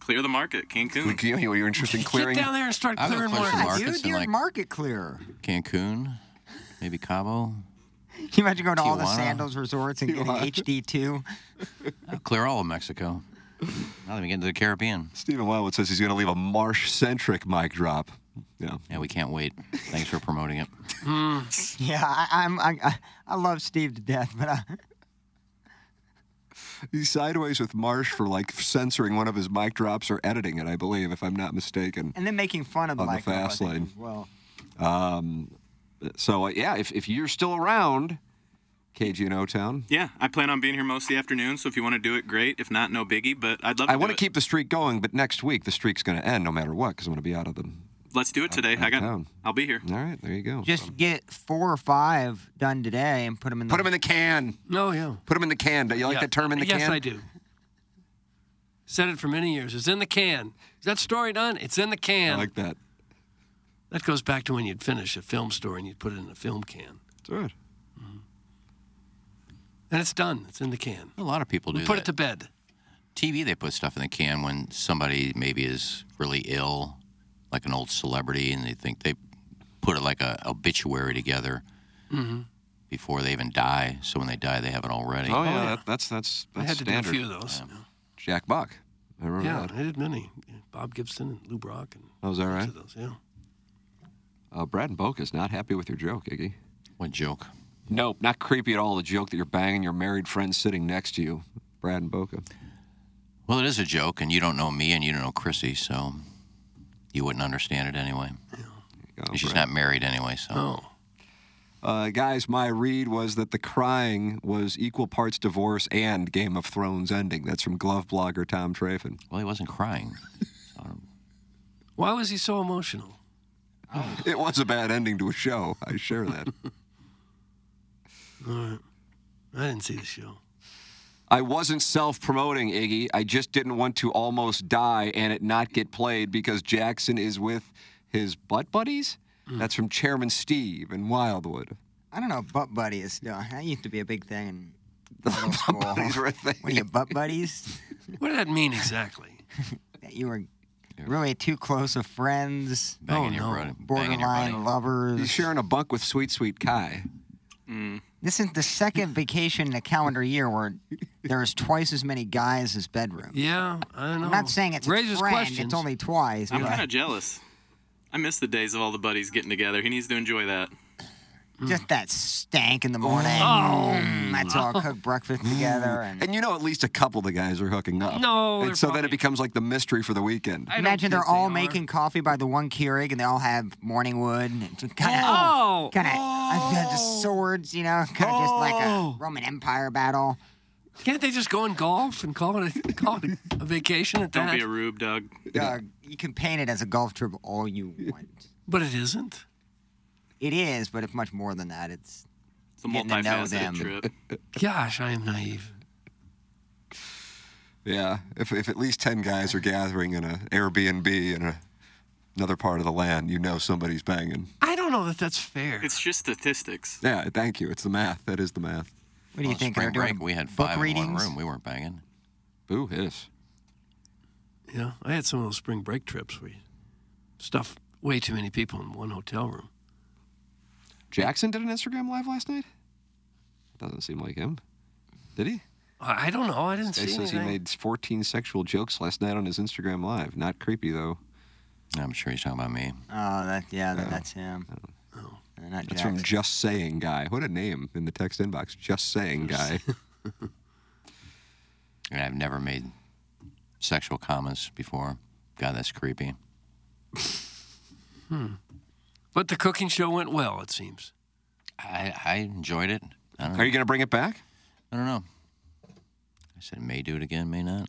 [SPEAKER 7] Clear the market, Cancun.
[SPEAKER 2] Look, you know, you're interested in clearing.
[SPEAKER 3] Get down there and start
[SPEAKER 5] I would
[SPEAKER 3] clearing
[SPEAKER 5] clear
[SPEAKER 3] more.
[SPEAKER 5] some
[SPEAKER 4] Yeah,
[SPEAKER 5] markets
[SPEAKER 4] dude,
[SPEAKER 5] and,
[SPEAKER 4] you're
[SPEAKER 5] like-
[SPEAKER 4] market clear.
[SPEAKER 5] Cancun, maybe Cabo.
[SPEAKER 4] Can you imagine going to all the
[SPEAKER 5] Tijuana.
[SPEAKER 4] sandals resorts and getting HD2?
[SPEAKER 5] I'll clear all of Mexico. Not even get into the Caribbean.
[SPEAKER 2] Stephen Wildwood says he's going to leave a marsh-centric mic drop. Yeah.
[SPEAKER 5] Yeah, we can't wait. Thanks for promoting it.
[SPEAKER 3] Hmm.
[SPEAKER 4] Yeah, I, I'm. I, I- I love Steve to death, but uh, I,
[SPEAKER 2] He's sideways with Marsh for like censoring one of his mic drops or editing it, I believe, if I'm not mistaken.
[SPEAKER 4] and then making fun of
[SPEAKER 2] On the
[SPEAKER 4] Michael, I
[SPEAKER 2] fast
[SPEAKER 4] think,
[SPEAKER 2] lane.
[SPEAKER 4] as Well,
[SPEAKER 2] Um, so uh, yeah, if, if you're still around, KG and O Town.
[SPEAKER 7] Yeah, I plan on being here most of the afternoon, so if you want to do it, great. If not, no biggie. But I'd love. to
[SPEAKER 2] I want
[SPEAKER 7] do
[SPEAKER 2] to
[SPEAKER 7] it.
[SPEAKER 2] keep the streak going, but next week the streak's going to end no matter what because I'm going to be out of the.
[SPEAKER 7] Let's do it today. I got.
[SPEAKER 2] town.
[SPEAKER 7] I'll be here.
[SPEAKER 2] All right, there you go.
[SPEAKER 4] Just get four or five done today and put them in the
[SPEAKER 2] Put them in the can.
[SPEAKER 3] No, Oh, yeah.
[SPEAKER 2] Put them in the can. Do you like
[SPEAKER 3] Yeah.
[SPEAKER 2] that term in the
[SPEAKER 3] yes,
[SPEAKER 2] can?
[SPEAKER 3] I do. Said it for many years. It's in the can. Is that story done? It's in the
[SPEAKER 2] I
[SPEAKER 3] can.
[SPEAKER 2] like that.
[SPEAKER 3] that goes back to when you'd finish a film story and you'd put it in a film can. Mm-hmm.
[SPEAKER 2] That's right.
[SPEAKER 3] And it's done. It's in the can.
[SPEAKER 5] A lot of people do
[SPEAKER 3] We put it
[SPEAKER 5] that.
[SPEAKER 3] to bed.
[SPEAKER 5] TV, they put stuff in the can when somebody maybe is really ill, like an old celebrity, and they think they put it like a obituary together
[SPEAKER 3] Mm-hmm.
[SPEAKER 5] before they even die. So when they die, they have it already.
[SPEAKER 2] Oh, yeah, That, that's that's
[SPEAKER 3] I
[SPEAKER 2] that's
[SPEAKER 3] had to do a
[SPEAKER 2] standard.
[SPEAKER 3] few of those.
[SPEAKER 2] Jack Buck. I remember
[SPEAKER 3] yeah,
[SPEAKER 2] that.
[SPEAKER 3] I did many. Bob Gibson and Lou Brock and
[SPEAKER 2] Oh, is that right?
[SPEAKER 3] lots of those. Yeah.
[SPEAKER 2] Uh, Brad and Boke is not happy with your joke, Iggy.
[SPEAKER 5] What joke?
[SPEAKER 2] Nope, not creepy at all. The joke that you're banging your married friend sitting next to you, Brad and Boca.
[SPEAKER 5] Well, it is a joke, and you don't know me, and you don't know Chrissy, so you wouldn't understand it anyway. And she's not married anyway, so.
[SPEAKER 2] Uh, guys, my read was that the crying was equal parts divorce and Game of Thrones ending. That's from glove blogger Tom Traffin.
[SPEAKER 5] Well, he wasn't crying.
[SPEAKER 3] Why was he so emotional?
[SPEAKER 2] it was a bad ending to a show. I share that.
[SPEAKER 3] All right. I didn't see the show.
[SPEAKER 2] I wasn't self promoting, Iggy. I just didn't want to almost die and it not get played because Jackson is with his butt buddies?
[SPEAKER 4] Mm.
[SPEAKER 2] That's from Chairman Steve in Wildwood.
[SPEAKER 4] I don't know, butt buddy is still. That used to be a big thing in middle
[SPEAKER 2] butt
[SPEAKER 4] school.
[SPEAKER 2] buddies were a thing.
[SPEAKER 4] What are you, butt buddies?
[SPEAKER 3] What did that mean exactly?
[SPEAKER 4] That you were really too close of friends,
[SPEAKER 3] Oh,
[SPEAKER 5] Banging your brother. Banging your buddy.
[SPEAKER 4] borderline lovers. Mm.
[SPEAKER 2] He's sharing a bunk with Sweet Sweet Kai.
[SPEAKER 4] This is the second vacation in a calendar year where there is twice as many guys as bedrooms.
[SPEAKER 3] Yeah, I know.
[SPEAKER 4] I'm not saying it's
[SPEAKER 3] Raises
[SPEAKER 4] a trend.
[SPEAKER 3] questions.
[SPEAKER 4] It's only twice.
[SPEAKER 7] I'm
[SPEAKER 4] but-
[SPEAKER 7] kind of jealous. I miss the days of all the buddies getting together. He needs to enjoy that.
[SPEAKER 3] Mm.
[SPEAKER 4] Just that stank in the morning.
[SPEAKER 7] Oh.
[SPEAKER 4] Mm, Let's all cook
[SPEAKER 2] Mm.
[SPEAKER 4] breakfast together. And
[SPEAKER 2] And you know at least a couple of the guys are hooking up.
[SPEAKER 4] No, they're
[SPEAKER 2] And so then it becomes like the mystery for the weekend.
[SPEAKER 4] imagine they're all making coffee by the one Keurig, and they all have morning wood and it's kind of,
[SPEAKER 3] Oh.
[SPEAKER 4] kind of, just swords, you know, kind of just like a Roman Empire battle.
[SPEAKER 3] Oh! Can't they just go and golf and call it a, call it a vacation at
[SPEAKER 7] Don't
[SPEAKER 3] that?
[SPEAKER 7] be a rube, Doug.
[SPEAKER 4] Doug, you can paint it as a golf trip all you want.
[SPEAKER 3] but it isn't.
[SPEAKER 4] It is, but it's much more than that. It's
[SPEAKER 7] It's a
[SPEAKER 4] Getting to know them.
[SPEAKER 7] multifaceted trip.
[SPEAKER 3] Gosh, I am naive.
[SPEAKER 2] Yeah, if, if at least 10 guys are gathering in an Airbnb in a, another part of the land, you know somebody's banging.
[SPEAKER 3] I don't know that that's fair.
[SPEAKER 7] It's just statistics.
[SPEAKER 2] Yeah, thank you. It's the math. That is the math.
[SPEAKER 4] What do you think?
[SPEAKER 5] Spring
[SPEAKER 4] They're doing
[SPEAKER 5] break, we had
[SPEAKER 4] book
[SPEAKER 5] five in one
[SPEAKER 4] readings?
[SPEAKER 5] room. We weren't banging.
[SPEAKER 2] Boo hiss.
[SPEAKER 3] Yeah, I had some of those spring break trips where you stuff way too many people in one hotel room.
[SPEAKER 2] Jackson did an Instagram live last night? Doesn't seem like him. Did he?
[SPEAKER 3] I I don't know. I didn't
[SPEAKER 2] It
[SPEAKER 3] see
[SPEAKER 2] says he
[SPEAKER 3] anything.
[SPEAKER 2] made 14 sexual jokes last night on his Instagram live. Not creepy, though.
[SPEAKER 5] I'm sure he's talking about me.
[SPEAKER 4] Oh, that, yeah, that- that's him. Uh, Not
[SPEAKER 2] That's
[SPEAKER 4] Jackson.
[SPEAKER 2] from Just Saying Guy. What a name in the text inbox. Just Saying Guy.
[SPEAKER 5] And I've never made sexual comments before. God, that's creepy.
[SPEAKER 3] Hmm. but the cooking show went well, it seems.
[SPEAKER 5] I, I enjoyed it. I don't,
[SPEAKER 2] Are you going to bring it back?
[SPEAKER 5] I don't know. I said, may do it again, may not.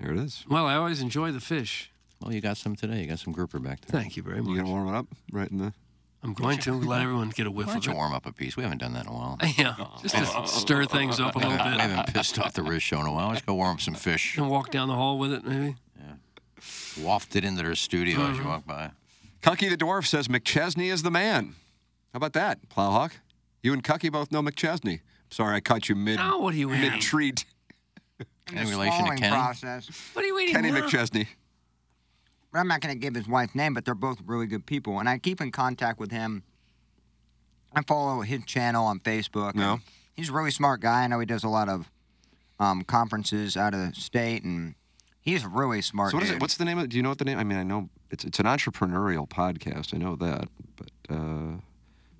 [SPEAKER 2] There it is.
[SPEAKER 3] Well, I always enjoy the fish.
[SPEAKER 5] Well, you got some today. You got some grouper back there.
[SPEAKER 3] Thank you very
[SPEAKER 2] You going
[SPEAKER 3] much.
[SPEAKER 2] to warm it up right in the.
[SPEAKER 3] I'm going to let everyone get a whiff
[SPEAKER 5] Why
[SPEAKER 3] of
[SPEAKER 5] don't you
[SPEAKER 3] it.
[SPEAKER 5] warm up a piece? We haven't done that in a while.
[SPEAKER 3] Yeah, Oh. just to stir things up a
[SPEAKER 5] We
[SPEAKER 3] little
[SPEAKER 5] haven't, we
[SPEAKER 3] bit
[SPEAKER 5] haven't pissed off the wrist show in a while. Let's go warm up some fish.
[SPEAKER 3] and walk down the hall with it, maybe.
[SPEAKER 5] Waft it into their studio as
[SPEAKER 4] Mm-hmm.
[SPEAKER 5] you walk by.
[SPEAKER 2] Cucky the Dwarf says McChesney is the man. How about that, Plowhawk? You and Cucky both know McChesney. Sorry, I caught you mid
[SPEAKER 3] Now what are you
[SPEAKER 2] mid
[SPEAKER 3] eating?
[SPEAKER 2] treat.
[SPEAKER 4] In
[SPEAKER 5] Any
[SPEAKER 4] the
[SPEAKER 5] relation to
[SPEAKER 4] swallowing
[SPEAKER 5] Kenny?
[SPEAKER 4] process.
[SPEAKER 3] What are you eating
[SPEAKER 2] Kenny
[SPEAKER 3] now?
[SPEAKER 2] McChesney.
[SPEAKER 4] But I'm not going to give his wife's name, but they're both really good people. And I keep in contact with him. I follow his channel on Facebook.
[SPEAKER 2] No.
[SPEAKER 4] and He's a really smart guy. I know he does a lot of um, conferences out of the state, and he's a really smart
[SPEAKER 2] So what is
[SPEAKER 4] dude.
[SPEAKER 2] it? What's the name of? Do you know what the name? I mean, I know it's it's an entrepreneurial podcast. I know that, but. Uh,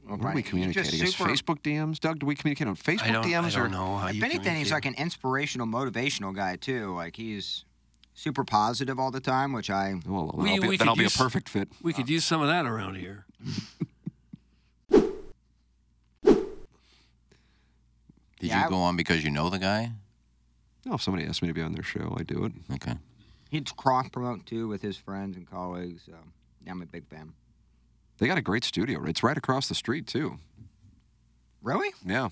[SPEAKER 4] Well,
[SPEAKER 2] what are
[SPEAKER 4] Brian,
[SPEAKER 2] we
[SPEAKER 4] he's just
[SPEAKER 2] communicating? Is
[SPEAKER 4] super-
[SPEAKER 2] Facebook DMs, Doug? Do we communicate on Facebook
[SPEAKER 3] I don't,
[SPEAKER 2] DMs
[SPEAKER 3] I
[SPEAKER 2] or
[SPEAKER 3] don't know how
[SPEAKER 4] If
[SPEAKER 3] you
[SPEAKER 4] anything, he's
[SPEAKER 3] communicate.
[SPEAKER 4] like an inspirational, motivational guy, too. Like, he's super positive all the time, which I.
[SPEAKER 2] Well, then
[SPEAKER 3] We-
[SPEAKER 2] I'll be,
[SPEAKER 3] we
[SPEAKER 2] then
[SPEAKER 3] could
[SPEAKER 2] I'll be a
[SPEAKER 3] use-
[SPEAKER 2] perfect fit.
[SPEAKER 3] We could use some of that around here.
[SPEAKER 5] Did
[SPEAKER 4] Yeah,
[SPEAKER 5] you
[SPEAKER 4] I-
[SPEAKER 5] go on because you know the guy?
[SPEAKER 2] No, if somebody asked me to be on their show, I do it.
[SPEAKER 5] Okay.
[SPEAKER 4] He'd cross promote too with his friends and colleagues. So yeah, I'm a big fan.
[SPEAKER 2] They got a great studio. right? It's right across the street too.
[SPEAKER 4] Really?
[SPEAKER 2] Yeah.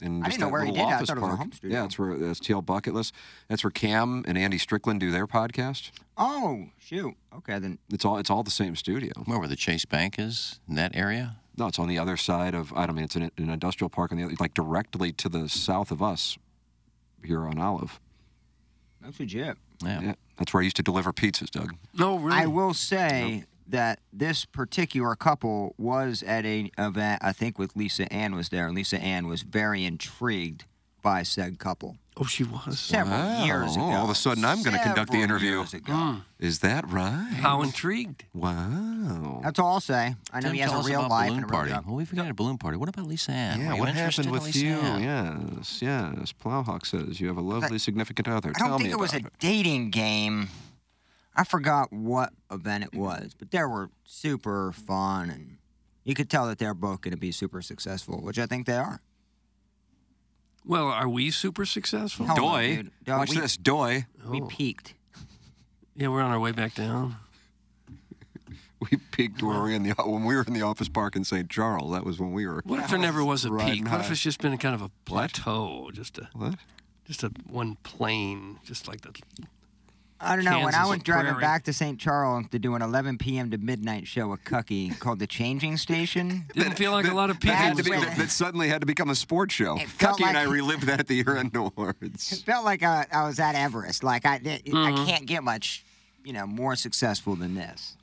[SPEAKER 2] And
[SPEAKER 4] I
[SPEAKER 2] just
[SPEAKER 4] didn't know
[SPEAKER 2] that
[SPEAKER 4] where he did
[SPEAKER 2] little
[SPEAKER 4] that. I
[SPEAKER 2] office
[SPEAKER 4] thought it was a
[SPEAKER 2] park.
[SPEAKER 4] home studio.
[SPEAKER 2] Yeah, it's where that's TL Bucket List. That's where Cam and Andy Strickland do their podcast.
[SPEAKER 4] Oh shoot. Okay then.
[SPEAKER 2] It's all it's all the same studio.
[SPEAKER 5] Where where the Chase Bank is in that area?
[SPEAKER 2] No, it's on the other side of. I don't mean it's an, an industrial park on the other, like directly to the south of us, here on Olive.
[SPEAKER 4] That's legit.
[SPEAKER 5] Yeah.
[SPEAKER 2] that's where I used to deliver pizzas, Doug.
[SPEAKER 3] No, really.
[SPEAKER 4] I will say that this particular couple was at a event. I think with Lisa Ann was there, and Lisa Ann was very intrigued by said couple.
[SPEAKER 3] Oh, she was
[SPEAKER 4] several
[SPEAKER 2] Wow.
[SPEAKER 4] years ago.
[SPEAKER 2] Oh, All of a sudden, I'm going to conduct the
[SPEAKER 4] Several
[SPEAKER 2] interview.
[SPEAKER 4] years ago.
[SPEAKER 3] Hmm.
[SPEAKER 2] Is that right?
[SPEAKER 3] How intrigued.
[SPEAKER 2] Wow.
[SPEAKER 4] That's all I'll say. I know
[SPEAKER 5] Tim,
[SPEAKER 4] he has
[SPEAKER 5] tell
[SPEAKER 4] a
[SPEAKER 5] us
[SPEAKER 4] real
[SPEAKER 5] about
[SPEAKER 4] life and
[SPEAKER 5] balloon
[SPEAKER 4] a real
[SPEAKER 5] party.
[SPEAKER 4] job.
[SPEAKER 5] Well, we forgot a balloon party. What about Lisa Ann?
[SPEAKER 2] Yeah,
[SPEAKER 5] Were you
[SPEAKER 2] what happened
[SPEAKER 5] interested in
[SPEAKER 2] with
[SPEAKER 5] Lisa
[SPEAKER 2] you?
[SPEAKER 5] Ann?
[SPEAKER 2] Yes, yes. Plowhawk says you have a lovely significant other.
[SPEAKER 4] I
[SPEAKER 2] Tell
[SPEAKER 4] don't
[SPEAKER 2] me
[SPEAKER 4] think it was
[SPEAKER 2] about
[SPEAKER 4] a dating game. I forgot what event it was, but they were super fun, and you could tell that they're both going to be super successful, which I think they are.
[SPEAKER 3] Well, are we super successful? Oh.
[SPEAKER 4] Hell no,
[SPEAKER 2] Doy.
[SPEAKER 4] dude. Doy,
[SPEAKER 2] Watch
[SPEAKER 4] we-
[SPEAKER 2] this, Doy.
[SPEAKER 4] We peaked.
[SPEAKER 3] Yeah, we're on our way back down.
[SPEAKER 2] We peaked when we were in the when we were in the office park in St. Charles. That was when we were.
[SPEAKER 3] What if there never was a
[SPEAKER 2] Riding
[SPEAKER 3] peak? What if
[SPEAKER 2] high.
[SPEAKER 3] it's just been a kind of a plateau, just a
[SPEAKER 2] What?
[SPEAKER 3] just a one plane, just like the
[SPEAKER 4] I don't know. when I
[SPEAKER 3] Kansas
[SPEAKER 4] was driving
[SPEAKER 3] prairie.
[SPEAKER 4] back to St. Charles to do an 11 p.m. to midnight show with Cucky called The Changing Station,
[SPEAKER 3] didn't feel like a lot of
[SPEAKER 2] That,
[SPEAKER 3] people.
[SPEAKER 2] had to
[SPEAKER 3] was
[SPEAKER 2] be,
[SPEAKER 3] going-
[SPEAKER 2] that, that suddenly had to become a sports show.
[SPEAKER 4] It felt
[SPEAKER 2] Cucky
[SPEAKER 4] like-
[SPEAKER 2] and I relived that at the year-end
[SPEAKER 4] it
[SPEAKER 2] awards.
[SPEAKER 4] felt like I, I was at Everest. Like I, did-
[SPEAKER 3] Mm-hmm.
[SPEAKER 4] I can't get much, you know, more successful than this.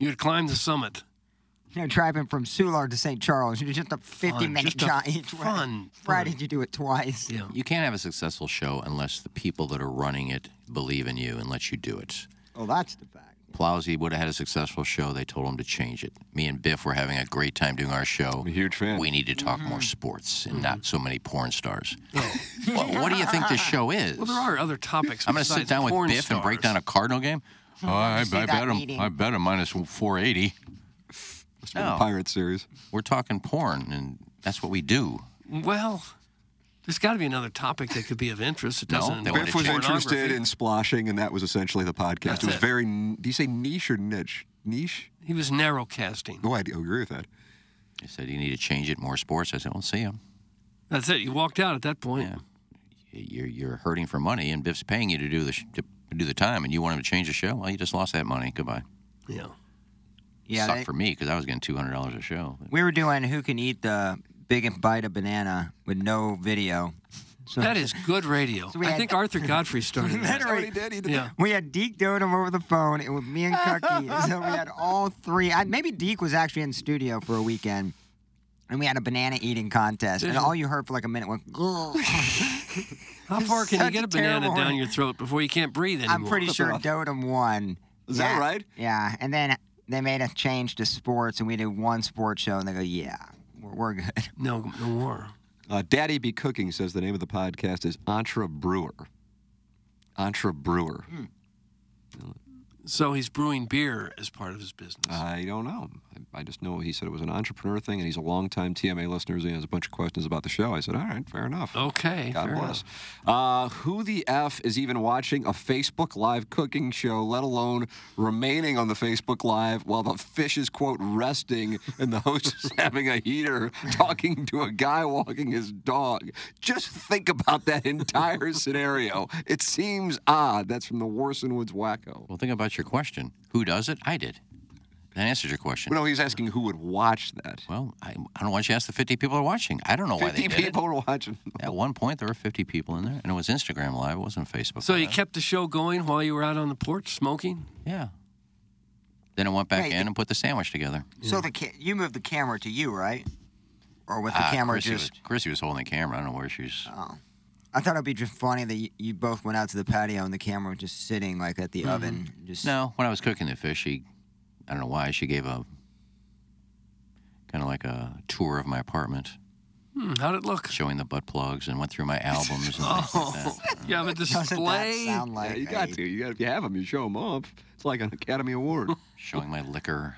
[SPEAKER 3] You'd climb the summit.
[SPEAKER 4] You know, driving from Soulard to St. Charles, you're just a 50
[SPEAKER 3] Fun,
[SPEAKER 4] minute
[SPEAKER 3] just a
[SPEAKER 4] drive each way.
[SPEAKER 3] fun,
[SPEAKER 4] Why
[SPEAKER 3] fun.
[SPEAKER 4] did you do it twice?
[SPEAKER 3] Yeah.
[SPEAKER 5] You can't have a successful show unless the people that are running it believe in you and let you do it.
[SPEAKER 4] Oh, that's the fact.
[SPEAKER 5] Plowsy would have had a successful show. They told him to change it. Me and Biff were having a great time doing our show.
[SPEAKER 2] I'm a huge fan.
[SPEAKER 5] We need to talk more sports and not so many porn stars. well, what do you think this show is?
[SPEAKER 3] Well, there are other topics.
[SPEAKER 5] I'm going to
[SPEAKER 3] besides
[SPEAKER 5] sit down with
[SPEAKER 3] porn
[SPEAKER 5] Biff and break
[SPEAKER 3] stars.
[SPEAKER 5] down a Cardinal game. Oh, I,
[SPEAKER 4] Hmm. see that
[SPEAKER 5] bet him.
[SPEAKER 4] meeting.
[SPEAKER 5] I bet him minus 480.
[SPEAKER 2] It's been a
[SPEAKER 5] No,
[SPEAKER 2] Pirate series.
[SPEAKER 5] we're talking porn, and that's what we do.
[SPEAKER 3] Well, there's got to be another topic that could be of interest. It
[SPEAKER 5] No,
[SPEAKER 3] doesn't.
[SPEAKER 5] they
[SPEAKER 3] involve
[SPEAKER 5] wanted
[SPEAKER 2] Biff was
[SPEAKER 3] pornography.
[SPEAKER 2] interested in splashing, and that was essentially the podcast.
[SPEAKER 3] That's
[SPEAKER 2] it was
[SPEAKER 3] it.
[SPEAKER 2] very. n- Do you say niche or niche? Niche?
[SPEAKER 3] He was narrow casting.
[SPEAKER 2] Oh, I do agree with that.
[SPEAKER 5] He said, "You need to change it more sports." I said, "Well, see him.
[SPEAKER 3] That's it. You walked out at that point.
[SPEAKER 5] Yeah. You're you're hurting for money, and Biff's paying you to do the sh- to do the time, and you want him to change the show. Well, you just lost that money. Goodbye.
[SPEAKER 3] Yeah.
[SPEAKER 4] Yeah,
[SPEAKER 5] Sucked
[SPEAKER 4] they-
[SPEAKER 5] for me because I was getting two hundred dollars a show.
[SPEAKER 4] we were doing Who Can Eat the Big Bite of Banana with no video. So
[SPEAKER 3] That is good radio.
[SPEAKER 4] we
[SPEAKER 3] I
[SPEAKER 4] had-
[SPEAKER 3] think Arthur Godfrey started that.
[SPEAKER 4] Literally.
[SPEAKER 2] did. He
[SPEAKER 3] Yeah.
[SPEAKER 4] We had Deke Dotem over the phone. It was me and Cucky. so we had all three. I, maybe Deke was actually in studio for a weekend. And we had a banana eating contest. And all you heard for like a minute was,
[SPEAKER 3] How far can you
[SPEAKER 4] Such
[SPEAKER 3] get
[SPEAKER 4] a
[SPEAKER 3] a banana
[SPEAKER 4] terrible
[SPEAKER 3] down
[SPEAKER 4] one.
[SPEAKER 3] your throat before you can't breathe anymore?
[SPEAKER 4] I'm pretty sure Dotem won.
[SPEAKER 2] Is that
[SPEAKER 4] Yeah,
[SPEAKER 2] right?
[SPEAKER 4] Yeah. And then they made a change to sports, and we did one sports show, and they go, yeah, we're, we're good.
[SPEAKER 3] No, no more.
[SPEAKER 2] Uh, Daddy Be Cooking says the name of the podcast is Entre Brewer. Entre Brewer.
[SPEAKER 3] So he's brewing beer as part of his business.
[SPEAKER 2] I don't know. I, I just know he said it was an entrepreneur thing, and he's a longtime TMA listener. and He has a bunch of questions about the show. I said, all right, fair enough.
[SPEAKER 3] okay.
[SPEAKER 2] God
[SPEAKER 3] fair
[SPEAKER 2] bless.
[SPEAKER 3] enough.
[SPEAKER 2] Uh, who the F is even watching a Facebook Live cooking show, let alone remaining on the Facebook Live while the fish is, quote, resting and the host is having a heater talking to a guy walking his dog? Just think about that entire scenario. It seems odd. That's from the Warson Woods Wacko.
[SPEAKER 5] Well, think about your question. Who does it? I did. That answers your question.
[SPEAKER 2] No, he's asking who would watch that.
[SPEAKER 5] Well, I, I don't want you to ask the 50 people that are watching. I don't know why they
[SPEAKER 2] 50
[SPEAKER 5] did
[SPEAKER 2] people are watching.
[SPEAKER 5] it. At one point, there were 50 people in there, and it was Instagram Live. It wasn't Facebook.
[SPEAKER 3] So you
[SPEAKER 5] Live.
[SPEAKER 3] kept the show going while you were out on the porch smoking?
[SPEAKER 5] yeah. Then I went back
[SPEAKER 4] Wait,
[SPEAKER 5] in
[SPEAKER 4] the-
[SPEAKER 5] and put the sandwich together.
[SPEAKER 4] So the ca- you moved the camera to you, right? Or with the
[SPEAKER 5] Ah,
[SPEAKER 4] camera
[SPEAKER 5] Chrissy
[SPEAKER 4] just.
[SPEAKER 5] was, Chrissy was holding the camera. I don't know where she's.
[SPEAKER 2] Oh,
[SPEAKER 4] I thought it'd be just funny that you, you both went out to the patio and the camera was just sitting like at the oven. Just
[SPEAKER 5] No, when I was cooking the fish, she, I don't know why, she gave a kind of like a tour of my apartment,
[SPEAKER 3] Hmm, how'd it look? Oh.
[SPEAKER 5] showing the butt plugs, and went through my albums and things like that.
[SPEAKER 3] You have a
[SPEAKER 4] Doesn't
[SPEAKER 3] display?
[SPEAKER 4] that sound like
[SPEAKER 2] Yeah, you got
[SPEAKER 4] a-
[SPEAKER 2] to. You got, if you have them, you show them off. It's like an Academy Award.
[SPEAKER 5] showing my liquor.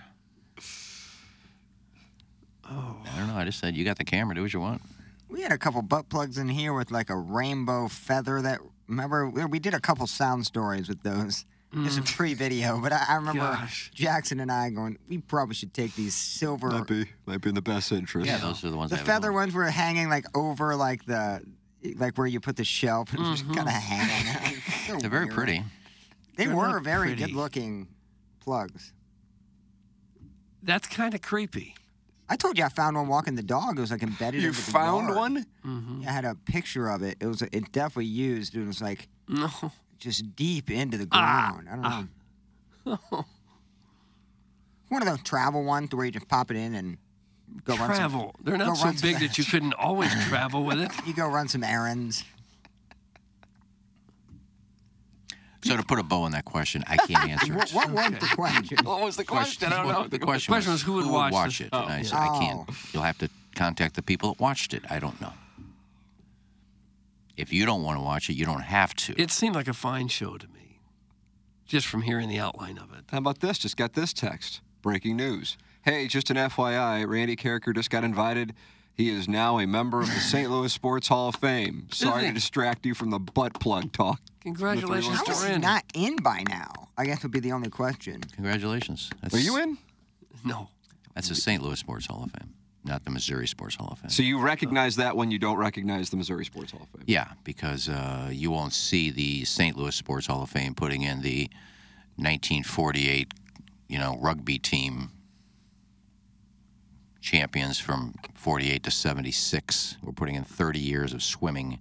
[SPEAKER 5] Oh. I don't know. I just said, you got the camera, do what you want.
[SPEAKER 4] We had a couple butt plugs in here with like a rainbow feather that remember we did a couple sound stories with those. This
[SPEAKER 5] Mm.
[SPEAKER 4] is pre-video, but I, I remember
[SPEAKER 2] Gosh.
[SPEAKER 4] Jackson and I going, we probably should take these silver.
[SPEAKER 2] Might be, might be in the best interest.
[SPEAKER 5] Yeah, those are the ones
[SPEAKER 4] the
[SPEAKER 5] I have.
[SPEAKER 4] feather ones were hanging like over like the like where you put the shelf and it was just
[SPEAKER 5] Mm-hmm.
[SPEAKER 4] kind of hanging.
[SPEAKER 5] They're very
[SPEAKER 4] weird.
[SPEAKER 5] pretty.
[SPEAKER 4] They
[SPEAKER 3] They're
[SPEAKER 4] were
[SPEAKER 3] not
[SPEAKER 4] very
[SPEAKER 3] pretty.
[SPEAKER 4] good-looking plugs.
[SPEAKER 3] That's kind of creepy.
[SPEAKER 4] I told you I found one walking the dog. It was like embedded.
[SPEAKER 3] You
[SPEAKER 4] into the
[SPEAKER 3] found
[SPEAKER 4] yard.
[SPEAKER 3] one? Mm-hmm.
[SPEAKER 4] I had a picture of it. It was it definitely used. and It was like
[SPEAKER 3] No.
[SPEAKER 4] just deep into the
[SPEAKER 3] Ah.
[SPEAKER 4] ground. I don't know. One of those travel ones where you just pop it in and go run some.
[SPEAKER 3] travel. They're
[SPEAKER 4] go
[SPEAKER 3] not so
[SPEAKER 4] run some-
[SPEAKER 3] big that you couldn't always travel with it.
[SPEAKER 4] You go run some errands.
[SPEAKER 5] So to put a bow on that question, I can't answer
[SPEAKER 4] What,
[SPEAKER 5] it.
[SPEAKER 4] what was the question?
[SPEAKER 3] What was the
[SPEAKER 5] Well, The question, was, who would watch, it?
[SPEAKER 3] Oh,
[SPEAKER 5] and I
[SPEAKER 3] yeah.
[SPEAKER 5] said, I can't. You'll have to contact the people that watched it. I don't know. If you don't want to watch it, you don't have to.
[SPEAKER 3] It seemed like a fine show to me, just from hearing the outline of it.
[SPEAKER 2] How about this? Just got this text. Breaking news. Hey, just an FYI, Randy Carricker just got invited. He is now a member of the St. Louis Sports Hall of Fame. Sorry to distract you from the butt plug talk.
[SPEAKER 3] Congratulations
[SPEAKER 4] How
[SPEAKER 3] to
[SPEAKER 4] is he
[SPEAKER 3] Randy.
[SPEAKER 4] not in by now? I guess would be the only question.
[SPEAKER 5] Congratulations. That's,
[SPEAKER 2] Are you in?
[SPEAKER 3] No.
[SPEAKER 5] That's the St. Louis Sports Hall of Fame, not the Missouri Sports Hall of Fame.
[SPEAKER 2] So you recognize that when you don't recognize the Missouri Sports Hall of Fame.
[SPEAKER 5] Yeah, because uh, you won't see the St. Louis Sports Hall of Fame putting in the 1948, you know, rugby team champions from 48 to 76. We're putting in 30 years of swimming.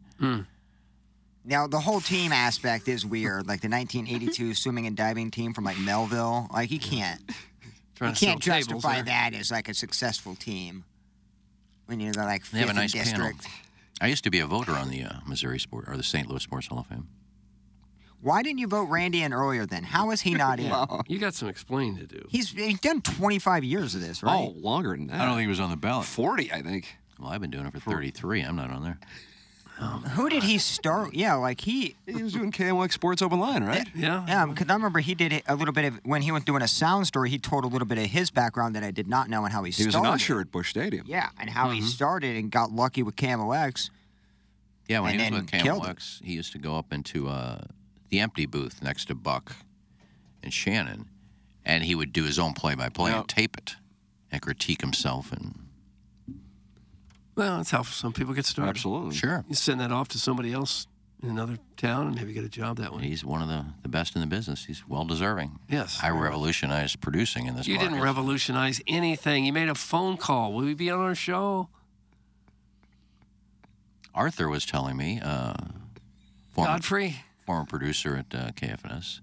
[SPEAKER 4] Now the whole team aspect is weird. Like the 1982 swimming and diving team from like Melville. Like you can't, you
[SPEAKER 5] Trying to
[SPEAKER 4] can't
[SPEAKER 5] sell tables
[SPEAKER 4] justify
[SPEAKER 5] there.
[SPEAKER 4] that as like a successful team when you're the, like
[SPEAKER 5] They
[SPEAKER 4] fifth
[SPEAKER 5] have a nice panel.
[SPEAKER 4] district.
[SPEAKER 5] I used to be a voter on the uh, Missouri Sport or the St. Louis Sports Hall of Fame.
[SPEAKER 4] Why didn't you vote Randy in earlier then? How is he not in?
[SPEAKER 3] You got some explaining to do.
[SPEAKER 4] He's, he's done 25 years of this, right?
[SPEAKER 5] Oh,
[SPEAKER 2] longer than that.
[SPEAKER 5] I don't think he was on the ballot.
[SPEAKER 2] 40, I think.
[SPEAKER 5] Well, I've been doing it for 33. I'm not on there.
[SPEAKER 3] Oh,
[SPEAKER 4] Who did he start? Yeah, like he.
[SPEAKER 2] He was doing KMX Sports Open Line, right?
[SPEAKER 3] Yeah.
[SPEAKER 4] Yeah, because I remember he did a little bit of when he was doing a sound story. He told a little bit of his background that I did not know and how he,
[SPEAKER 2] He was
[SPEAKER 4] started.
[SPEAKER 2] an usher at Bush Stadium.
[SPEAKER 4] Yeah, and how
[SPEAKER 3] Mm-hmm.
[SPEAKER 4] he started and got lucky with Camo X.
[SPEAKER 5] Yeah, when
[SPEAKER 4] And
[SPEAKER 5] he was
[SPEAKER 4] then
[SPEAKER 5] with
[SPEAKER 4] killed
[SPEAKER 5] Cam
[SPEAKER 4] him.
[SPEAKER 5] Lux, he used to go up into uh, the empty booth next to Buck and Shannon, and he would do his own play-by-play and tape it and critique himself. And
[SPEAKER 3] Well, that's how some people get started.
[SPEAKER 2] Absolutely.
[SPEAKER 5] Sure.
[SPEAKER 3] You send that off to somebody else in another town and maybe get a job that way.
[SPEAKER 5] he's one of the, the best in the business. He's well deserving.
[SPEAKER 3] Yes.
[SPEAKER 5] I revolutionized producing in this
[SPEAKER 3] You
[SPEAKER 5] market.
[SPEAKER 3] didn't revolutionize anything. You made a phone call. Will you be on our show?
[SPEAKER 5] Arthur was telling me, uh, former,
[SPEAKER 3] Godfrey?
[SPEAKER 5] former producer at uh, KFNS,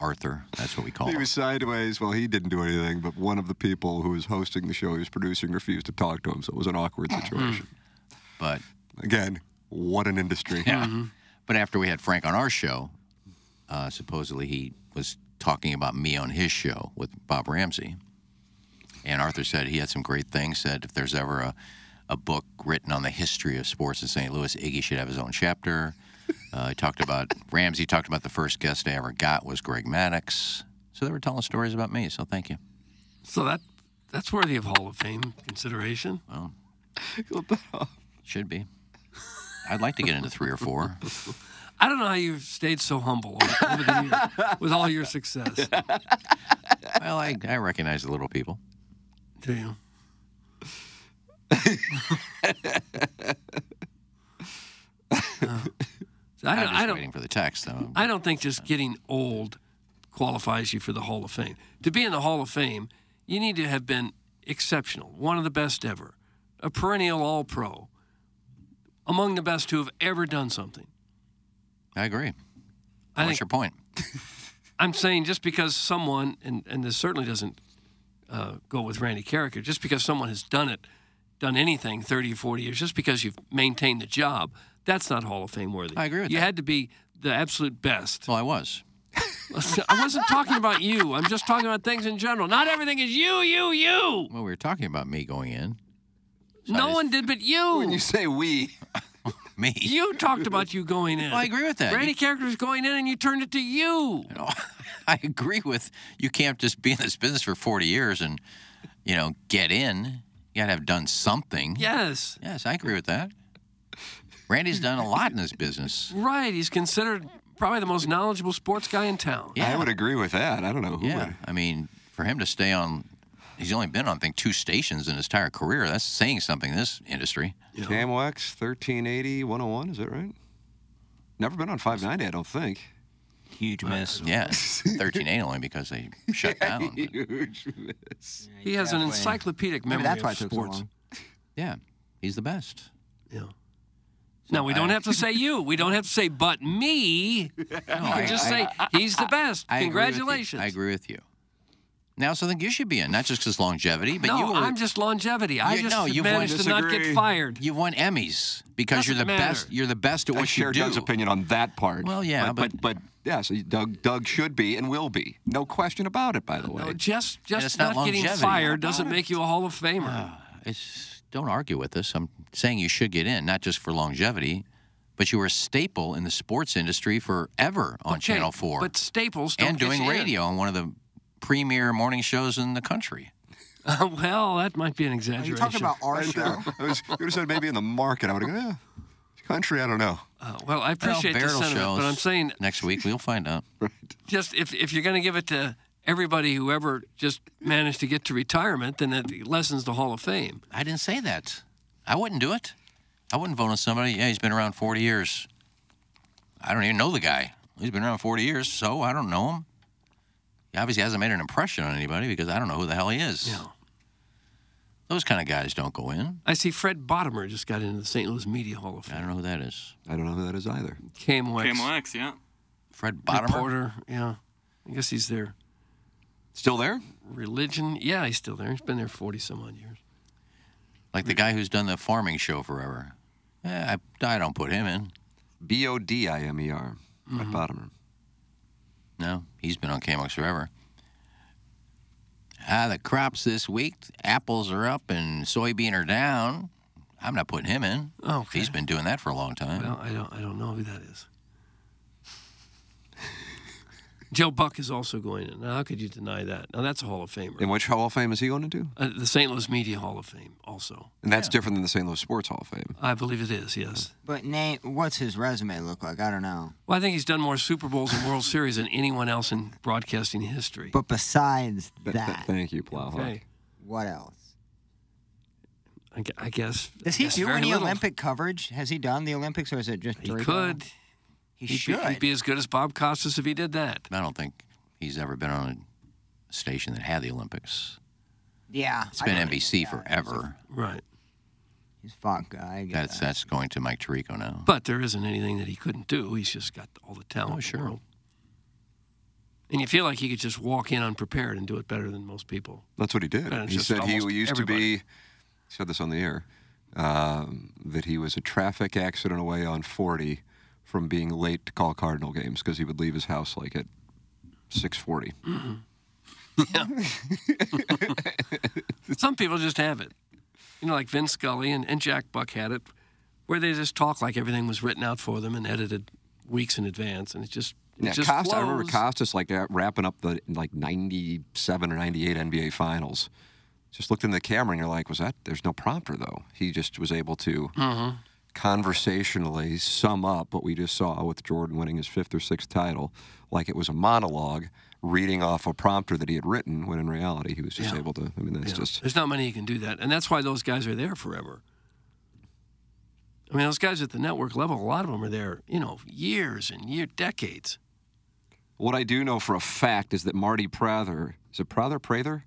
[SPEAKER 5] Arthur, that's what we call
[SPEAKER 2] He
[SPEAKER 5] him.
[SPEAKER 2] was sideways. Well, he didn't do anything, but one of the people who was hosting the show he was producing refused to talk to him, so it was an awkward situation.
[SPEAKER 5] Mm-hmm. but
[SPEAKER 2] Again, what an industry.
[SPEAKER 5] Yeah. But after we had Frank on our show, uh, supposedly he was talking about me on his show with Bob Ramsey. And Arthur said he had some great things. Said if there's ever a, a book written on the history of sports in St. Louis, Iggy should have his own chapter. Uh, he talked about Ramsey talked about the first guest I ever got was Greg Maddox. So they were telling stories about me. So thank you.
[SPEAKER 3] So that that's worthy of Hall of Fame consideration.
[SPEAKER 5] Well, should be. I'd like to get into three or four.
[SPEAKER 3] I don't know how you've stayed so humble over the years with all your success.
[SPEAKER 5] Well, I, I recognize the little people.
[SPEAKER 3] Do you? Uh, Oh. So I
[SPEAKER 5] I'm
[SPEAKER 3] don't,
[SPEAKER 5] just
[SPEAKER 3] I don't,
[SPEAKER 5] waiting for the text though.
[SPEAKER 3] I don't think just getting old qualifies you for the Hall of Fame. To be in the Hall of Fame, you need to have been exceptional, one of the best ever, a perennial All Pro, among the best who have ever done something.
[SPEAKER 5] I agree.
[SPEAKER 3] I
[SPEAKER 5] What's
[SPEAKER 3] think-
[SPEAKER 5] your point?
[SPEAKER 3] I'm saying just because someone, and, and this certainly doesn't uh, go with Randy Carricker, just because someone has done it, done anything 30 or 40 years, just because you've maintained the job, that's not Hall of Fame worthy.
[SPEAKER 5] I agree with
[SPEAKER 3] you
[SPEAKER 5] that.
[SPEAKER 3] had to be the absolute best.
[SPEAKER 5] Well, I was.
[SPEAKER 3] I wasn't talking about you. I'm just talking about things in general. Not everything is you, you, you.
[SPEAKER 5] Well, we were talking about me going in.
[SPEAKER 3] No one did but
[SPEAKER 2] When you
[SPEAKER 3] you.
[SPEAKER 2] say we,
[SPEAKER 5] Me.
[SPEAKER 3] You talked about you going in.
[SPEAKER 5] Well, I agree with that.
[SPEAKER 3] Randy Carricker's going in, and you turned it to you.
[SPEAKER 5] You know, I agree with you can't just be in this business for 40 years and, you know, get in. You gotta have done something.
[SPEAKER 3] Yes.
[SPEAKER 5] Yes, I agree with that. Randy's done a lot in this business.
[SPEAKER 3] Right. He's considered probably the most knowledgeable sports guy in town.
[SPEAKER 5] Yeah. I would
[SPEAKER 2] agree with that. I don't know who.
[SPEAKER 5] Yeah,
[SPEAKER 2] would.
[SPEAKER 5] I mean, for him to stay on, he's only been on I think two stations in his entire career. That's saying something in this industry.
[SPEAKER 2] Camwax 1380 101, is that right? Never been on 590, I don't think.
[SPEAKER 5] Huge miss. Yes, thirteen eight only because they shut down.
[SPEAKER 2] Huge miss.
[SPEAKER 3] He has an
[SPEAKER 5] Halfway.
[SPEAKER 3] encyclopedic
[SPEAKER 5] Maybe
[SPEAKER 3] memory
[SPEAKER 5] that's why
[SPEAKER 3] of
[SPEAKER 5] it took so
[SPEAKER 3] sports.
[SPEAKER 5] long. Yeah, he's the best.
[SPEAKER 3] Yeah. No, we don't have to say you. We don't have to say but me. you can
[SPEAKER 5] I-
[SPEAKER 3] just
[SPEAKER 5] I-
[SPEAKER 3] say he's the best.
[SPEAKER 5] I agree with you.
[SPEAKER 3] Congratulations.
[SPEAKER 5] I agree with you. Now something you should be in, not just because longevity, but
[SPEAKER 3] no,
[SPEAKER 5] you were.
[SPEAKER 3] I'm just longevity. I
[SPEAKER 5] you-
[SPEAKER 3] just
[SPEAKER 5] no, you've won-
[SPEAKER 3] managed to not get
[SPEAKER 5] Disagree.
[SPEAKER 3] fired.
[SPEAKER 5] You've won Emmys because you're the
[SPEAKER 3] Doesn't matter.
[SPEAKER 5] best. You're the best at
[SPEAKER 2] I
[SPEAKER 5] what
[SPEAKER 2] share
[SPEAKER 5] you do.
[SPEAKER 2] Doug's opinion on that part.
[SPEAKER 5] Well, yeah,
[SPEAKER 2] but but, but, yeah, so Doug Doug should be and will be, no question about it. By the way,
[SPEAKER 3] No, just just
[SPEAKER 5] it's not
[SPEAKER 3] not, getting
[SPEAKER 5] longevity. Ah,
[SPEAKER 3] fired doesn't make you a Hall of Famer.
[SPEAKER 5] It's, don't argue with this. I'm saying you should get in, not just for longevity, but you were a staple in the sports industry forever on
[SPEAKER 3] Okay,
[SPEAKER 5] Channel Four
[SPEAKER 3] But Staples don't
[SPEAKER 5] and
[SPEAKER 3] get
[SPEAKER 5] doing
[SPEAKER 3] you in.
[SPEAKER 5] radio on one of the premier morning shows in the country.
[SPEAKER 3] Uh, well, that might be an exaggeration.
[SPEAKER 2] I- I was, you would have said maybe in the market. I would have gone, yeah, country, I don't know.
[SPEAKER 3] Uh, well, I appreciate
[SPEAKER 5] well,
[SPEAKER 3] the
[SPEAKER 5] Barrel
[SPEAKER 3] sentiment,
[SPEAKER 5] shows
[SPEAKER 3] but I'm saying
[SPEAKER 5] next week we'll find out.
[SPEAKER 3] just if, if you're going to give it to everybody who ever just managed to get to retirement, then it lessens the Hall of Fame.
[SPEAKER 5] I didn't say that. I wouldn't do it. I wouldn't vote on somebody. Yeah, he's been around 40 years. I don't even know the guy. He's been around 40 years, so I don't know him. He obviously hasn't made an impression on anybody because I don't know who the hell he is. Yeah. Those kind of guys don't go in.
[SPEAKER 3] I see Fred Bottomer just got into the St. Louis Media Hall of Fame.
[SPEAKER 5] I don't know who that is.
[SPEAKER 2] I don't know who that is either.
[SPEAKER 3] Cam Wex,
[SPEAKER 7] Cam Wax, yeah.
[SPEAKER 5] Fred Bottomer.
[SPEAKER 3] reporter. Yeah, I guess he's there.
[SPEAKER 2] Still there?
[SPEAKER 3] Religion. Yeah, he's still there. He's been there 40 some odd years.
[SPEAKER 5] Like
[SPEAKER 2] Hmm.
[SPEAKER 5] the guy who's done the farming show forever. Eh, I, I don't put him in.
[SPEAKER 2] B O D I M E R. Fred
[SPEAKER 3] Mm-hmm.
[SPEAKER 2] Bottomer.
[SPEAKER 5] No, he's been on KMOX forever. Ah, the crops this week, apples are up and soybean are down. I'm not putting him in.
[SPEAKER 3] Okay.
[SPEAKER 5] He's been doing that for a long time.
[SPEAKER 3] Well, I don't. I don't know Oh, who that is. Joe Buck is also going in. Now, how could you deny that? Now, that's a Hall of Famer.
[SPEAKER 2] And which Hall of Fame is he going into?
[SPEAKER 3] Uh, the St. Louis Media Hall of Fame, also.
[SPEAKER 2] And that's different than the St. Louis Sports Hall of Fame.
[SPEAKER 3] I believe it is, yes.
[SPEAKER 4] But Nate, what's his resume look like? I don't know.
[SPEAKER 3] Well, I think he's done more Super Bowls and World Series than anyone else in broadcasting history.
[SPEAKER 4] But besides
[SPEAKER 2] Th- th-
[SPEAKER 4] that,
[SPEAKER 2] Thank you, Plowhawk.
[SPEAKER 3] Okay.
[SPEAKER 4] what else?
[SPEAKER 3] I, gu- I guess.
[SPEAKER 4] Does
[SPEAKER 3] I
[SPEAKER 4] he
[SPEAKER 3] guess
[SPEAKER 4] do
[SPEAKER 3] very
[SPEAKER 4] any
[SPEAKER 3] little.
[SPEAKER 4] Olympic coverage? Has he done the Olympics, or is it just
[SPEAKER 3] He
[SPEAKER 4] Dorito?
[SPEAKER 3] could.
[SPEAKER 4] He
[SPEAKER 3] He'd
[SPEAKER 4] should.
[SPEAKER 3] Be, he'd be as good as Bob Costas if he did that.
[SPEAKER 5] I don't think he's ever been on a station that had the Olympics.
[SPEAKER 4] yeah,
[SPEAKER 5] It's
[SPEAKER 4] I
[SPEAKER 5] been
[SPEAKER 4] don't-
[SPEAKER 5] NBC forever.
[SPEAKER 3] Right.
[SPEAKER 4] He's fuck guy. I guess.
[SPEAKER 5] That's that's going to Mike Tirico now.
[SPEAKER 3] But there isn't anything that he couldn't do. He's just got all the talent.
[SPEAKER 5] Oh,
[SPEAKER 3] in the
[SPEAKER 5] sure.
[SPEAKER 3] world. And you feel like he could just walk in unprepared and do it better than most people.
[SPEAKER 2] That's what he did.
[SPEAKER 3] And it's
[SPEAKER 2] he
[SPEAKER 3] just
[SPEAKER 2] said he
[SPEAKER 3] almost
[SPEAKER 2] used
[SPEAKER 3] everybody.
[SPEAKER 2] to be, said this on the air, um, that he was a traffic accident away on 40 from being late to call Cardinal games because he would leave his house like at 640.
[SPEAKER 3] Some people just have it. You know, like Vin Scully and, and Jack Buck had it, where they just talk like everything was written out for them and edited weeks in advance, and it just it
[SPEAKER 2] Yeah,
[SPEAKER 3] just
[SPEAKER 2] Costa, I remember
[SPEAKER 3] flows.
[SPEAKER 2] Costas like uh, wrapping up the like 97 or 98 NBA finals. Just looked in the camera and you're like, was that? There's no prompter though. He just was able to
[SPEAKER 3] Mm-hmm.
[SPEAKER 2] conversationally sum up what we just saw with Jordan winning his fifth or sixth title, like it was a monologue reading off a prompter that he had written, when in reality he was just able to. I mean, that's
[SPEAKER 3] Yeah.
[SPEAKER 2] just
[SPEAKER 3] There's not many who can do that, and that's why those guys are there forever. I mean, those guys at the network level, a lot of them are there, you know, years and year decades.
[SPEAKER 2] what I do know for a fact is that Marty Prather is it Prather Prather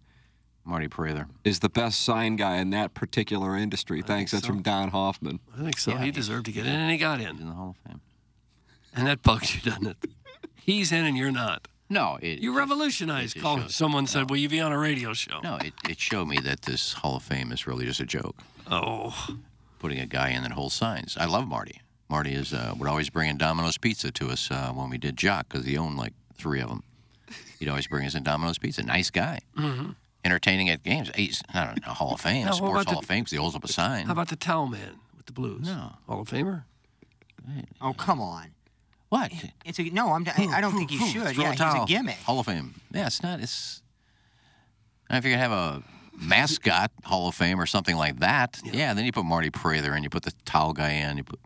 [SPEAKER 5] Marty Prather.
[SPEAKER 2] is the best sign guy in that particular industry. Thanks, that's
[SPEAKER 3] so.
[SPEAKER 2] from Don Hoffman.
[SPEAKER 3] I think so. he deserved to get in, and he got in,
[SPEAKER 5] in the Hall of Fame.
[SPEAKER 3] and that bugs you, doesn't it? He's in, and you're not.
[SPEAKER 5] No, it,
[SPEAKER 3] You revolutionized. Call someone said, "Will you be on a radio show?"
[SPEAKER 5] no, it, it showed me that this Hall of Fame is really just a joke.
[SPEAKER 3] Oh.
[SPEAKER 5] putting a guy in that holds signs. I love Marty. Marty is uh, would always bring in Domino's pizza to us uh, when we did Jock because he owned like three of them. He'd always bring us in Domino's pizza. Nice guy,
[SPEAKER 3] Mm-hmm.
[SPEAKER 5] entertaining at games. He's not a Hall of Fame,
[SPEAKER 3] Now, what
[SPEAKER 5] sports
[SPEAKER 3] about
[SPEAKER 5] Hall of
[SPEAKER 3] the-
[SPEAKER 5] Fame because he holds up a sign.
[SPEAKER 3] How about the towel man with the blues?
[SPEAKER 5] No.
[SPEAKER 3] Hall of Famer?
[SPEAKER 4] Oh come on.
[SPEAKER 5] what?
[SPEAKER 4] It's a, no. I'm. I, I don't think he should.
[SPEAKER 5] Throw
[SPEAKER 4] Yeah,
[SPEAKER 5] a
[SPEAKER 4] he's a
[SPEAKER 5] towel.
[SPEAKER 4] gimmick.
[SPEAKER 5] Hall of Fame. Yeah, it's not. It's. Now, if you're gonna have a mascot Hall of Fame or something like that. Yeah. then you put Marty Prather in, you put the towel guy in, you put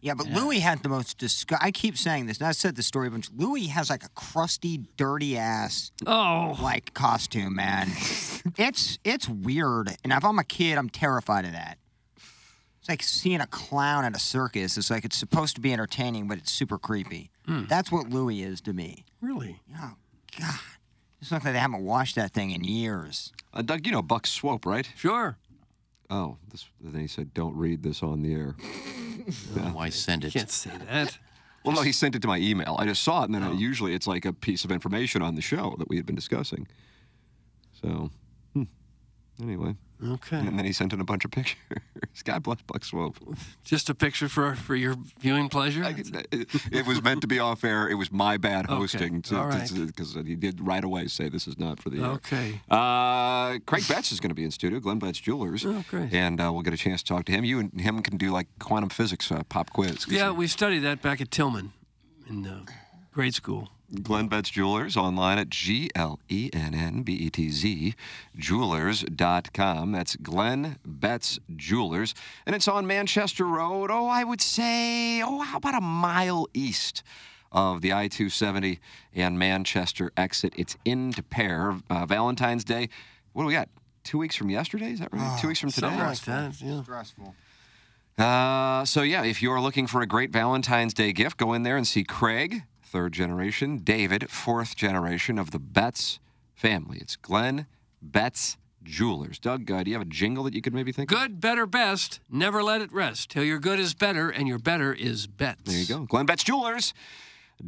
[SPEAKER 4] Yeah, but Louis had the most disgust. I keep saying this, and I said the story a bunch. Louis has like a crusty, dirty ass,
[SPEAKER 3] oh,
[SPEAKER 4] like costume, man. it's it's weird, and if I'm a kid, I'm terrified of that. It's like seeing a clown at a circus. It's like it's supposed to be entertaining, but it's super creepy.
[SPEAKER 3] Hmm.
[SPEAKER 4] That's what Louis is to me.
[SPEAKER 3] Really?
[SPEAKER 4] Oh God, it's like they haven't washed that thing in years.
[SPEAKER 2] Uh, Doug, you know Buck Swope, right?
[SPEAKER 3] Sure.
[SPEAKER 2] Oh, this, then he said, "Don't read this on the air."
[SPEAKER 5] Why send it?
[SPEAKER 3] Can't say that.
[SPEAKER 2] Well, no, he sent it to my email. I just saw it, and
[SPEAKER 5] Oh.
[SPEAKER 2] then I, usually it's like a piece of information on the show that we had been discussing. So, hmm. anyway.
[SPEAKER 3] Okay.
[SPEAKER 2] And then he sent in a bunch of pictures. God bless Buck Swope.
[SPEAKER 3] Just a picture for for your viewing pleasure.
[SPEAKER 2] it, it was meant to be off air. It was my bad
[SPEAKER 3] Okay,
[SPEAKER 2] hosting
[SPEAKER 3] all right.
[SPEAKER 2] because he did right away say this is not for the air.
[SPEAKER 3] Okay.
[SPEAKER 2] Uh, Craig Betts is going to be in studio, Glenn Betts Jewelers,
[SPEAKER 3] Oh, great.
[SPEAKER 2] and uh, we'll get a chance to talk to him. You and him can do like quantum physics uh, pop quiz.
[SPEAKER 3] Yeah, we studied that back at Tillman in uh, grade school.
[SPEAKER 2] Glenn Betts Jewelers online at G L E N N B E T Z jewelers.com. That's Glenn Betts Jewelers. And it's on Manchester Road. Oh, I would say, oh, how about a mile east of the I 270 and Manchester exit? It's in to pair. Uh, Valentine's Day. What do we got? Two weeks from yesterday? Is that right? Two weeks from today?
[SPEAKER 3] Ah, Something like that. Yeah.
[SPEAKER 4] Stressful.
[SPEAKER 2] Uh, so yeah, if you are looking for a great Valentine's Day gift, go in there and see Craig, third generation, David, fourth generation of the Betts family. It's Glenn Betts Jewelers. Doug, uh, do you have a jingle that you could maybe think? of?
[SPEAKER 3] Good, better, best. Never let it rest till your good is better and your better is bets.
[SPEAKER 2] There you go. Glenn Betts Jewelers.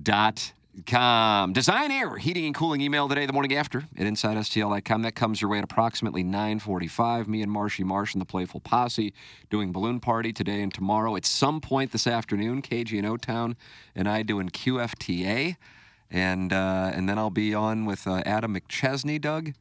[SPEAKER 2] Dot com. Design Air Heating and Cooling email today, the morning after at InsideSTL.com. That comes your way at approximately 9:45. Me and Marshy Marsh and the Playful Posse doing balloon party today and tomorrow. At some point this afternoon, KG and O Town and I doing QFTA, and uh, and then I'll be on with uh, Adam McChesney, Doug,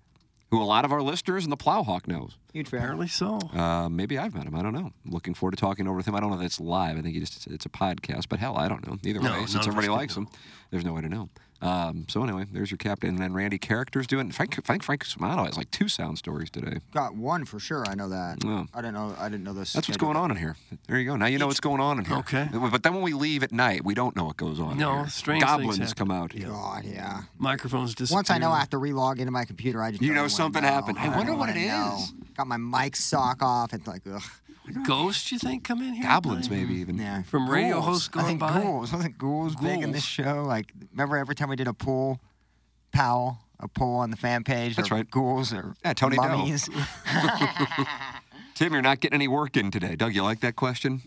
[SPEAKER 2] who a lot of our listeners in the Plowhawk knows.
[SPEAKER 4] Huge
[SPEAKER 3] Apparently so.
[SPEAKER 2] Uh, maybe I've met him. I don't know. Looking forward to talking over with him. I don't know if it's live. I think he just it's a podcast. But hell, I don't know. Either
[SPEAKER 3] No,
[SPEAKER 2] way,
[SPEAKER 3] none
[SPEAKER 2] since
[SPEAKER 3] of
[SPEAKER 2] everybody
[SPEAKER 3] us do
[SPEAKER 2] likes him, there's no way to know. Um, so anyway, there's your captain. And then Randy Characters doing. Frank Frank Frank Sumano has like two sound stories today.
[SPEAKER 4] Got one for sure. I know that.
[SPEAKER 2] Yeah.
[SPEAKER 4] I didn't know. I didn't know this.
[SPEAKER 2] Oh. That's what's going on in here. There you go. Now you know what's going on in here.
[SPEAKER 3] Okay.
[SPEAKER 2] But then when we leave at night, we don't know what goes on. in
[SPEAKER 3] No,
[SPEAKER 2] here.
[SPEAKER 3] strange things
[SPEAKER 2] goblins
[SPEAKER 3] happen.
[SPEAKER 2] come out.
[SPEAKER 4] God, yeah.
[SPEAKER 3] Microphones disappear.
[SPEAKER 4] Once I know I have to relog into my computer, I just
[SPEAKER 2] You
[SPEAKER 4] don't
[SPEAKER 2] know
[SPEAKER 4] wanna
[SPEAKER 2] something
[SPEAKER 4] know.
[SPEAKER 2] happened. I
[SPEAKER 4] don't
[SPEAKER 2] wonder what
[SPEAKER 4] wanna
[SPEAKER 2] it
[SPEAKER 4] know.
[SPEAKER 2] is.
[SPEAKER 4] Got my mic sock off. It's like ugh.
[SPEAKER 3] Ghosts, you think, come in here?
[SPEAKER 2] Goblins maybe even.
[SPEAKER 4] Yeah.
[SPEAKER 3] From radio
[SPEAKER 4] Ghouls.
[SPEAKER 3] hosts going
[SPEAKER 4] I think
[SPEAKER 3] by?
[SPEAKER 4] Ghouls. Wasn't ghouls, big in this show? Like remember every time we did a pool, Powell, a poll on the fan page.
[SPEAKER 2] That's
[SPEAKER 4] or
[SPEAKER 2] right.
[SPEAKER 4] Ghouls or
[SPEAKER 2] Yeah, Tony Doe.
[SPEAKER 4] mummies.
[SPEAKER 2] Tim, you're not getting any work in today. Doug, you like that question?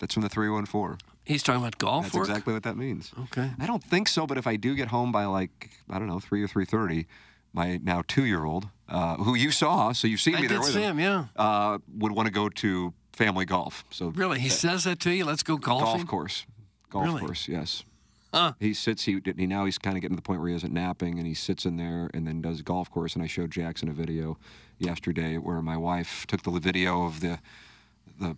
[SPEAKER 2] That's from the 314.
[SPEAKER 3] He's talking about golf
[SPEAKER 2] That's
[SPEAKER 3] work?
[SPEAKER 2] exactly what that means.
[SPEAKER 3] Okay.
[SPEAKER 2] I don't think so, but if I do get home by like I don't know three or three thirty, my now two-year-old, uh, who you saw, so you've seen
[SPEAKER 3] I
[SPEAKER 2] me there
[SPEAKER 3] did
[SPEAKER 2] with
[SPEAKER 3] see him, yeah.
[SPEAKER 2] uh, would want to go to family golf. So
[SPEAKER 3] Really? He says that to you? Let's go golfing?
[SPEAKER 2] golf course, golf
[SPEAKER 3] Really?
[SPEAKER 2] course, yes.
[SPEAKER 3] Huh.
[SPEAKER 2] He sits. He, he now he's kind of getting to the point where he isn't napping, and he sits in there and then does golf course. And I showed Jackson a video yesterday where my wife took the video of the the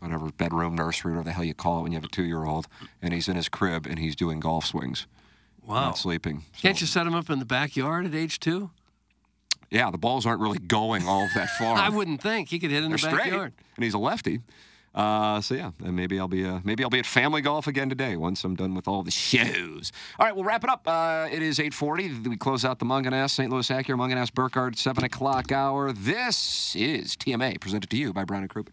[SPEAKER 2] whatever bedroom nursery, whatever the hell you call it when you have a two year old, and he's in his crib and he's doing golf swings,
[SPEAKER 3] Wow.
[SPEAKER 2] not sleeping.
[SPEAKER 3] Can't you set him up in the backyard at age two?
[SPEAKER 2] Yeah, the balls aren't really going all that far.
[SPEAKER 3] I wouldn't think. He could hit in
[SPEAKER 2] They're
[SPEAKER 3] the
[SPEAKER 2] straight,
[SPEAKER 3] backyard.
[SPEAKER 2] and he's a lefty. Uh, so yeah, and maybe I'll be uh, maybe I'll be at family golf again today once I'm done with all the shows. All right, we'll wrap it up. Uh, it is 8:40. We close out the Munganass St. Louis Acura Munganass Burkhardt seven o'clock hour. This is TMA presented to you by Brown and Crouppen.